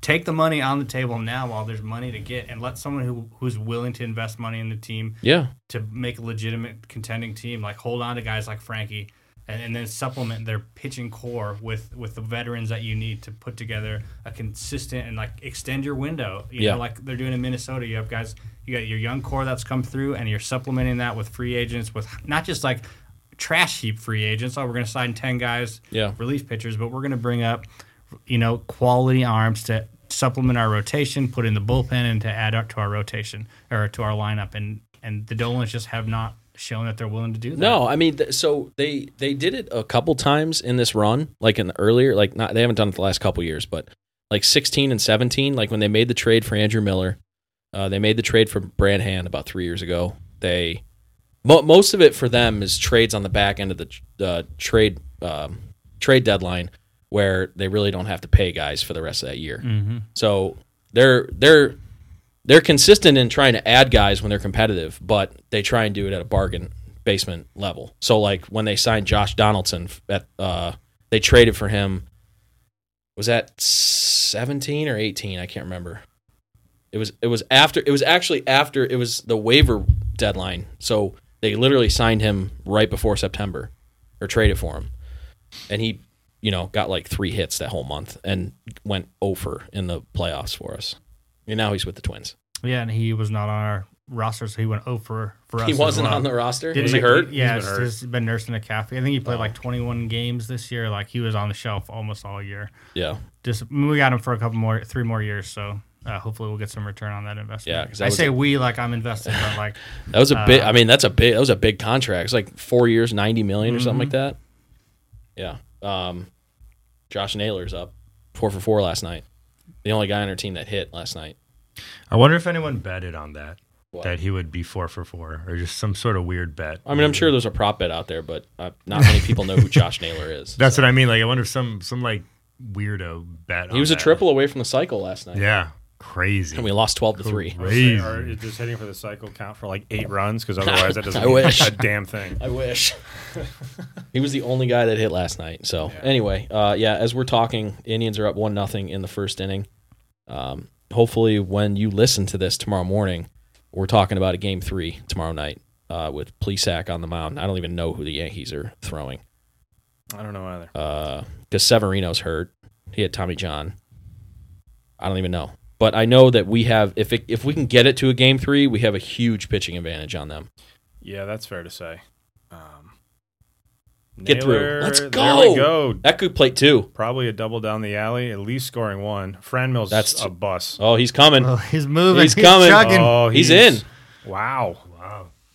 Speaker 3: take the money on the table now while there's money to get and let someone who who's willing to invest money in the team
Speaker 1: Yeah.
Speaker 3: to make a legitimate contending team like hold on to guys like frankie and, and then supplement their pitching core with with the veterans that you need to put together a consistent and like extend your window you
Speaker 1: Yeah.
Speaker 3: know like they're doing in minnesota you have guys you got your young core that's come through and you're supplementing that with free agents with not just like trash heap free agents oh we're going to sign 10 guys
Speaker 1: Yeah.
Speaker 3: relief pitchers, but we're going to bring up, you know, quality arms to supplement our rotation, put in the bullpen, and to add up to our rotation or to our lineup. And and the Dolans just have not shown that they're willing to do that.
Speaker 1: No, I mean, th- so they they did it a couple times in this run, like in the earlier, like not they haven't done it the last couple years, but like 16 and 17, like when they made the trade for Andrew Miller, uh, they made the trade for Brandhan about three years ago. They mo- most of it for them is trades on the back end of the tr- uh, trade um, trade deadline, where they really don't have to pay guys for the rest of that year. So they're they're they're consistent in trying to add guys when they're competitive, but they try and do it at a bargain basement level. So like when they signed Josh Donaldson f- at uh they traded for him was that 17 or 18, I can't remember. It was it was after it was actually after it was the waiver deadline. So they literally signed him right before September or traded for him. And he, you know, got like 3 hits that whole month and went over in the playoffs for us. And now he's with the Twins.
Speaker 3: Yeah, and he was not on our roster, so he went 0 for for us.
Speaker 1: He
Speaker 3: as
Speaker 1: wasn't
Speaker 3: well.
Speaker 1: on the roster.
Speaker 3: Didn't
Speaker 1: Was he
Speaker 3: make-
Speaker 1: hurt? Oh.
Speaker 3: Yeah,
Speaker 5: He's been
Speaker 3: he's
Speaker 5: hurt.
Speaker 3: he's been nursing a calf. I think he played like 21 games this year. Like he was on the shelf almost all year.
Speaker 1: Yeah.
Speaker 3: Just we got him for a couple more, three more years. So uh, hopefully we'll get some return on that investment.
Speaker 1: Yeah, 'cause that
Speaker 3: I
Speaker 1: was
Speaker 3: say we like I'm invested, but like
Speaker 1: That was a
Speaker 3: Uh,
Speaker 1: big. I mean, that's a big. That was a big contract. It's like four years, ninety million or something like that. Yeah. Um, Josh Naylor's up four for four last night. The only guy on our team that hit last night.
Speaker 4: I wonder if anyone betted on that.
Speaker 1: What?
Speaker 4: That he would be four for four, or just some sort of weird bet.
Speaker 1: I mean, I'm sure there's a prop bet out there, but uh, not many people know who Josh Naylor is.
Speaker 4: that's what I mean. Like, I wonder if some some like weirdo bet.
Speaker 1: He
Speaker 4: on
Speaker 1: was a
Speaker 4: that.
Speaker 1: triple away from the cycle last night,
Speaker 4: Yeah, crazy.
Speaker 1: and we lost twelve to three.
Speaker 4: Crazy.
Speaker 5: Or is just hitting for the cycle count for like eight runs because otherwise that doesn't
Speaker 1: I
Speaker 5: mean
Speaker 1: wish.
Speaker 5: a damn thing.
Speaker 1: I wish. he was the only guy that hit last night. So anyway, uh, yeah, as we're talking, Indians are up one nothing in the first inning. Um, hopefully, when you listen to this tomorrow morning, we're talking about a game three tomorrow night uh, with Plesac on the mound. I don't even know who the Yankees are throwing
Speaker 5: I don't know either.
Speaker 1: because Severino's hurt. He had Tommy John. I don't even know, but I know that we have if it, if we can get it to a game three, we have a huge pitching advantage on them.
Speaker 5: Yeah, that's fair to say. Um,
Speaker 1: Get through. Let's
Speaker 5: There we
Speaker 1: go.
Speaker 5: go.
Speaker 1: Eku plate two.
Speaker 5: Probably a double down the alley, at least scoring one. Fran Mills
Speaker 1: That's
Speaker 5: a bus.
Speaker 1: Oh, he's coming.
Speaker 3: well, he's moving,
Speaker 1: He's
Speaker 3: he's,
Speaker 1: coming.
Speaker 3: chugging.
Speaker 5: Oh,
Speaker 1: He's in.
Speaker 5: Wow.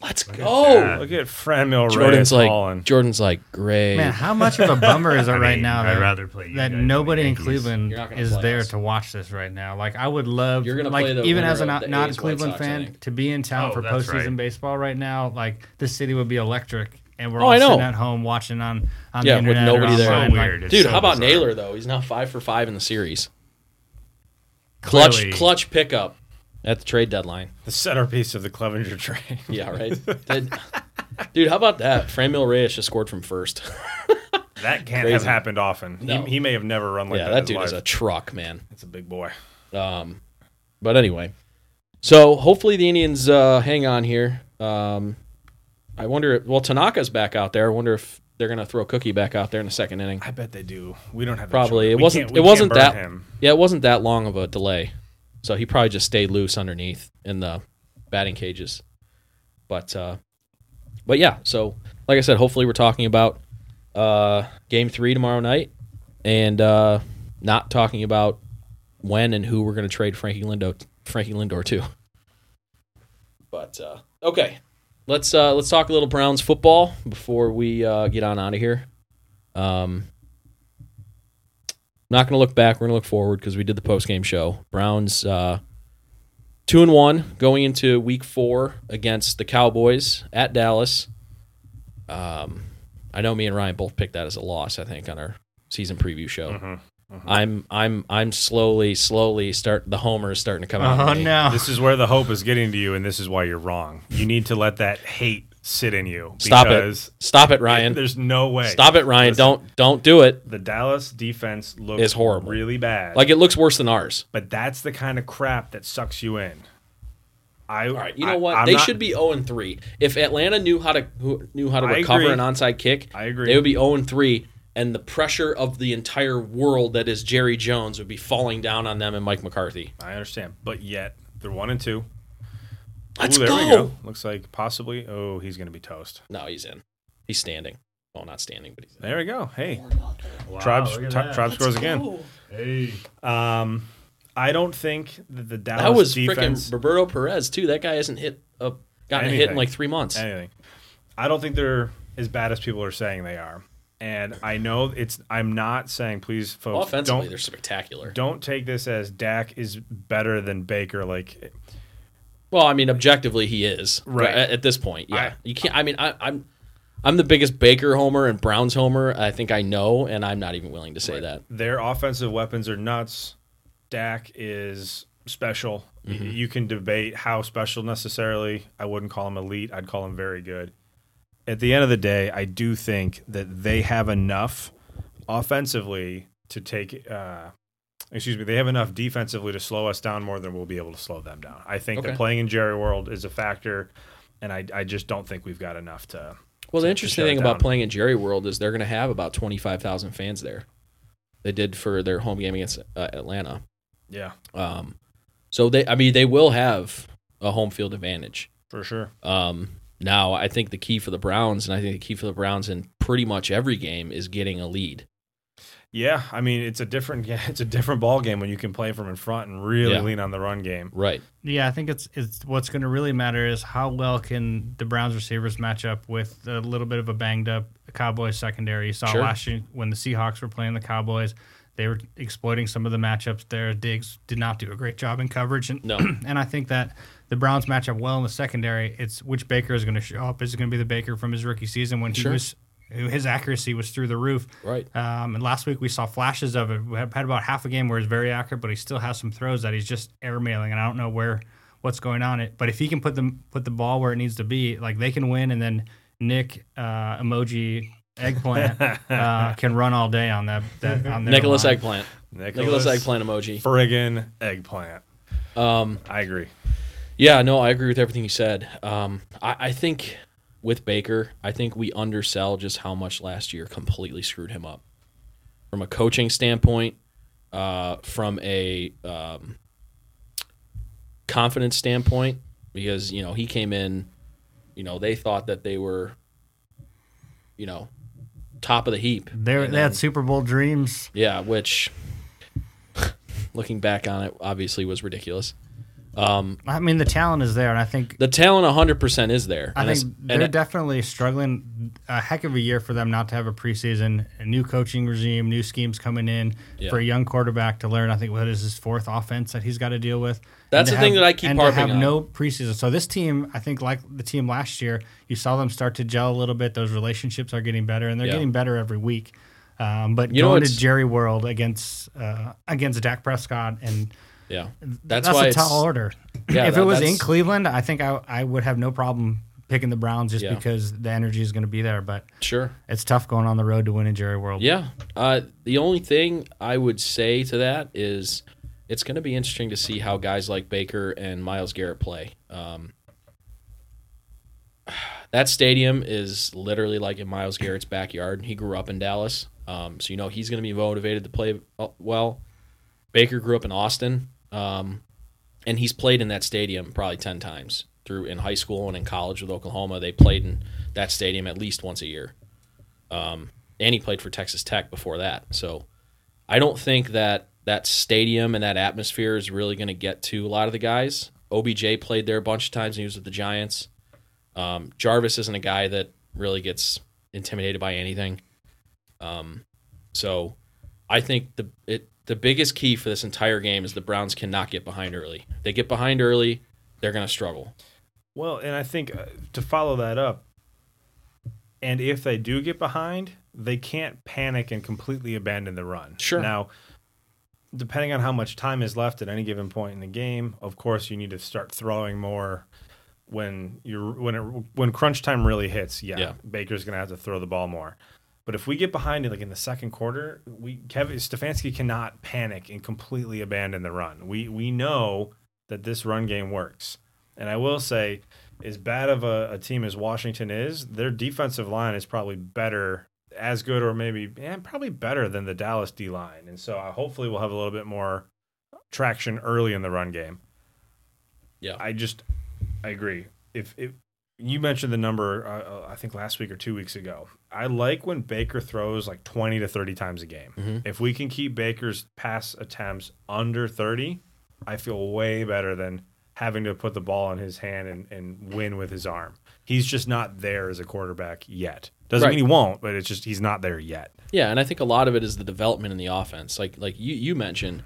Speaker 1: Let's go.
Speaker 5: Look at Fran Mill
Speaker 1: Jordan's
Speaker 5: Reyes
Speaker 1: like
Speaker 5: hauling.
Speaker 1: Jordan's like great.
Speaker 3: Man, how much of a bummer is it
Speaker 4: I
Speaker 3: right
Speaker 4: mean,
Speaker 3: now
Speaker 4: I'd
Speaker 3: that,
Speaker 4: rather play you guys
Speaker 3: that
Speaker 4: than the
Speaker 3: nobody in
Speaker 4: Yankees.
Speaker 3: Cleveland
Speaker 1: You're not gonna
Speaker 3: is
Speaker 1: play
Speaker 3: there
Speaker 1: us.
Speaker 3: to watch this right now? Like, I would love,
Speaker 1: You're gonna
Speaker 3: like,
Speaker 1: play the
Speaker 3: even
Speaker 1: winner
Speaker 3: as a
Speaker 1: of
Speaker 3: not,
Speaker 1: the
Speaker 3: not a
Speaker 1: A's, White
Speaker 3: Cleveland
Speaker 1: Sox, I
Speaker 3: fan,
Speaker 1: think.
Speaker 3: to be in town
Speaker 4: Oh,
Speaker 3: for
Speaker 4: that's
Speaker 3: postseason
Speaker 4: right.
Speaker 3: baseball right now, like the city would be electric, and we're
Speaker 1: Oh,
Speaker 3: all
Speaker 1: I know.
Speaker 3: sitting at home watching on on
Speaker 1: Yeah,
Speaker 3: the
Speaker 1: with
Speaker 3: internet or
Speaker 1: nobody there.
Speaker 3: online,
Speaker 4: So
Speaker 3: like,
Speaker 4: weird. It's
Speaker 1: Dude,
Speaker 4: so
Speaker 1: how about
Speaker 4: bizarre.
Speaker 1: Naylor though? He's now five for five in the series. Clutch,
Speaker 4: Clearly.
Speaker 1: clutch pickup at the trade deadline.
Speaker 5: the centerpiece of the Clevenger train.
Speaker 1: Yeah, right. That- dude, how about that? Framil Reyes just scored from first.
Speaker 5: that can't have
Speaker 1: Crazy.
Speaker 5: happened often.
Speaker 1: No.
Speaker 5: He, he may have never run like
Speaker 1: yeah,
Speaker 5: that.
Speaker 1: that
Speaker 5: in
Speaker 1: dude
Speaker 5: his
Speaker 1: is a
Speaker 5: life.
Speaker 1: truck, man.
Speaker 5: That's a big boy.
Speaker 1: Um, but anyway, so hopefully the Indians uh, hang on here. Um, I wonder. Well, Tanaka's back out there. I wonder if they're gonna throw Cookie back out there in the second inning.
Speaker 5: I bet they do. We don't have a
Speaker 1: Probably
Speaker 5: choice.
Speaker 1: it
Speaker 5: We
Speaker 1: wasn't.
Speaker 5: can't- we
Speaker 1: It
Speaker 5: can't
Speaker 1: wasn't
Speaker 5: burn
Speaker 1: that.
Speaker 5: him.
Speaker 1: Yeah, it wasn't that long of a delay, so he probably just stayed loose underneath in the batting cages. But uh, but yeah, so like I said, hopefully we're talking about uh, game three tomorrow night, and uh, not talking about when and who we're going to trade Frankie Lindo Frankie Lindor to. But uh, okay, let's uh, let's talk a little Browns football before we uh, get on out of here. Um, not going to look back. We're going to look forward because we did the post game show. Browns uh, two and one going into week four against the Cowboys at Dallas. Um, I know me and Ryan both picked that as a loss. I think on our season preview show.
Speaker 5: Mm-hmm.
Speaker 1: I'm I'm I'm slowly slowly start the homer is starting to come out.
Speaker 3: Oh
Speaker 5: Uh-huh,
Speaker 1: of me.
Speaker 3: no!
Speaker 5: This is where the hope is getting to you, and this is why you're wrong. You need to let that hate sit in you.
Speaker 1: Stop
Speaker 5: because
Speaker 1: it! Stop it, Ryan!
Speaker 5: There's no way.
Speaker 1: Stop it, Ryan!
Speaker 5: Listen,
Speaker 1: Don't don't do it.
Speaker 5: The Dallas defense looks
Speaker 1: Is horrible.
Speaker 5: really bad.
Speaker 1: Like it looks worse than ours.
Speaker 5: but that's the kind of crap that sucks you in. I,
Speaker 1: All right, you know what?
Speaker 5: i I'm
Speaker 1: they
Speaker 5: not-
Speaker 1: should be 0 and 3. If Atlanta knew how to who, knew how to
Speaker 5: I
Speaker 1: recover
Speaker 5: agree.
Speaker 1: an onside kick,
Speaker 5: I agree.
Speaker 1: They would be 0 and 3 and the pressure of the entire world that is Jerry Jones would be falling down on them and Mike McCarthy.
Speaker 5: I understand, but yet they're one and two.
Speaker 1: Let's
Speaker 5: Ooh, there
Speaker 1: go.
Speaker 5: we go. Looks like possibly. Oh, he's gonna be toast.
Speaker 1: No, he's in. He's standing. Well, not standing, but he's in.
Speaker 5: There we go. Hey,
Speaker 4: Wow,
Speaker 5: Tribes
Speaker 4: look at
Speaker 5: tri-
Speaker 4: that.
Speaker 5: Tribe scores again.
Speaker 4: Hey.
Speaker 5: Um, I don't think that the Dallas
Speaker 1: That was
Speaker 5: defense
Speaker 1: freaking Roberto Perez too. That guy hasn't hit a gotten a hit in
Speaker 5: Anything.
Speaker 1: like 3 months.
Speaker 5: anything. I don't think they're as bad as people are saying they are. And I know it's. I'm not saying please, folks.
Speaker 1: Offensively,
Speaker 5: don't
Speaker 1: they're spectacular.
Speaker 5: don't take this as Dak is better than Baker. Like
Speaker 1: Well, I mean, objectively, he is
Speaker 5: Right.
Speaker 1: at, at this point. Yeah,
Speaker 5: I-
Speaker 1: you can't. I mean, I, I'm I'm the biggest Baker homer and Browns homer. I think I know, and I'm not even willing to say that.
Speaker 5: their offensive weapons are nuts. Dak is special. Y- You can debate how special necessarily. I wouldn't call him elite. I'd call him very good. At the end of the day, I do think that they have enough offensively to take. Uh, excuse me. They have enough defensively to slow us down more than we'll be able to slow them down. I think
Speaker 1: Okay.
Speaker 5: that playing in Jerry World is a factor, and I, I just don't think we've got enough to.
Speaker 1: Well, the
Speaker 5: to
Speaker 1: interesting
Speaker 5: shut it
Speaker 1: thing about
Speaker 5: down.
Speaker 1: playing in Jerry World is they're going to have about twenty five thousand fans there. They did for their home game against uh, Atlanta.
Speaker 5: Yeah.
Speaker 1: Um, so they, I mean, they will have a home field advantage.
Speaker 5: for sure.
Speaker 1: Um, now, I think the key for the Browns, and I think the key for the Browns in pretty much every game, is getting a lead.
Speaker 5: Yeah, I mean it's a different yeah, it's a different ball game when you can play from in front and really
Speaker 1: Yeah.
Speaker 5: lean on the run game.
Speaker 1: Right.
Speaker 3: Yeah, I think it's it's what's going to really matter is how well can the Browns receivers match up with a little bit of a banged up Cowboys secondary. You saw
Speaker 1: Sure.
Speaker 3: last year when the Seahawks were playing the Cowboys, they were exploiting some of the matchups there. Diggs did not do a great job in coverage, and
Speaker 1: No.
Speaker 3: and I think that the Browns match up well in the secondary. It's which Baker is going to show up. Is it going to be the Baker from his rookie season when he
Speaker 1: Sure.
Speaker 3: was his accuracy was through the roof?
Speaker 1: Right.
Speaker 3: Um, and last week we saw flashes of it. We had had about half a game where he's very accurate, but he still has some throws that he's just air mailing, and I don't know where what's going on. It, but if he can put them put the ball where it needs to be, like they can win, and then Nick uh, emoji eggplant uh, can run all day on that, that on their
Speaker 1: Nicholas
Speaker 3: line.
Speaker 1: Eggplant. Nicholas Eggplant emoji.
Speaker 5: Friggin' eggplant.
Speaker 1: Um,
Speaker 5: I agree.
Speaker 1: yeah, no, I agree with everything you said. Um, I, I think with Baker, I think we undersell just how much last year completely screwed him up from a coaching standpoint, uh, from a um, confidence standpoint, because you know he came in, you know they thought that they were, you know, top of the heap.
Speaker 3: They're,
Speaker 1: And
Speaker 3: they
Speaker 1: then-
Speaker 3: had Super Bowl dreams.
Speaker 1: Yeah, which looking back on it obviously was ridiculous. Um,
Speaker 3: I mean, the talent is there, and I think
Speaker 1: the talent 100% is there.
Speaker 3: I
Speaker 1: and it's-
Speaker 3: think
Speaker 1: and
Speaker 3: they're
Speaker 1: it-
Speaker 3: definitely struggling. A heck of a year for them not to have a preseason, a new coaching regime, new schemes coming in
Speaker 1: Yeah.
Speaker 3: for a young quarterback to learn. I think what is his fourth offense that he's got to deal with.
Speaker 1: That's
Speaker 3: And to
Speaker 1: the thing
Speaker 3: have-
Speaker 1: that I keep
Speaker 3: and to
Speaker 1: harping
Speaker 3: have
Speaker 1: on.
Speaker 3: no preseason. So this team, I think, like the team last year, you saw them start to gel a little bit. Those relationships are getting better, and they're
Speaker 1: Yeah.
Speaker 3: getting better every week. Um, but
Speaker 1: You know,
Speaker 3: going to
Speaker 1: it's-
Speaker 3: Jerry World against uh, against Dak Prescott and
Speaker 1: yeah. That's,
Speaker 3: that's,
Speaker 1: why
Speaker 3: a
Speaker 1: it's,
Speaker 3: tall order.
Speaker 1: Yeah,
Speaker 3: if
Speaker 1: that-
Speaker 3: it was in
Speaker 1: that's-
Speaker 3: Cleveland, I think I, I would have no problem picking the Browns just
Speaker 1: Yeah.
Speaker 3: because the energy is going to be there. But
Speaker 1: sure.
Speaker 3: it's tough going on the road to win in Jerry World.
Speaker 1: Yeah. Uh, the only thing I would say to that is it's going to be interesting to see how guys like Baker and Miles Garrett play. Um, that stadium is literally like in Miles Garrett's backyard. He grew up in Dallas, um, so you know he's going to be motivated to play uh, well. Baker grew up in Austin, um, and he's played in that stadium probably ten times through in high school and in college with Oklahoma. They played in that stadium at least once a year and he played for Texas Tech before that. So I don't think that that stadium and that atmosphere is really going to get to a lot of the guys. OBJ played there a bunch of times and he was with the Giants. Um, Jarvis isn't a guy that really gets intimidated by anything. Um, so I think the it the biggest key for this entire game is the Browns cannot get behind early. If they get behind early, they're going to struggle.
Speaker 5: Well, and I think uh, to follow that up, and if they do get behind, they can't panic and completely abandon the run.
Speaker 1: Sure.
Speaker 5: Now, depending on how much time is left at any given point in the game, of course, you need to start throwing more when you're when it when crunch time really hits. Yeah,
Speaker 1: Yeah.
Speaker 5: Baker's gonna have to throw the ball more. But if we get behind it, like in the second quarter, we Kevin Stefanski cannot panic and completely abandon the run. We we know that this run game works. And I will say, as bad of a, a team as Washington is, their defensive line is probably better, as good or maybe and probably better than the Dallas D line. And so I hopefully we'll have a little bit more traction early in the run game.
Speaker 1: Yeah.
Speaker 5: I just I agree. If, if you mentioned the number, uh, uh, I think last week or two weeks ago, I like when Baker throws like twenty to thirty times a game. If we can keep Baker's pass attempts under thirty, I feel way better than having to put the ball in his hand and, and win with his arm. He's just not there as a quarterback yet. Doesn't
Speaker 1: Right.
Speaker 5: mean he won't, but it's just he's not there yet.
Speaker 1: Yeah, and I think a lot of it is the development in the offense. Like like you, you mentioned,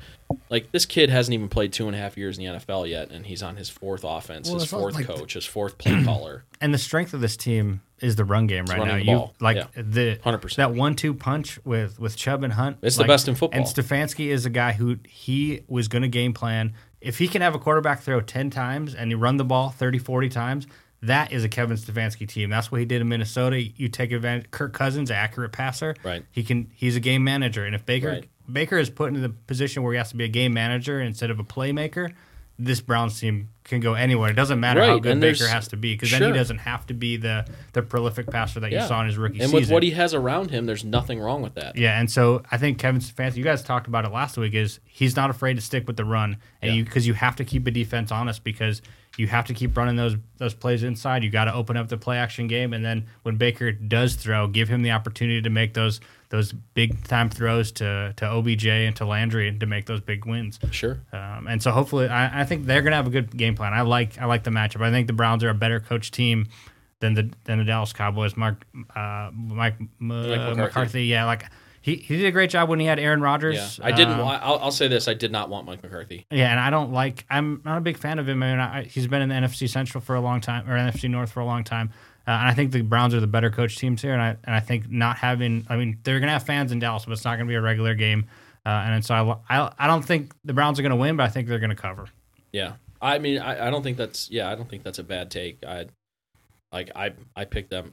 Speaker 1: like this kid hasn't even played two and a half years in the NFL yet, and he's on his fourth offense,
Speaker 3: Well,
Speaker 1: his
Speaker 3: it's not
Speaker 1: fourth
Speaker 3: like
Speaker 1: coach, his fourth play caller.
Speaker 3: And the strength of this team is the run game right
Speaker 1: running
Speaker 3: now.
Speaker 1: the
Speaker 3: You
Speaker 1: ball.
Speaker 3: like
Speaker 1: Yeah.
Speaker 3: the
Speaker 1: 100%.
Speaker 3: that one-two punch with with Chubb and Hunt.
Speaker 1: It's the
Speaker 3: like,
Speaker 1: best in football.
Speaker 3: And Stefanski is a guy who he was going to game plan. If he can have a quarterback throw 10 times and you run the ball 30, 40 times, that is a Kevin Stefanski team. That's what he did in Minnesota. You take advantage. Kirk Cousins, accurate passer.
Speaker 1: Right.
Speaker 3: He can. He's a game manager. And if Baker
Speaker 1: Right.
Speaker 3: Baker is put into the position where he has to be a game manager instead of a playmaker, this Browns team can go anywhere. It doesn't matter how
Speaker 1: Right,
Speaker 3: good
Speaker 1: and
Speaker 3: Baker
Speaker 1: there's-
Speaker 3: has to be because then
Speaker 1: Sure.
Speaker 3: he doesn't have to be the the prolific passer that
Speaker 1: Yeah.
Speaker 3: you saw in his rookie
Speaker 1: and
Speaker 3: season.
Speaker 1: with what he has around him, there's nothing wrong with that.
Speaker 3: yeah, and so I think Kevin Stefanski, you guys talked about it last week, is he's not afraid to stick with the run, and
Speaker 1: Yeah.
Speaker 3: you because you have to keep a defense honest because You have to keep running those those plays inside. You got to open up the play action game, and then when Baker does throw, give him the opportunity to make those those big time throws to to OBJ and to Landry and to make those big wins.
Speaker 1: Sure.
Speaker 3: Um, and so hopefully, I, I think they're going to have a good game plan. I like I like the matchup. I think the Browns are a better coach team than the than the Dallas Cowboys. Mark uh, Mike M-
Speaker 1: McCarthy.
Speaker 3: McCarthy. yeah, like he, he did a great job when he had Aaron Rodgers.
Speaker 1: I didn't.
Speaker 3: Um,
Speaker 1: wa- I'll, I'll say this: I did not want Mike McCarthy.
Speaker 3: yeah, and I don't like. I'm not a big fan of him. I mean, I, he's been in the NFC Central for a long time, or NFC North for a long time. Uh, and I think the Browns are the better coach teams here. And I and I think not having. I mean, they're gonna have fans in Dallas, but it's not gonna be a regular game. Uh, and so I, li- I I don't think the Browns are gonna win, but I think they're gonna cover.
Speaker 1: Yeah. I mean, I, I don't think that's. Yeah, I don't think that's a bad take. I, like, I I picked them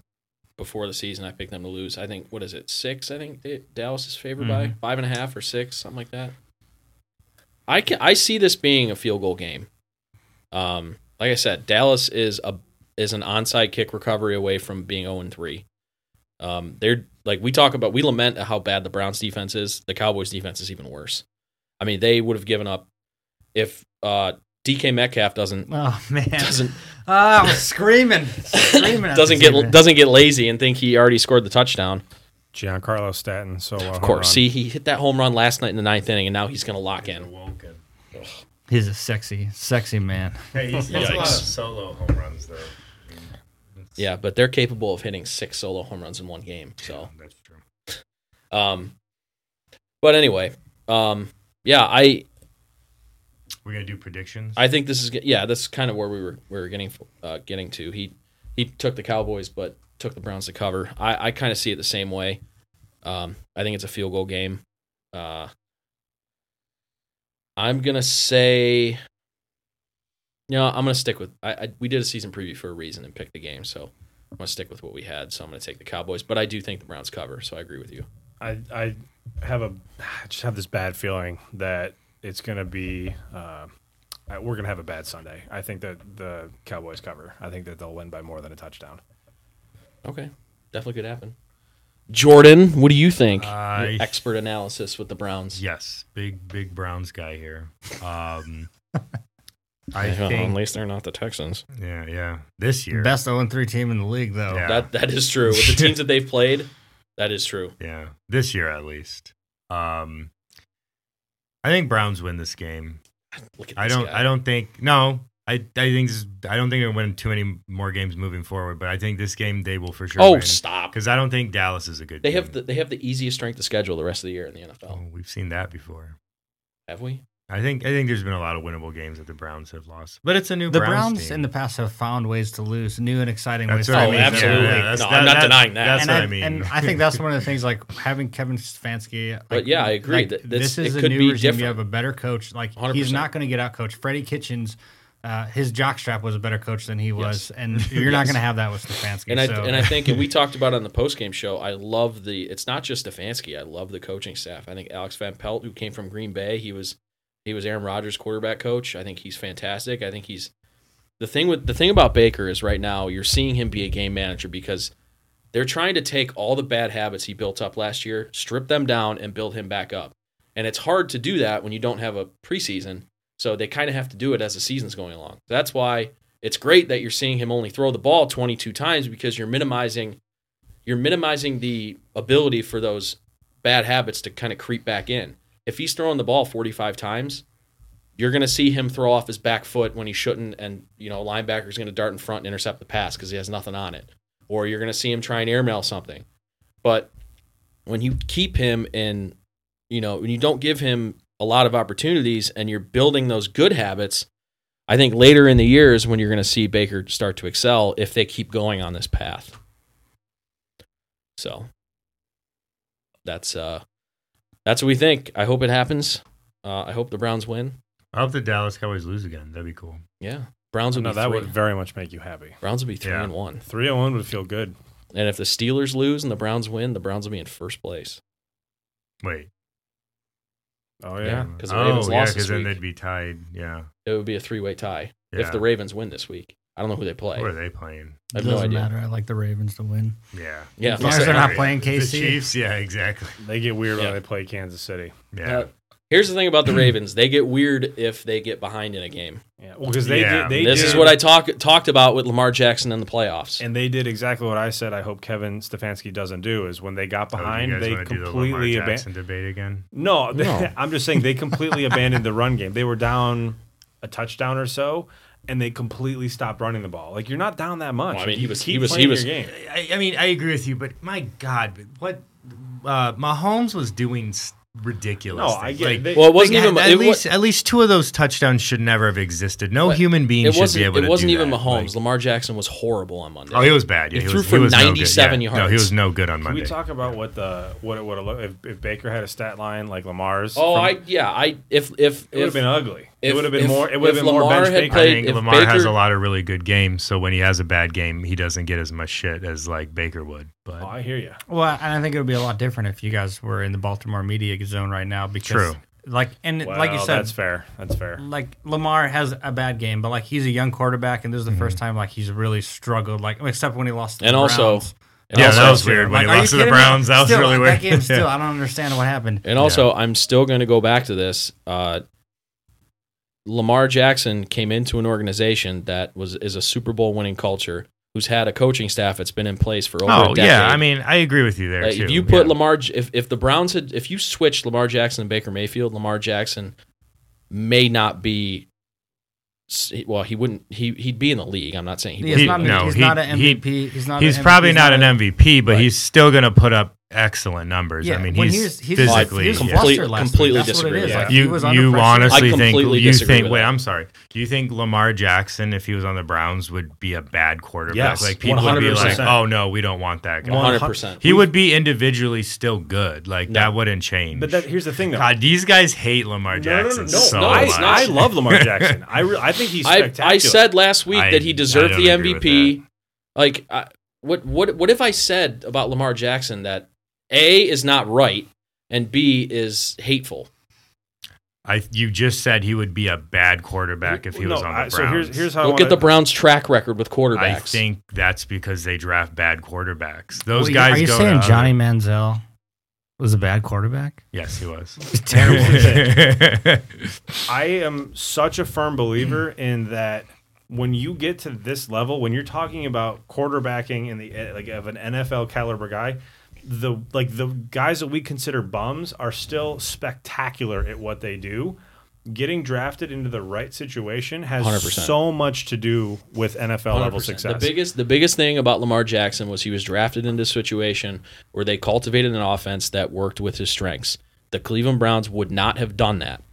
Speaker 1: before the season. I picked them to lose. I think what is it? Six. I think they, Dallas is favored by five and a half or six, something like that. I can. I see this being a field goal game. Um, like I said, Dallas is a is an onside kick recovery away from being zero and three. Um, they're like we talk about. We lament how bad the Browns defense is. The Cowboys defense is even worse. I mean, they would have given up if uh, DK Metcalf doesn't
Speaker 3: Oh man!
Speaker 1: doesn't
Speaker 3: oh, I was screaming, screaming. at
Speaker 1: doesn't
Speaker 3: the
Speaker 1: get
Speaker 3: TV.
Speaker 1: doesn't get lazy and think he already scored the touchdown.
Speaker 5: Giancarlo Stanton. So
Speaker 1: Of course, see he hit that home run last night in the ninth inning, and now he's going to lock in.
Speaker 4: Awoken.
Speaker 3: He's a sexy, sexy man.
Speaker 4: Hey, he's, he's a lot of
Speaker 1: Yikes.
Speaker 4: solo home runs though.
Speaker 1: Yeah, but they're capable of hitting six solo home runs in one game. So,
Speaker 4: That's true.
Speaker 1: um, but anyway, um, yeah, I
Speaker 4: We're gonna do predictions.
Speaker 1: I think this is ge- yeah, that's kind of where we were we were getting uh, getting to. He he took the Cowboys, but took the Browns to cover. I I kind of see it the same way. Um, I think it's a field goal game. Uh, I'm gonna say, no, I'm gonna stick with. I, I we did a season preview for a reason and picked the game, so I'm gonna stick with what we had. So I'm gonna take the Cowboys, but I do think the Browns cover. So I agree with you.
Speaker 5: I, I have a I just have this bad feeling that it's gonna be uh, I- we're gonna have a bad Sunday. I think that the Cowboys cover. I think that they'll win by more than a touchdown.
Speaker 1: Okay, definitely could happen. Jordan, what do you think?
Speaker 4: I-
Speaker 1: Your expert analysis with the Browns.
Speaker 4: yes, big big Browns guy here. Um, I
Speaker 1: Yeah,
Speaker 4: think.
Speaker 1: least they're not the Texans.
Speaker 4: Yeah, yeah. This year.
Speaker 3: Best 0 3 team in the league, though.
Speaker 4: Yeah.
Speaker 1: That that is true. With the teams that they've played, that is true.
Speaker 4: Yeah, this year at least. Um, I think Browns win this game.
Speaker 1: Look at this
Speaker 4: I don't.
Speaker 1: guy.
Speaker 4: I don't think. No, I. I think. This, I don't think they're winning too many more games moving forward. But I think this game they will for sure.
Speaker 1: Oh, stop!
Speaker 4: Because I don't think Dallas is a good.
Speaker 1: They
Speaker 4: team.
Speaker 1: have the they have the easiest strength to schedule the rest of the year in the NFL.
Speaker 4: Oh, we've seen that before.
Speaker 1: Have we?
Speaker 4: I think. I think there's been a lot of winnable games that the Browns have lost. But it's a new
Speaker 3: The
Speaker 4: Browns,
Speaker 3: Browns,
Speaker 4: team.
Speaker 3: in the past have found ways to lose, new and exciting
Speaker 4: That's
Speaker 3: ways to
Speaker 4: what I
Speaker 1: Oh,
Speaker 4: mean.
Speaker 3: lose.
Speaker 1: absolutely.
Speaker 4: Yeah, that's-
Speaker 1: No, I'm not denying that.
Speaker 4: That's
Speaker 3: and
Speaker 4: what
Speaker 3: I,
Speaker 4: I mean.
Speaker 3: and I think that's one of the things, like having Kevin Stefanski. Like,
Speaker 1: But yeah, I agree
Speaker 3: like,
Speaker 1: that this-
Speaker 3: this is
Speaker 1: it
Speaker 3: a
Speaker 1: could
Speaker 3: new
Speaker 1: be
Speaker 3: regime. You
Speaker 1: different.
Speaker 3: have a better coach. Like
Speaker 1: 100%.
Speaker 3: he's not going to get out coached. Freddie Kitchens, uh, his jockstrap was a better coach than he was, and you're not
Speaker 1: Yes.
Speaker 3: going to have that with Stefanski.
Speaker 1: And I
Speaker 3: so.
Speaker 1: and I think and we talked about it on the postgame show. I love the. It's not just Stefanski. I love the coaching staff. I think Alex Van Pelt, who came from Green Bay, he was he was Aaron Rodgers' quarterback coach. I think he's fantastic. I think he's the thing with the thing about Baker is right now you're seeing him be a game manager because they're trying to take all the bad habits he built up last year, strip them down, and build him back up. And it's hard to do that when you don't have a preseason. So they kind of have to do it as the season's going along. That's why it's great that you're seeing him only throw the ball 22 times because you're minimizing you're minimizing the ability for those bad habits to kind of creep back in. If he's throwing the ball 45 times, you're going to see him throw off his back foot when he shouldn't and you know, linebacker's going to dart in front and intercept the pass cuz he has nothing on it. Or you're going to see him try and airmail something. But when you keep him in you know, when you don't give him a lot of opportunities and you're building those good habits, I think later in the years when you're going to see Baker start to excel if they keep going on this path. So that's uh that's what we think. I hope it happens. Uh, I hope the Browns win.
Speaker 4: I hope the Dallas Cowboys lose again. That'd be cool.
Speaker 1: Yeah, Browns would
Speaker 5: No,
Speaker 1: be
Speaker 5: that
Speaker 1: three.
Speaker 5: would very much make you happy.
Speaker 1: Browns would be three
Speaker 4: Yeah.
Speaker 1: and one.
Speaker 5: Three and one would feel good.
Speaker 1: And if the Steelers lose and the Browns win, the Browns will be in first place.
Speaker 4: Wait.
Speaker 5: Oh
Speaker 1: Yeah,
Speaker 5: yeah.
Speaker 1: 'cause the Ravens
Speaker 4: oh, yeah,
Speaker 1: lost this
Speaker 4: then
Speaker 1: week.
Speaker 4: they'd be tied. Yeah.
Speaker 1: It would be a three way tie
Speaker 4: yeah.
Speaker 1: if the Ravens win this week. I don't know who they play.
Speaker 4: Who are they playing?
Speaker 1: I have no
Speaker 3: doesn't
Speaker 1: idea.
Speaker 3: matter. I like the Ravens to win.
Speaker 4: Yeah.
Speaker 1: Yeah,
Speaker 3: As long as they're not playing
Speaker 4: The
Speaker 3: KC.
Speaker 4: Chiefs, yeah, exactly.
Speaker 5: They get weird
Speaker 1: Yeah.
Speaker 5: when they play Kansas City.
Speaker 4: Yeah. Oh,
Speaker 1: Uh, Here's the thing about the Ravens: they get weird if they get behind in a game.
Speaker 5: Yeah, well, because they
Speaker 4: Yeah.
Speaker 5: did, they
Speaker 1: This
Speaker 5: did,
Speaker 1: is what I talk, talked about with Lamar Jackson in the playoffs.
Speaker 5: and they did exactly what I said. I hope Kevin Stefanski doesn't do is when they got
Speaker 4: Oh, do you
Speaker 5: behind,
Speaker 4: guys
Speaker 5: they
Speaker 4: wanna do the Lamar
Speaker 5: completely abandoned.
Speaker 4: Jackson debate again.
Speaker 5: No, they-
Speaker 1: No.
Speaker 5: I'm just saying they completely abandoned the run game. They were down a touchdown or so, and they completely stopped running the ball. Like you're not down that much.
Speaker 1: Well, I mean,
Speaker 5: You
Speaker 1: he was-
Speaker 5: keep
Speaker 1: he was- he
Speaker 5: playing
Speaker 1: was-
Speaker 5: your game.
Speaker 4: I, I mean, I agree with you, but my God, but what uh, Mahomes was doing s- ridiculous.
Speaker 5: No, I
Speaker 4: things.
Speaker 5: get
Speaker 4: like,
Speaker 5: they,
Speaker 1: well, it wasn't
Speaker 4: Like,
Speaker 1: even
Speaker 4: at,
Speaker 1: it
Speaker 4: at
Speaker 1: wa-
Speaker 4: least at least two of those touchdowns should never have existed. No human being
Speaker 1: it
Speaker 4: should
Speaker 1: wasn't.
Speaker 4: be able
Speaker 1: it
Speaker 4: to
Speaker 1: wasn't
Speaker 4: do
Speaker 1: even
Speaker 4: that.
Speaker 1: Mahomes.
Speaker 4: Like-
Speaker 1: Lamar Jackson was horrible on Monday.
Speaker 4: oh, he was bad. Yeah,
Speaker 1: He
Speaker 4: he,
Speaker 1: threw
Speaker 4: was,
Speaker 1: for
Speaker 4: he was no good.
Speaker 1: 97
Speaker 4: Yeah. No,
Speaker 1: yards.
Speaker 4: he was no good on
Speaker 5: Can
Speaker 4: Monday.
Speaker 5: we talk about what the what it would have looked if, if Baker had a stat line like Lamar's?
Speaker 1: Oh,
Speaker 5: from-
Speaker 1: I yeah, I if if
Speaker 5: It would have
Speaker 1: if
Speaker 5: been ugly.
Speaker 1: if-
Speaker 5: it would have been
Speaker 1: if-
Speaker 5: more. It would
Speaker 1: if
Speaker 5: have been more
Speaker 1: Lamar
Speaker 5: bench
Speaker 1: had
Speaker 5: Baker.
Speaker 1: played-
Speaker 4: I think
Speaker 1: if
Speaker 4: Lamar has
Speaker 1: Baker-
Speaker 4: a lot of really good games, so when he has a bad game, he doesn't get as much shit as like Baker would. But
Speaker 5: Oh, I hear you.
Speaker 7: Well, and I think it would be a lot different if you guys were in the Baltimore media zone right now because,
Speaker 4: True.
Speaker 7: like, and
Speaker 5: Well,
Speaker 7: like you said,
Speaker 5: that's fair. That's fair.
Speaker 7: like Lamar has a bad game, but like he's a young quarterback, and this is the
Speaker 4: Mm-hmm.
Speaker 7: first time like he's really struggled. Like except when he lost, to the
Speaker 1: and also
Speaker 7: Browns.
Speaker 1: and
Speaker 4: yeah,
Speaker 1: also,
Speaker 4: that was weird
Speaker 7: Like,
Speaker 4: when he
Speaker 7: are you
Speaker 4: lost to the
Speaker 7: kidding me?
Speaker 4: Browns. That was
Speaker 7: Still,
Speaker 4: really weird.
Speaker 7: That game still,
Speaker 4: Yeah.
Speaker 7: I don't understand what happened.
Speaker 1: And also, I'm still going to go back to this. Uh, Lamar Jackson came into an organization that was is a Super Bowl winning culture, who's had a coaching staff that's been in place for over a
Speaker 4: Oh
Speaker 1: decade.
Speaker 4: yeah, I mean, I agree with you there
Speaker 1: Like,
Speaker 4: too.
Speaker 1: if you put
Speaker 4: yeah.
Speaker 1: Lamar, J- if if the Browns had, if you switched Lamar Jackson and Baker Mayfield, Lamar Jackson may not be. s- Well, he wouldn't. He he'd be in the league. I'm not saying he.
Speaker 7: he's
Speaker 1: would.
Speaker 4: He-
Speaker 7: not, an-
Speaker 4: no,
Speaker 7: he's
Speaker 4: he-
Speaker 7: not an
Speaker 4: he-
Speaker 7: MVP. he's not.
Speaker 4: he's
Speaker 7: an
Speaker 4: probably
Speaker 7: MVP,
Speaker 4: not
Speaker 7: he's
Speaker 4: an MVP, but
Speaker 1: Right.
Speaker 4: he's still going to put up excellent numbers.
Speaker 7: Yeah,
Speaker 4: I mean,
Speaker 7: when
Speaker 4: he's,
Speaker 7: he was- he was-
Speaker 4: physically.
Speaker 7: he was flustered
Speaker 4: yeah.
Speaker 1: Complete-
Speaker 7: last week.
Speaker 1: completely
Speaker 7: That's what it
Speaker 1: disagree
Speaker 7: is.
Speaker 1: with
Speaker 7: Like,
Speaker 1: that.
Speaker 7: he
Speaker 4: You
Speaker 7: was under
Speaker 4: you
Speaker 7: pressure.
Speaker 4: honestly
Speaker 1: I
Speaker 4: think
Speaker 1: completely
Speaker 4: you
Speaker 1: disagree
Speaker 4: think
Speaker 1: with
Speaker 4: wait
Speaker 1: that.
Speaker 4: I'm sorry do you think Lamar Jackson if he was on the Browns would be a bad quarterback
Speaker 5: Yes,
Speaker 4: like people would be like
Speaker 5: 100%.
Speaker 4: oh no we don't want that guy
Speaker 1: 100%.
Speaker 4: he would be individually still good like that wouldn't change
Speaker 5: But that, here's the thing, though.
Speaker 4: God these guys hate Lamar
Speaker 5: no, no,
Speaker 4: Jackson
Speaker 5: no, no,
Speaker 4: so
Speaker 5: no, I,
Speaker 4: much
Speaker 5: I love Lamar Jackson. I re- I think he's
Speaker 1: I,
Speaker 5: spectacular.
Speaker 1: I said last week
Speaker 4: I-
Speaker 1: that he
Speaker 4: I
Speaker 1: deserved
Speaker 4: don't
Speaker 1: the
Speaker 4: agree with
Speaker 1: MVP. Like, I, what what what if I said about Lamar Jackson that A is not right and B is hateful?
Speaker 4: I you just said he would be a bad quarterback if he was
Speaker 5: No,
Speaker 4: on the
Speaker 5: I-
Speaker 4: Browns
Speaker 5: So here's here's how I
Speaker 1: Look at
Speaker 5: wanna-
Speaker 1: the Browns' track record with quarterbacks.
Speaker 4: I think that's because they draft bad quarterbacks those
Speaker 7: Well,
Speaker 4: guys
Speaker 7: Are you
Speaker 4: go
Speaker 7: saying
Speaker 4: to other-
Speaker 7: Johnny Manziel was a bad quarterback?
Speaker 4: yes he was
Speaker 5: terrible.
Speaker 4: terrible
Speaker 5: I am such a firm believer in that when you get to this level, when you're talking about quarterbacking in the eh, like of an NFL caliber guy, the like the guys that we consider bums are still spectacular at what they do. Getting drafted into the right situation has
Speaker 1: 100%.
Speaker 5: so much to do with NFL level
Speaker 1: 100%.
Speaker 5: success.
Speaker 1: The biggest the biggest thing about Lamar Jackson was he was drafted into a situation where they cultivated an offense that worked with his strengths. The Cleveland Browns would not have done that.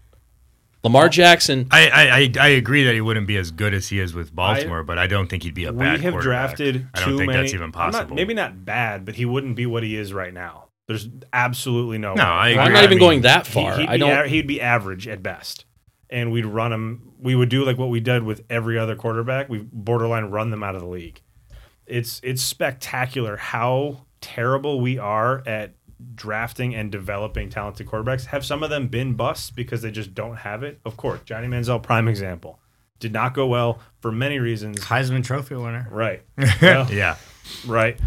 Speaker 1: Lamar Jackson
Speaker 4: I, I, I- I agree that he wouldn't be as good as he is with Baltimore, but I don't think he'd be a
Speaker 5: we
Speaker 4: bad
Speaker 5: have
Speaker 4: quarterback.
Speaker 5: drafted
Speaker 4: I don't
Speaker 5: too
Speaker 4: think
Speaker 5: many.
Speaker 4: that's even
Speaker 5: I'm not-
Speaker 4: possible.
Speaker 5: maybe not bad, but he wouldn't be what he is right now. There's absolutely no.
Speaker 4: No, I agree.
Speaker 1: I'm not
Speaker 4: I
Speaker 1: even
Speaker 4: mean,
Speaker 1: going that
Speaker 5: He-
Speaker 1: far.
Speaker 5: he'd
Speaker 1: I
Speaker 5: be
Speaker 1: don't
Speaker 5: a- he'd be average at best, and we'd run him. We would do like what we did with every other quarterback. We borderline run them out of the league. It's it's spectacular how terrible we are at drafting and developing talented quarterbacks. Have some of them been busts because they just don't have it? Of course, Johnny Manziel, prime example, did not go well for many reasons.
Speaker 7: Heisman Trophy winner.
Speaker 5: Right. Well,
Speaker 4: Yeah,
Speaker 5: Right.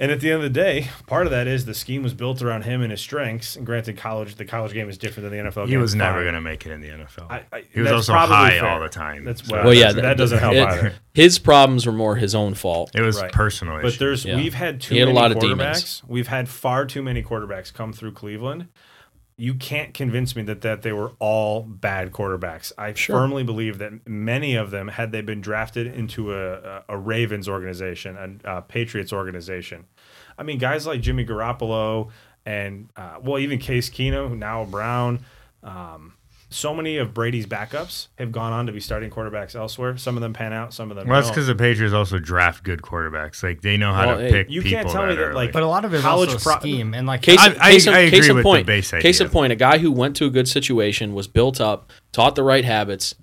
Speaker 5: And at the end of the day, part of that is the scheme was built around him and his strengths. And granted, college the college game is different than the NFL.
Speaker 4: he
Speaker 5: game.
Speaker 4: was never
Speaker 5: Fine.
Speaker 4: going to make it in the NFL.
Speaker 5: I- I-
Speaker 4: he was
Speaker 5: that's
Speaker 4: also
Speaker 5: probably
Speaker 4: high
Speaker 5: fair.
Speaker 4: all the time.
Speaker 5: That's
Speaker 4: so
Speaker 5: well,
Speaker 1: Well, yeah,
Speaker 5: that, doesn't help
Speaker 1: it-
Speaker 5: either.
Speaker 1: his problems were more his own fault.
Speaker 4: it was
Speaker 5: Right.
Speaker 4: personal.
Speaker 5: But
Speaker 4: issue.
Speaker 5: there's
Speaker 1: Yeah.
Speaker 5: we've had too
Speaker 1: He had a
Speaker 5: many
Speaker 1: lot of demons.
Speaker 5: quarterbacks. we've had far too many quarterbacks come through Cleveland. You can't convince me that that they were all bad quarterbacks. I firmly believe that many of them, had they been drafted into a a, a Ravens organization, a, a Patriots organization, I mean, guys like Jimmy Garoppolo and uh, well, even Case Keenum, who now Brown. Um, so many of Brady's backups have gone on to be starting quarterbacks elsewhere. Some of them pan out, some of them
Speaker 4: well, that's
Speaker 5: don't.
Speaker 4: because the Patriots also draft good quarterbacks. Like they know how
Speaker 1: Well,
Speaker 4: to
Speaker 1: hey,
Speaker 4: pick
Speaker 5: you
Speaker 4: people.
Speaker 5: can't tell me
Speaker 4: that
Speaker 5: that,
Speaker 4: are,
Speaker 5: like-
Speaker 7: But a lot of it is
Speaker 5: College
Speaker 7: college also
Speaker 5: pro-
Speaker 7: scheme and like
Speaker 1: Case,
Speaker 4: I- I-
Speaker 1: case in,
Speaker 4: I
Speaker 1: case
Speaker 4: agree
Speaker 1: in
Speaker 4: with the
Speaker 1: point.
Speaker 4: base
Speaker 1: case in
Speaker 4: idea.
Speaker 1: point, a guy who went to a good situation, was built up, taught the right habits,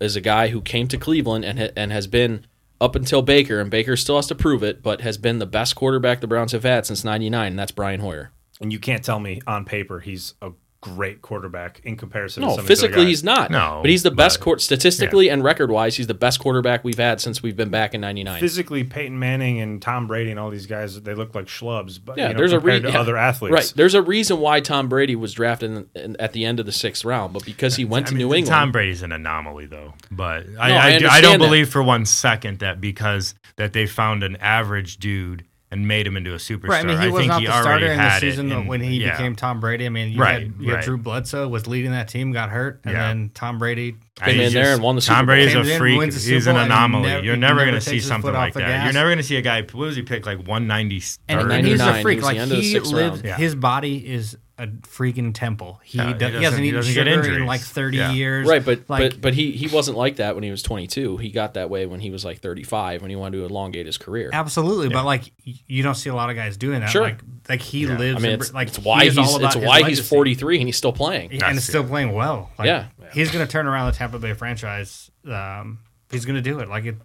Speaker 1: is a guy who came to Cleveland and ha- and has been up until Baker, and Baker still has to prove it, but has been the best quarterback the Browns have had since '99, and that's Brian Hoyer.
Speaker 5: And you can't tell me on paper he's a great quarterback in comparison. to
Speaker 1: No,
Speaker 5: some of these other
Speaker 1: physically
Speaker 5: guys.
Speaker 1: he's not.
Speaker 4: No,
Speaker 1: but he's the best
Speaker 4: but-
Speaker 1: court statistically and record wise. He's the best quarterback we've had since we've been back in '99.
Speaker 5: physically Peyton Manning and Tom Brady and all these guys they look like schlubs. But
Speaker 1: Yeah,
Speaker 5: you know,
Speaker 1: there's a re-
Speaker 5: compared to
Speaker 1: yeah.
Speaker 5: other athletes,
Speaker 1: Right. There's a reason why Tom Brady was drafted in, in, at the end of the sixth round, but because he went to New England.
Speaker 4: Tom Brady's an anomaly, though. But I,
Speaker 1: No, I
Speaker 4: I, do- I
Speaker 1: understand
Speaker 4: don't
Speaker 1: that.
Speaker 4: believe for one second that because that they found an average dude and made him into a superstar.
Speaker 3: Right, I mean, he was
Speaker 4: think
Speaker 3: not
Speaker 4: he
Speaker 3: the
Speaker 4: already
Speaker 3: starter in the
Speaker 4: had it
Speaker 3: season
Speaker 4: in-
Speaker 3: when he
Speaker 4: yeah.
Speaker 3: became Tom Brady. I mean, you
Speaker 4: Right,
Speaker 3: had, you had
Speaker 4: right.
Speaker 3: Drew Bledsoe was leading that team, got hurt, and
Speaker 4: Yeah.
Speaker 3: then Tom Brady
Speaker 4: I-
Speaker 1: Came in
Speaker 4: he's
Speaker 1: there and won the Super
Speaker 4: Tom
Speaker 1: Bowl.
Speaker 4: Brady's
Speaker 3: Came
Speaker 4: a
Speaker 3: in,
Speaker 4: freak.
Speaker 3: wins the
Speaker 4: He's
Speaker 3: Super
Speaker 4: an
Speaker 3: Bowl, and
Speaker 4: anomaly.
Speaker 3: never-
Speaker 4: You're never
Speaker 3: never
Speaker 4: going to
Speaker 3: takes
Speaker 4: see
Speaker 3: his foot
Speaker 4: something
Speaker 3: off
Speaker 4: like
Speaker 3: the
Speaker 4: that.
Speaker 3: gas.
Speaker 4: You're never going to see a guy. What was he picked? Like 193.
Speaker 3: and,
Speaker 1: Or
Speaker 3: and he's a
Speaker 1: 99,
Speaker 3: freak.
Speaker 1: he's
Speaker 3: Like
Speaker 1: the end of the
Speaker 3: he
Speaker 1: sixth
Speaker 3: lives,
Speaker 1: round.
Speaker 3: his body is a freaking temple. He,
Speaker 4: Yeah, he
Speaker 3: does,
Speaker 4: doesn't-
Speaker 3: he hasn't
Speaker 4: he
Speaker 3: eaten
Speaker 4: doesn't get
Speaker 3: sugar in
Speaker 4: injuries.
Speaker 3: like thirty
Speaker 4: Yeah.
Speaker 3: years.
Speaker 1: Right, but
Speaker 3: like
Speaker 1: but but he he wasn't like that when he was 22. He got that way when he was like 35 when he wanted to elongate his career.
Speaker 3: absolutely. But like y- you don't see a lot of guys doing that.
Speaker 1: Sure.
Speaker 3: Like like he lives.
Speaker 1: I
Speaker 3: in-
Speaker 1: mean, it's,
Speaker 3: like
Speaker 1: it's why
Speaker 3: he is
Speaker 1: he's
Speaker 3: all
Speaker 1: it's
Speaker 3: about his
Speaker 1: why he's
Speaker 3: legacy.
Speaker 1: 43 and he's still playing.
Speaker 3: and
Speaker 4: That's
Speaker 3: is still playing well. Like,
Speaker 1: Yeah.
Speaker 3: he's going to turn around the Tampa Bay franchise. Um, he's going to do it. Like it,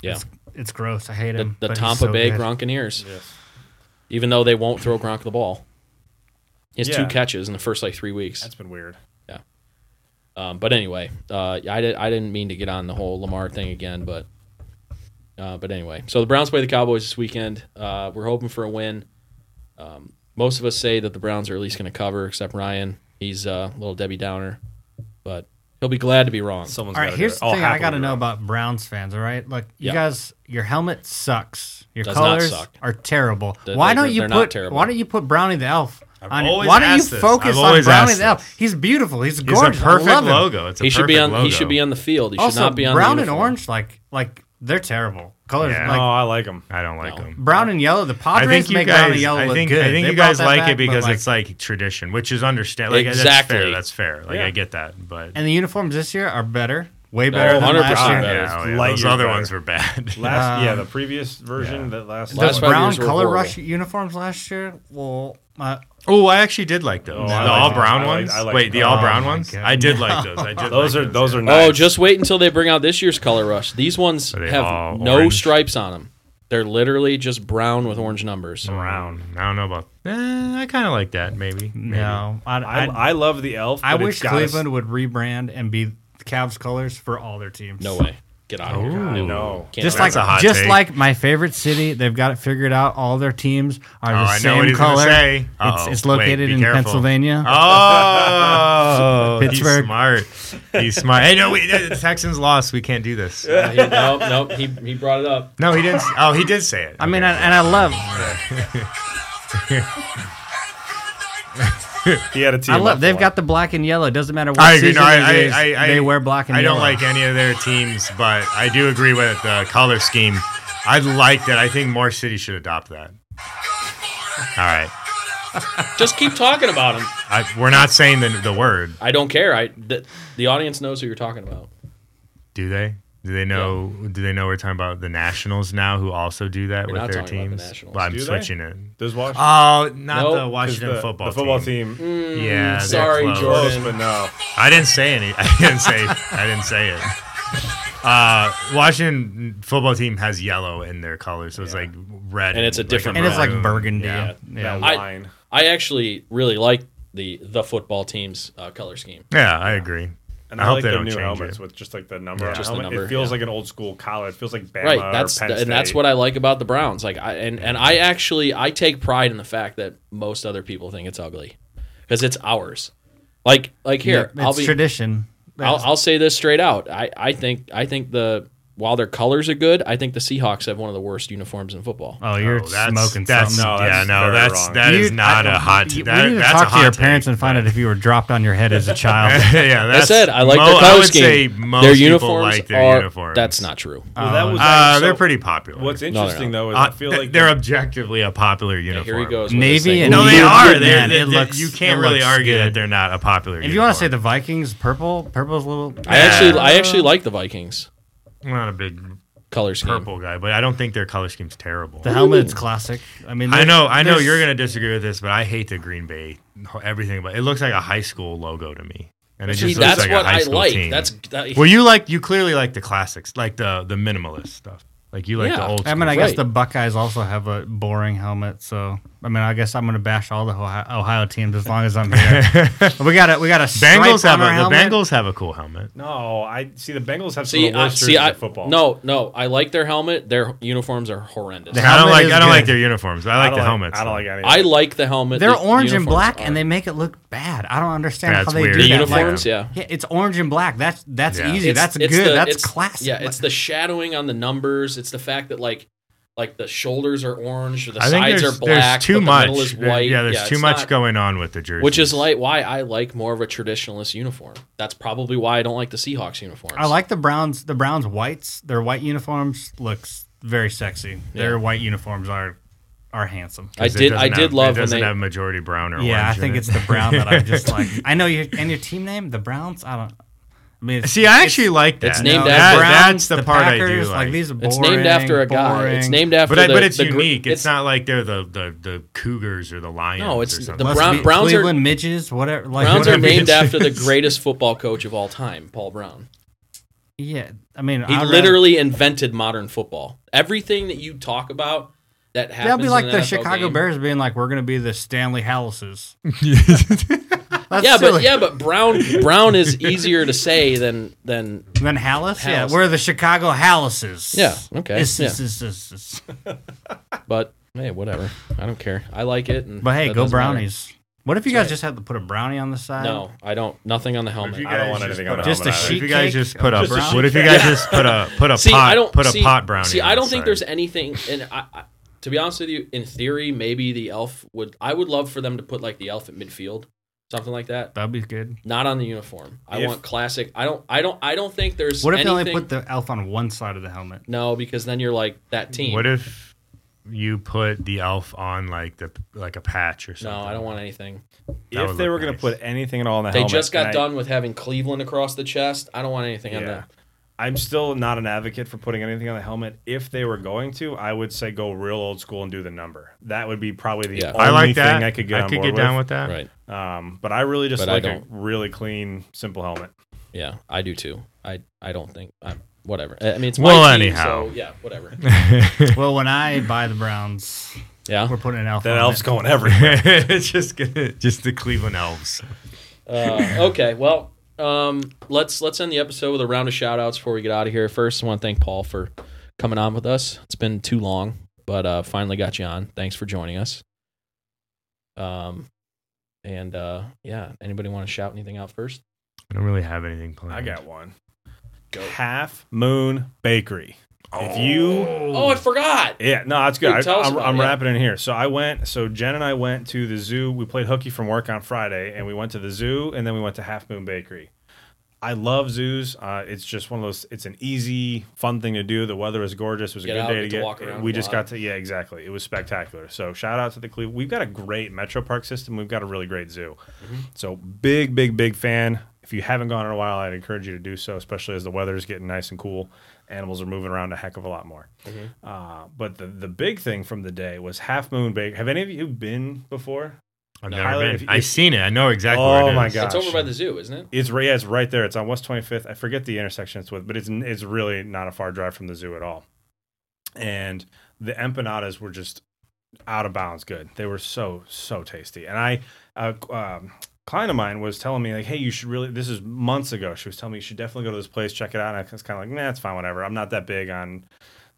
Speaker 1: Yeah.
Speaker 3: it's, it's gross. I hate
Speaker 1: The,
Speaker 3: him.
Speaker 1: the
Speaker 3: but he's
Speaker 1: Tampa
Speaker 3: so
Speaker 1: Bay
Speaker 3: good.
Speaker 1: Gronkineers. Even though they won't throw Gronk the ball. He has two
Speaker 5: Yeah.
Speaker 1: catches in the first like 3 weeks.
Speaker 5: that's been weird.
Speaker 1: Um, but anyway, uh, I, did, I didn't mean to get on the whole Lamar thing again, but uh, but anyway, so the Browns play the Cowboys this weekend. Uh, we're hoping for a win. Um, most of us say that the Browns are at least going to cover, except Ryan. He's uh, a little Debbie Downer, but he'll be glad to be wrong.
Speaker 5: Someone's
Speaker 3: All right,
Speaker 5: gotta do
Speaker 3: here's
Speaker 5: it.
Speaker 3: the
Speaker 5: I'll
Speaker 3: thing I
Speaker 5: happily
Speaker 3: got to
Speaker 5: do
Speaker 3: know
Speaker 5: it.
Speaker 3: about Browns fans. All right, like you
Speaker 1: Yeah.
Speaker 3: guys, your helmet sucks. Your
Speaker 1: Does not
Speaker 3: colors
Speaker 1: suck.
Speaker 3: are terrible.
Speaker 1: They're-
Speaker 3: why
Speaker 1: they're-
Speaker 3: don't you
Speaker 1: they're not
Speaker 3: put
Speaker 1: terrible.
Speaker 3: Why don't you put Brownie the Elf?
Speaker 4: I've
Speaker 3: on it?
Speaker 4: always
Speaker 3: Why don't you
Speaker 4: asked this.
Speaker 3: focus
Speaker 4: I've
Speaker 3: on
Speaker 4: always
Speaker 3: Brownie
Speaker 4: asked
Speaker 3: the Elf? He's beautiful. He's
Speaker 4: He's a
Speaker 3: gorgeous. I
Speaker 4: perfect
Speaker 3: love him.
Speaker 4: logo. It's a
Speaker 1: He should be
Speaker 4: perfect
Speaker 1: on. He
Speaker 4: logo.
Speaker 1: should be on the field. He
Speaker 3: Also,
Speaker 1: should not be on
Speaker 3: brown
Speaker 1: the
Speaker 3: and
Speaker 1: uniform.
Speaker 3: orange, like like they're terrible colors.
Speaker 4: Yeah.
Speaker 5: Oh,
Speaker 3: Like,
Speaker 5: I like him.
Speaker 4: I don't like
Speaker 1: No.
Speaker 4: him.
Speaker 3: Brown and yellow. The
Speaker 4: I
Speaker 3: Padres
Speaker 4: think you
Speaker 3: make brown and
Speaker 4: guys.
Speaker 3: yellow
Speaker 4: I
Speaker 3: look
Speaker 4: think
Speaker 3: good.
Speaker 4: I think
Speaker 3: They
Speaker 4: you
Speaker 3: brought
Speaker 4: guys
Speaker 3: that
Speaker 4: like
Speaker 3: back,
Speaker 4: it
Speaker 3: but,
Speaker 4: because it's like tradition, which is understand. Like
Speaker 1: Exactly.
Speaker 4: that's fair. That's fair. Like I get that, but
Speaker 3: and the uniforms this year are better, way
Speaker 1: No,
Speaker 3: better than
Speaker 1: 100%
Speaker 3: last year.
Speaker 1: better.
Speaker 4: yeah,
Speaker 5: it's
Speaker 4: oh, yeah,
Speaker 5: light
Speaker 4: those
Speaker 5: years
Speaker 4: other
Speaker 5: better.
Speaker 4: ones were bad.
Speaker 5: Last, yeah,
Speaker 3: Um,
Speaker 5: the previous version that last.
Speaker 1: Last
Speaker 3: The
Speaker 1: five
Speaker 3: brown
Speaker 1: years were
Speaker 3: color
Speaker 1: horrible.
Speaker 3: rush uniforms last year. Well, uh,
Speaker 4: oh, I actually did like those. the
Speaker 5: I like
Speaker 4: all
Speaker 5: those.
Speaker 4: brown
Speaker 5: I like-
Speaker 4: ones.
Speaker 5: I like
Speaker 4: Wait, the
Speaker 5: those.
Speaker 4: all
Speaker 3: Oh
Speaker 4: brown
Speaker 3: my
Speaker 4: ones.
Speaker 3: God.
Speaker 4: I did like those. I did.
Speaker 5: those
Speaker 4: like
Speaker 5: are those are nice.
Speaker 1: Oh, just wait until they bring out this year's color rush. These ones
Speaker 4: Are they all
Speaker 1: have no
Speaker 4: orange?
Speaker 1: stripes on them. They're literally just brown with orange numbers.
Speaker 4: brown. I don't know about. Eh, I kind of like that. Maybe. Maybe.
Speaker 3: no, I,
Speaker 5: I,
Speaker 3: I,
Speaker 5: I love the elf.
Speaker 3: I
Speaker 5: but it's
Speaker 3: wish
Speaker 5: gotta s-
Speaker 3: Cleveland would rebrand and be the Cavs colors for all their teams.
Speaker 1: No way. Get out of here.
Speaker 4: Ooh.
Speaker 5: No.
Speaker 1: Can't
Speaker 3: Just
Speaker 1: have
Speaker 3: like
Speaker 4: That's a hot
Speaker 3: just
Speaker 4: take.
Speaker 3: like my favorite city, they've got it figured out. All their teams are
Speaker 4: Oh,
Speaker 3: the
Speaker 4: I know
Speaker 3: same
Speaker 4: what he's gonna
Speaker 3: color.
Speaker 4: say.
Speaker 3: It's,
Speaker 4: Uh-oh.
Speaker 3: it's
Speaker 4: Wait,
Speaker 3: located
Speaker 4: be
Speaker 3: in
Speaker 4: careful.
Speaker 3: Pennsylvania.
Speaker 4: Oh,
Speaker 3: Pittsburgh.
Speaker 4: He's smart. He's smart. Hey, no, wait, the Texans lost. We can't do this.
Speaker 1: that. He- no, no, he, he brought it up.
Speaker 4: No, he didn't. Oh, he did say it.
Speaker 3: I mean, I, and I love
Speaker 5: He had a team.
Speaker 3: I love.
Speaker 5: up
Speaker 3: They've
Speaker 5: for
Speaker 3: got the black and yellow. Doesn't matter what
Speaker 4: I agree.
Speaker 3: season
Speaker 4: No, I,
Speaker 3: it is,
Speaker 4: I, I, I,
Speaker 3: they wear black and
Speaker 4: I
Speaker 3: yellow.
Speaker 4: don't like any of their teams, but I do agree with the color scheme. I like that. I think more cities should adopt that. All right,
Speaker 1: Just keep talking about him.
Speaker 4: I, we're not saying the, the word,
Speaker 1: I don't care. I the, the audience knows who you're talking about.
Speaker 4: do they? Do they know? Do they know we're talking about the Nationals now, who also do that
Speaker 1: We're
Speaker 4: with
Speaker 1: not
Speaker 4: their
Speaker 1: talking about the
Speaker 4: teams?
Speaker 1: Nationals.
Speaker 4: well, I'm
Speaker 5: Do they?
Speaker 4: switching it.
Speaker 5: it. Does Washington?
Speaker 3: Uh,
Speaker 4: Oh, not
Speaker 1: Nope, 'cause
Speaker 4: the Washington
Speaker 5: the,
Speaker 4: football
Speaker 5: the football
Speaker 4: team.
Speaker 5: team.
Speaker 4: Yeah, they're
Speaker 1: sorry,
Speaker 4: close.
Speaker 1: Mm, Jordan.
Speaker 5: Close, but no.
Speaker 4: I didn't say any. I didn't say. I didn't say it. Uh, Washington football team has yellow in their colors, so it's like red,
Speaker 1: And it's a different
Speaker 3: and it's like
Speaker 4: maroon.
Speaker 3: burgundy.
Speaker 4: Yeah.
Speaker 5: That
Speaker 1: I-
Speaker 5: line.
Speaker 1: I actually really like the the football team's uh, color scheme.
Speaker 4: Yeah, I agree.
Speaker 5: And
Speaker 4: I
Speaker 5: I,
Speaker 4: hope
Speaker 5: like
Speaker 4: they
Speaker 5: their
Speaker 4: don't
Speaker 5: new
Speaker 4: change
Speaker 5: helmets
Speaker 4: it.
Speaker 5: with just like the number.
Speaker 4: Yeah.
Speaker 5: on
Speaker 1: Just the
Speaker 5: helmet.
Speaker 1: number,
Speaker 5: It feels
Speaker 1: yeah.
Speaker 5: like an old school collar. It feels like Bama
Speaker 1: Right. That's
Speaker 5: or Penn
Speaker 1: the, and that's
Speaker 5: State.
Speaker 1: what I like about the Browns. Like I and, and I actually I take pride in the fact that most other people think it's ugly because it's ours. Like like here,
Speaker 3: Yeah,
Speaker 1: I'll
Speaker 3: it's
Speaker 1: be
Speaker 3: tradition.
Speaker 1: I'll, I'll say this straight out. I, I think I think the while their colors are good, I think the Seahawks have one of the worst uniforms in football.
Speaker 3: oh, you're
Speaker 4: Oh, that's,
Speaker 3: smoking
Speaker 4: that's,
Speaker 3: something.
Speaker 5: No,
Speaker 4: yeah,
Speaker 5: that's
Speaker 4: no,
Speaker 5: very
Speaker 4: that's
Speaker 5: wrong.
Speaker 4: that is
Speaker 3: You-
Speaker 4: not
Speaker 3: I-
Speaker 4: a hot.
Speaker 3: you-
Speaker 4: That,
Speaker 3: we need to
Speaker 4: that's
Speaker 3: talk
Speaker 4: a
Speaker 3: to
Speaker 4: hot
Speaker 3: your
Speaker 4: take.
Speaker 3: parents and find out if you were dropped on your head as a child.
Speaker 4: yeah,
Speaker 1: I
Speaker 4: that's,
Speaker 1: said I like
Speaker 4: mo-
Speaker 1: their color
Speaker 4: I would
Speaker 1: scheme.
Speaker 4: Say most
Speaker 1: their
Speaker 4: people
Speaker 1: uniforms
Speaker 4: like their
Speaker 1: are
Speaker 4: uniforms.
Speaker 1: that's not true.
Speaker 5: Well, that was
Speaker 4: Uh,
Speaker 5: like-
Speaker 4: they're
Speaker 5: so
Speaker 4: pretty popular.
Speaker 5: What's
Speaker 1: not.
Speaker 5: interesting though is
Speaker 4: Uh,
Speaker 5: I feel
Speaker 4: th-
Speaker 5: like
Speaker 4: they're
Speaker 5: the-
Speaker 4: objectively a popular
Speaker 1: Yeah,
Speaker 4: uniform.
Speaker 1: here he goes. with
Speaker 3: Navy
Speaker 1: this thing.
Speaker 3: and
Speaker 4: No, they
Speaker 3: You're
Speaker 4: are.
Speaker 3: good,
Speaker 4: They're,
Speaker 3: man.
Speaker 4: they're-
Speaker 3: It
Speaker 4: they're-
Speaker 3: looks-
Speaker 4: you can't
Speaker 3: it
Speaker 4: really
Speaker 3: looks
Speaker 4: argue that
Speaker 3: good.
Speaker 4: they're not a popular.
Speaker 3: if you want to say the
Speaker 4: uniform.
Speaker 3: Vikings, purple, purple's a little.
Speaker 1: I actually I actually like the Vikings
Speaker 4: I'm not a big
Speaker 1: color scheme.
Speaker 4: purple guy, but I don't think their color scheme's terrible.
Speaker 3: The helmet's classic. I mean,
Speaker 4: I
Speaker 3: there's-
Speaker 4: know, I know
Speaker 3: there's-
Speaker 4: you're gonna disagree with this, but I hate the Green Bay everything. But it looks like a high school logo to me, and it
Speaker 1: See,
Speaker 4: just looks
Speaker 1: that's
Speaker 4: like
Speaker 1: what
Speaker 4: a high
Speaker 1: I
Speaker 4: school
Speaker 1: like.
Speaker 4: team.
Speaker 1: That's that,
Speaker 4: well, you like you clearly like the classics, like the the minimalist stuff. Like you like
Speaker 1: Yeah.
Speaker 4: the old.
Speaker 3: I mean, I
Speaker 4: school
Speaker 3: guess
Speaker 1: Right.
Speaker 3: the Buckeyes also have a boring helmet, so
Speaker 7: I mean, I guess I'm going to bash all the Ohio, Ohio teams as long as I'm here. we got a we got a stripe
Speaker 4: Bengals
Speaker 7: on
Speaker 4: have a,
Speaker 7: our
Speaker 4: the
Speaker 7: helmet.
Speaker 4: Bengals have a cool helmet.
Speaker 5: No, I see the Bengals have some
Speaker 1: See,
Speaker 5: of the
Speaker 1: I,
Speaker 5: worst
Speaker 1: see,
Speaker 5: jerseys
Speaker 1: I,
Speaker 5: in football.
Speaker 1: no, no, I like their helmet. Their uniforms are horrendous.
Speaker 7: The
Speaker 4: I don't
Speaker 7: helmet
Speaker 4: like
Speaker 7: is
Speaker 4: I don't
Speaker 7: good.
Speaker 4: like their uniforms. I
Speaker 5: I
Speaker 4: like
Speaker 5: don't
Speaker 4: the helmets.
Speaker 5: I don't like
Speaker 4: though.
Speaker 5: any.
Speaker 1: I like the helmet.
Speaker 7: They're
Speaker 1: The
Speaker 7: orange and
Speaker 1: uniforms
Speaker 7: black,
Speaker 1: are.
Speaker 7: and they make it look bad. I don't understand
Speaker 4: That's
Speaker 7: how they
Speaker 4: weird.
Speaker 7: do
Speaker 1: the
Speaker 4: Yeah,
Speaker 7: that. Like,
Speaker 1: uniforms. yeah,
Speaker 7: yeah, it's orange and black. That's that's
Speaker 4: Yeah.
Speaker 7: easy.
Speaker 1: It's-
Speaker 7: that's
Speaker 1: it's
Speaker 7: good.
Speaker 1: the-
Speaker 7: that's
Speaker 1: it's-
Speaker 7: classic.
Speaker 1: Yeah, it's the shadowing on the numbers. It's the fact that like like the shoulders are orange, or the
Speaker 4: I think
Speaker 1: sides
Speaker 4: there's,
Speaker 1: are black,
Speaker 4: there's too
Speaker 1: but
Speaker 4: much.
Speaker 1: the middle is
Speaker 4: There-
Speaker 1: white.
Speaker 4: yeah, there's too
Speaker 1: it's
Speaker 4: much
Speaker 1: not-
Speaker 4: going on with the jersey.
Speaker 1: Which is like why I like more of a traditionalist uniform. That's probably why I don't like the Seahawks uniforms.
Speaker 7: I like the Browns. The Browns whites. Their white uniforms looks very sexy.
Speaker 1: Yeah.
Speaker 7: Their white uniforms are are handsome.
Speaker 1: I did. I did
Speaker 4: it
Speaker 1: love when
Speaker 4: doesn't
Speaker 1: they.
Speaker 4: have majority brown or
Speaker 7: yeah, I
Speaker 4: orange in
Speaker 7: think
Speaker 4: it.
Speaker 7: it's the brown that I'm just like. I know you and your team name, the Browns. I don't. I mean, it's-
Speaker 4: See, I actually like that.
Speaker 1: it's named
Speaker 7: the
Speaker 1: after-
Speaker 4: that, that's the, part I do
Speaker 7: Packers,
Speaker 4: like.
Speaker 7: these are boring,
Speaker 1: it's named after a guy.
Speaker 7: boring.
Speaker 1: It's named after.
Speaker 4: but I,
Speaker 1: the,
Speaker 4: but it's
Speaker 1: the gr-
Speaker 4: unique. It's, not like they're the, the the Cougars or the Lions.
Speaker 1: No, it's
Speaker 4: or
Speaker 1: the
Speaker 4: something.
Speaker 1: Bra-
Speaker 7: Must
Speaker 1: Brown-
Speaker 7: be
Speaker 1: Browns are-
Speaker 7: Cleveland midges. Whatever. Like,
Speaker 1: Browns are
Speaker 7: whatever.
Speaker 1: named
Speaker 4: it
Speaker 1: after the
Speaker 4: is.
Speaker 1: greatest football coach of all time, Paul Brown.
Speaker 7: Yeah, I mean,
Speaker 1: He
Speaker 7: I'd rather-
Speaker 1: literally invented modern football. Everything that you talk about that happens.
Speaker 7: That'll be like
Speaker 1: in
Speaker 7: the
Speaker 1: an NFL
Speaker 7: Chicago
Speaker 1: game-
Speaker 7: Bears being like, "We're going to be the Stanley Hallises." That's
Speaker 1: Yeah, but
Speaker 7: silly.
Speaker 1: yeah, but Brown Brown is easier to say than than
Speaker 7: And then Hallis, yeah,
Speaker 1: Hallis.
Speaker 7: we're the Chicago Hallises.
Speaker 1: Yeah, okay,
Speaker 7: Is-
Speaker 1: yeah.
Speaker 7: is- is- is- is.
Speaker 1: But hey, whatever. I don't care. I like it. And
Speaker 7: But hey,
Speaker 1: that
Speaker 7: go
Speaker 1: doesn't matter.
Speaker 7: brownies. What if you guys just had to put a brownie on the side?
Speaker 1: No, I don't. Nothing on the helmet.
Speaker 5: You
Speaker 1: I
Speaker 5: guys
Speaker 1: don't want
Speaker 5: just
Speaker 1: anything
Speaker 5: put
Speaker 1: on the
Speaker 7: Just a
Speaker 5: helmet on it.
Speaker 4: What if
Speaker 7: sheet
Speaker 4: you guys
Speaker 7: cake
Speaker 4: just put up?
Speaker 7: of brown-
Speaker 4: What if you guys just put a put a
Speaker 1: See,
Speaker 4: pot?
Speaker 1: I don't
Speaker 4: put a
Speaker 1: see,
Speaker 4: pot brownie.
Speaker 1: See,
Speaker 4: on
Speaker 1: I
Speaker 4: the
Speaker 1: don't think
Speaker 4: side.
Speaker 1: there's anything. And I, I, to be honest with you, in theory, maybe the elf would. I would love for them to put like the elf at midfield, something like that.
Speaker 7: That'd be good.
Speaker 1: Not on the uniform. I
Speaker 5: If-
Speaker 1: want classic. I don't. I don't. I don't think there's.
Speaker 7: What if they
Speaker 1: anything,
Speaker 7: only put the elf on one side of the helmet?
Speaker 1: No, because then you're like that team.
Speaker 4: What if you put the elf on like the like a patch or
Speaker 1: no,
Speaker 4: something?
Speaker 1: I don't want anything.
Speaker 4: That
Speaker 5: if
Speaker 4: would
Speaker 5: they
Speaker 4: look
Speaker 5: were going to
Speaker 4: nice.
Speaker 5: put anything at all in the
Speaker 1: They
Speaker 5: helmet,
Speaker 1: just got
Speaker 5: and I-
Speaker 1: done with having Cleveland across the chest. I don't want anything on
Speaker 5: Yeah.
Speaker 1: that.
Speaker 5: I'm still not an advocate for putting anything on the helmet. If they were going to, I would say go real old school and do the number. That would be probably the
Speaker 1: Yeah.
Speaker 5: only
Speaker 4: I like that.
Speaker 5: thing I could get, on board
Speaker 4: down with that.
Speaker 1: Right.
Speaker 5: with. Um, but I really just
Speaker 1: But I
Speaker 5: like a
Speaker 1: don't.
Speaker 5: really clean, simple helmet.
Speaker 1: Yeah, I do too. I I don't think I'm whatever. I I mean, it's
Speaker 4: Well,
Speaker 1: my team,
Speaker 4: anyhow.
Speaker 1: so, yeah, whatever.
Speaker 7: well, when I buy the Browns,
Speaker 1: Yeah.
Speaker 7: we're putting an elf.
Speaker 5: That
Speaker 7: on
Speaker 5: elf's
Speaker 7: it.
Speaker 5: going everywhere.
Speaker 4: Oh, it's just gonna, just the Cleveland Elves.
Speaker 1: Uh, okay, well, um, let's let's end the episode with a round of shout outs before we get out of here. First, I want to thank Paul for coming on with us. It's been too long, but uh, finally got you on. Thanks for joining us. Um, and uh, yeah, anybody want to shout anything out first?
Speaker 4: I don't really have anything planned.
Speaker 5: I got one. Half Moon Bakery. If you,
Speaker 1: Oh, I forgot.
Speaker 5: yeah, no, that's good.
Speaker 1: Dude, tell
Speaker 5: I,
Speaker 1: us
Speaker 5: am
Speaker 1: about it,
Speaker 5: I'm
Speaker 1: yeah.
Speaker 5: wrapping in here. So I went. So Jen and I went to the zoo. We played hooky from work on Friday, and we went to the zoo, and then we went to Half Moon Bakery. I love zoos. Uh, it's just one of those. It's an easy, fun thing to do. The weather is gorgeous. It was
Speaker 1: Get
Speaker 5: a good
Speaker 1: out,
Speaker 5: day
Speaker 1: get
Speaker 5: to
Speaker 1: to
Speaker 5: get.
Speaker 1: walk around
Speaker 5: we
Speaker 1: a
Speaker 5: just
Speaker 1: lot.
Speaker 5: got to. Yeah, exactly. It was spectacular. So shout out to the Cleveland. We've got a great Metro Park system. We've got a really great zoo.
Speaker 1: Mm-hmm.
Speaker 5: So big, big, big fan. If you haven't gone in a while, I'd encourage you to do so, especially as the weather is getting nice and cool. Animals are moving around a heck of a lot more.
Speaker 1: Mm-hmm.
Speaker 5: Uh, but the the big thing from the day was Half Moon Bakery. Have any of you been before?
Speaker 4: I've
Speaker 5: No.
Speaker 4: never
Speaker 5: Tyler,
Speaker 4: been.
Speaker 5: if you-
Speaker 4: I've seen it. I know exactly.
Speaker 5: Oh
Speaker 4: where it
Speaker 5: my
Speaker 4: is.
Speaker 5: God.
Speaker 1: It's
Speaker 5: Gosh.
Speaker 1: over by the zoo, isn't it?
Speaker 5: It's right- yeah, it's right there. It's on West 25th. I forget the intersection it's with, but it's it's really not a far drive from the zoo at all. And the empanadas were just out of bounds good. They were so so tasty. And I a um, client of mine was telling me like, hey, you should really. This is months ago. She was telling me you should definitely go to this place, check it out. And I was kind of like, nah, it's fine, whatever. I'm not that big on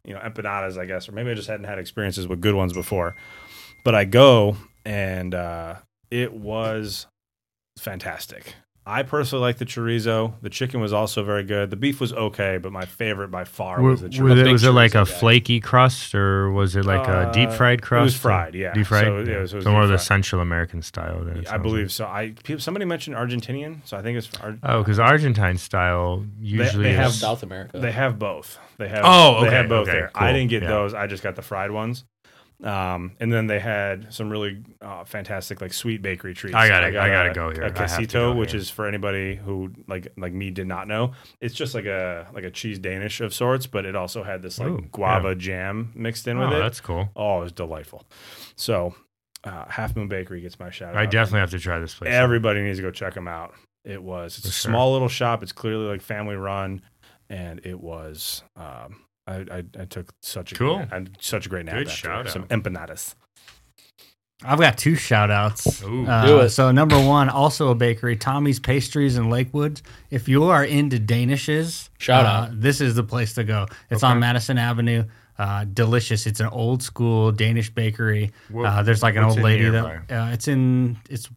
Speaker 5: you know empanadas, I guess, or maybe I just hadn't had experiences with good ones before. But I go and uh, it was fantastic. I personally like the chorizo. The chicken was also very good. The beef was okay, but my favorite by far
Speaker 4: Were-
Speaker 5: was the chorizo.
Speaker 4: were there- was it
Speaker 1: chorizo
Speaker 4: like
Speaker 1: guy.
Speaker 4: a flaky crust or was it like
Speaker 5: Uh,
Speaker 4: a deep fried crust?
Speaker 5: fried, yeah.
Speaker 4: Deep fried.
Speaker 5: So, yeah, so it was
Speaker 4: So more
Speaker 5: deep
Speaker 4: of the
Speaker 5: fried.
Speaker 4: Central American style. Then it
Speaker 5: I
Speaker 4: sounds
Speaker 5: believe
Speaker 4: like.
Speaker 5: so. I pe- somebody mentioned Argentinian, so I think it's Ar-
Speaker 4: Oh, because Argentine style usually
Speaker 5: they
Speaker 4: is-
Speaker 5: have
Speaker 1: South America.
Speaker 5: They have both. They have.
Speaker 4: Oh,
Speaker 5: they
Speaker 4: okay,
Speaker 5: have both
Speaker 4: okay,
Speaker 5: there.
Speaker 4: cool,
Speaker 5: I didn't get
Speaker 4: yeah.
Speaker 5: those. I just got the fried ones. Um, and then they had some really uh, fantastic like sweet bakery treats.
Speaker 4: I gotta- I gotta
Speaker 5: a-
Speaker 4: go here. I
Speaker 5: A
Speaker 4: have to
Speaker 5: quesito,
Speaker 4: go
Speaker 5: which
Speaker 4: here.
Speaker 5: is for anybody who like like me did not know. It's just like a like a cheese Danish of sorts, but it also had this like
Speaker 4: Ooh,
Speaker 5: guava jam mixed in with
Speaker 4: Oh,
Speaker 5: it.
Speaker 4: that's cool.
Speaker 5: oh, it was delightful. So, uh, Half Moon Bakery gets my shout out.
Speaker 4: I definitely have to try this place.
Speaker 5: Everybody needs to go check them out. It was it's a
Speaker 4: For sure.
Speaker 5: small little shop. It's clearly like family run, and it was. Um, I, I I took such a
Speaker 4: Cool.
Speaker 5: great, I had such a great nap.
Speaker 4: Good
Speaker 5: after.
Speaker 4: shout
Speaker 5: Some
Speaker 4: out.
Speaker 5: empanadas.
Speaker 3: I've got two shout outs.
Speaker 4: Ooh.
Speaker 1: Do it.
Speaker 3: So, number one, also a bakery, Tommy's Pastries in Lakewood. If you are into Danishes,
Speaker 1: Shout
Speaker 3: uh,
Speaker 1: out.
Speaker 3: This is the place to go. It's on Madison Avenue. Uh, delicious. It's an old school Danish bakery.
Speaker 4: What-
Speaker 3: uh, there's like an
Speaker 4: what's
Speaker 3: old
Speaker 4: in
Speaker 3: lady
Speaker 4: nearby?
Speaker 3: that uh, it's in, it's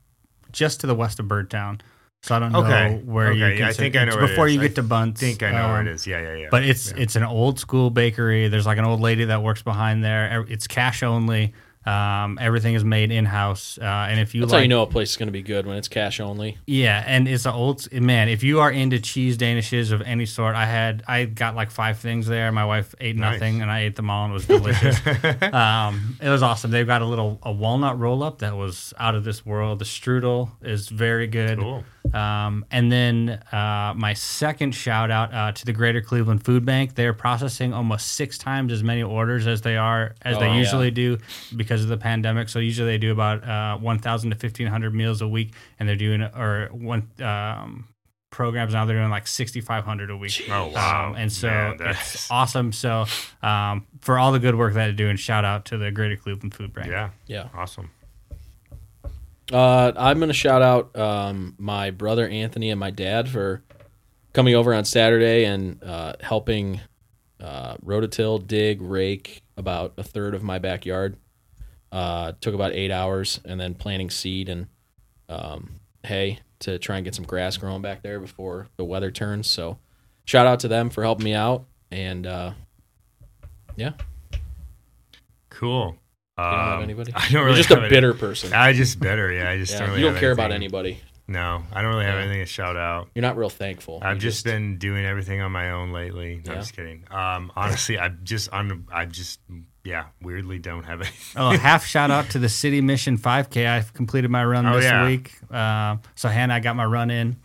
Speaker 3: just to the west of Birdtown. So, I don't
Speaker 4: Okay.
Speaker 3: know where you
Speaker 4: Okay, yeah, I
Speaker 3: consider-
Speaker 4: think I know
Speaker 3: it's
Speaker 4: where it
Speaker 3: Before
Speaker 4: is.
Speaker 3: you
Speaker 4: I
Speaker 3: get to Bunts.
Speaker 4: think I know where
Speaker 3: um,
Speaker 4: it is. Yeah, yeah, yeah.
Speaker 3: but it's
Speaker 4: Yeah.
Speaker 3: it's an old school bakery. There's like an old lady that works behind there. E- It's cash only. Um, everything is made in house. Uh, and if you
Speaker 1: That's
Speaker 3: like,
Speaker 1: how you know a place is going to be good when it's cash only.
Speaker 3: yeah, and it's an old man. If you are into cheese danishes of any sort, I had I got like five things there. My wife ate
Speaker 4: Nice.
Speaker 3: nothing, and I ate them all, and it was delicious. um, it was awesome. They've got a little a walnut roll up that was out of this world. The strudel is very good.
Speaker 4: Cool.
Speaker 3: Um, and then uh, my second shout out uh, to the Greater Cleveland Food Bank. They're processing almost six times as many orders as they are as
Speaker 1: Oh,
Speaker 3: they
Speaker 1: yeah.
Speaker 3: usually do because of the pandemic. So usually they do about uh, 1,000 to 1,500 meals a week, and they're doing or one um, programs now they're doing like 6,500 a week.
Speaker 4: Oh, wow.
Speaker 3: Um, and so
Speaker 4: Man, that's-
Speaker 3: it's awesome. So um, for all the good work that they're doing, shout out to the Greater Cleveland Food Bank.
Speaker 4: yeah,
Speaker 1: Yeah.
Speaker 4: awesome.
Speaker 1: Uh, I'm going to shout out um, my brother Anthony and my dad for coming over on Saturday and uh, helping uh, rototill, dig, rake about a third of my backyard. Uh, took about eight hours, and then planting seed and um, hay to try and get some grass growing back there before the weather turns. So, shout out to them for helping me out, and uh, yeah,
Speaker 4: Cool.
Speaker 1: you don't have
Speaker 4: Um,
Speaker 1: anybody.
Speaker 4: I don't really
Speaker 1: You're just
Speaker 4: have
Speaker 1: a
Speaker 4: any-
Speaker 1: bitter person.
Speaker 4: I just bitter. Yeah, I just
Speaker 1: Yeah,
Speaker 4: don't really
Speaker 1: you don't
Speaker 4: have
Speaker 1: care about
Speaker 4: anything.
Speaker 1: anybody.
Speaker 4: No, I don't really have
Speaker 1: Yeah.
Speaker 4: anything to shout out.
Speaker 1: You're not real thankful.
Speaker 4: I've
Speaker 1: You
Speaker 4: just, been doing everything on my own lately.
Speaker 1: Yeah.
Speaker 4: No, I'm just kidding. Um, honestly, I just I'm I just yeah weirdly don't have anything.
Speaker 3: Oh, half shout out to the City Mission 5K. I completed my run
Speaker 4: Oh,
Speaker 3: this
Speaker 4: yeah.
Speaker 3: week. Um, so Hannah, I got my run in.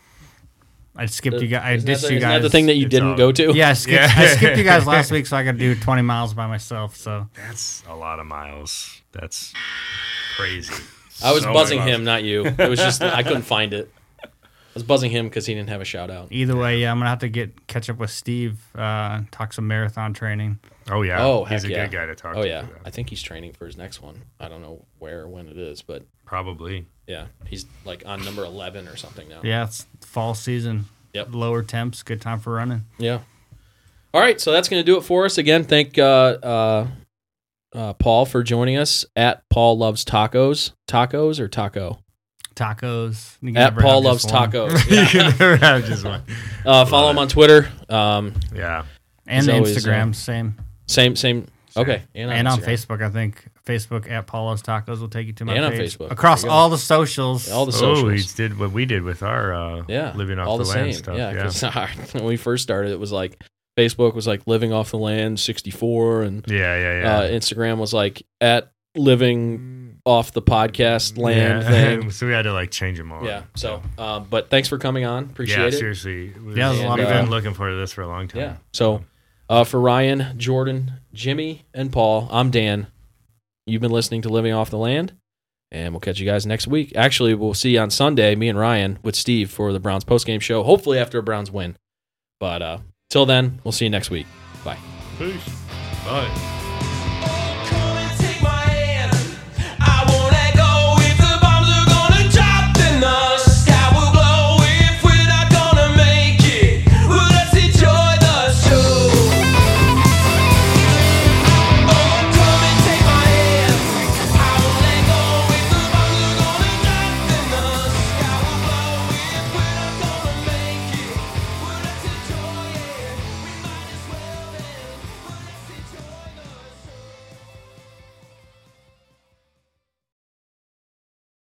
Speaker 3: I skipped you guys. I
Speaker 1: Isn't that
Speaker 3: ditched
Speaker 1: the-
Speaker 3: you
Speaker 1: isn't
Speaker 3: guys.
Speaker 1: that the thing that you
Speaker 4: It's
Speaker 1: didn't
Speaker 4: all-
Speaker 1: go to?
Speaker 3: yeah, I skipped,
Speaker 4: Yeah.
Speaker 3: I skipped you guys last week, so I got to do 20 miles by myself. So
Speaker 4: That's a lot of miles. That's crazy.
Speaker 1: I was
Speaker 4: So many
Speaker 1: buzzing
Speaker 4: miles.
Speaker 1: him, not you. It was just I couldn't find it. I was buzzing him because he didn't have a shout out.
Speaker 3: either way, yeah, I'm gonna have to get catch up with Steve, uh, talk some marathon training.
Speaker 4: Oh yeah.
Speaker 1: oh,
Speaker 4: he's
Speaker 1: heck
Speaker 4: a
Speaker 1: yeah.
Speaker 4: good guy to talk
Speaker 1: Oh
Speaker 4: to.
Speaker 1: yeah,
Speaker 4: for
Speaker 1: I
Speaker 4: that.
Speaker 1: think he's training for his next one. I don't know where or when it is, but
Speaker 4: Probably.
Speaker 1: yeah, he's like on number eleven or something now.
Speaker 3: Yeah, it's fall season.
Speaker 1: Yep.
Speaker 3: Lower temps, good time for running.
Speaker 1: Yeah. All right, so that's going to do it for us. Again, thank uh, uh, uh, Paul for joining us at Paul Loves Tacos. Tacos or taco?
Speaker 3: Tacos. You can
Speaker 1: At
Speaker 3: never
Speaker 1: Paul
Speaker 3: have
Speaker 1: Loves
Speaker 3: just one.
Speaker 1: Tacos.
Speaker 4: You
Speaker 1: Yeah.
Speaker 4: can never have just one.
Speaker 1: Uh, follow him on Twitter. Um,
Speaker 4: Yeah.
Speaker 3: and
Speaker 1: He's always,
Speaker 3: Instagram,
Speaker 1: uh,
Speaker 3: same.
Speaker 1: same, same. Okay,
Speaker 3: and on
Speaker 1: Instagram.
Speaker 3: Facebook, I think Facebook at Paulo's Tacos will take you to my
Speaker 1: And on
Speaker 3: page.
Speaker 1: Facebook.
Speaker 3: across
Speaker 1: There you go.
Speaker 3: all the socials.
Speaker 1: All the socials.
Speaker 4: Oh, he did what we did with our uh,
Speaker 1: yeah
Speaker 4: living off
Speaker 1: all
Speaker 4: the,
Speaker 1: the,
Speaker 4: land
Speaker 1: same
Speaker 4: stuff.
Speaker 1: yeah
Speaker 4: Yeah.
Speaker 1: 'cause when we first started it was like facebook was like living off the land 64 and
Speaker 4: Yeah, yeah, yeah.
Speaker 1: uh, instagram was like at living off the podcast land
Speaker 4: Yeah.
Speaker 1: thing
Speaker 4: so we had to like change them all.
Speaker 1: yeah so um, but thanks for coming on appreciate
Speaker 4: yeah,
Speaker 1: it
Speaker 4: seriously.
Speaker 3: Yeah, it was
Speaker 1: a lot
Speaker 4: we've
Speaker 1: of
Speaker 4: been
Speaker 1: fun.
Speaker 4: looking forward to this for a long time.
Speaker 1: yeah so uh, for ryan jordan jimmy and paul i'm dan you've been listening to living off the land and we'll catch you guys next week actually we'll see you on sunday me and ryan with steve for the browns postgame show hopefully after a browns win but uh, till then we'll see you next week
Speaker 4: Peace. Bye.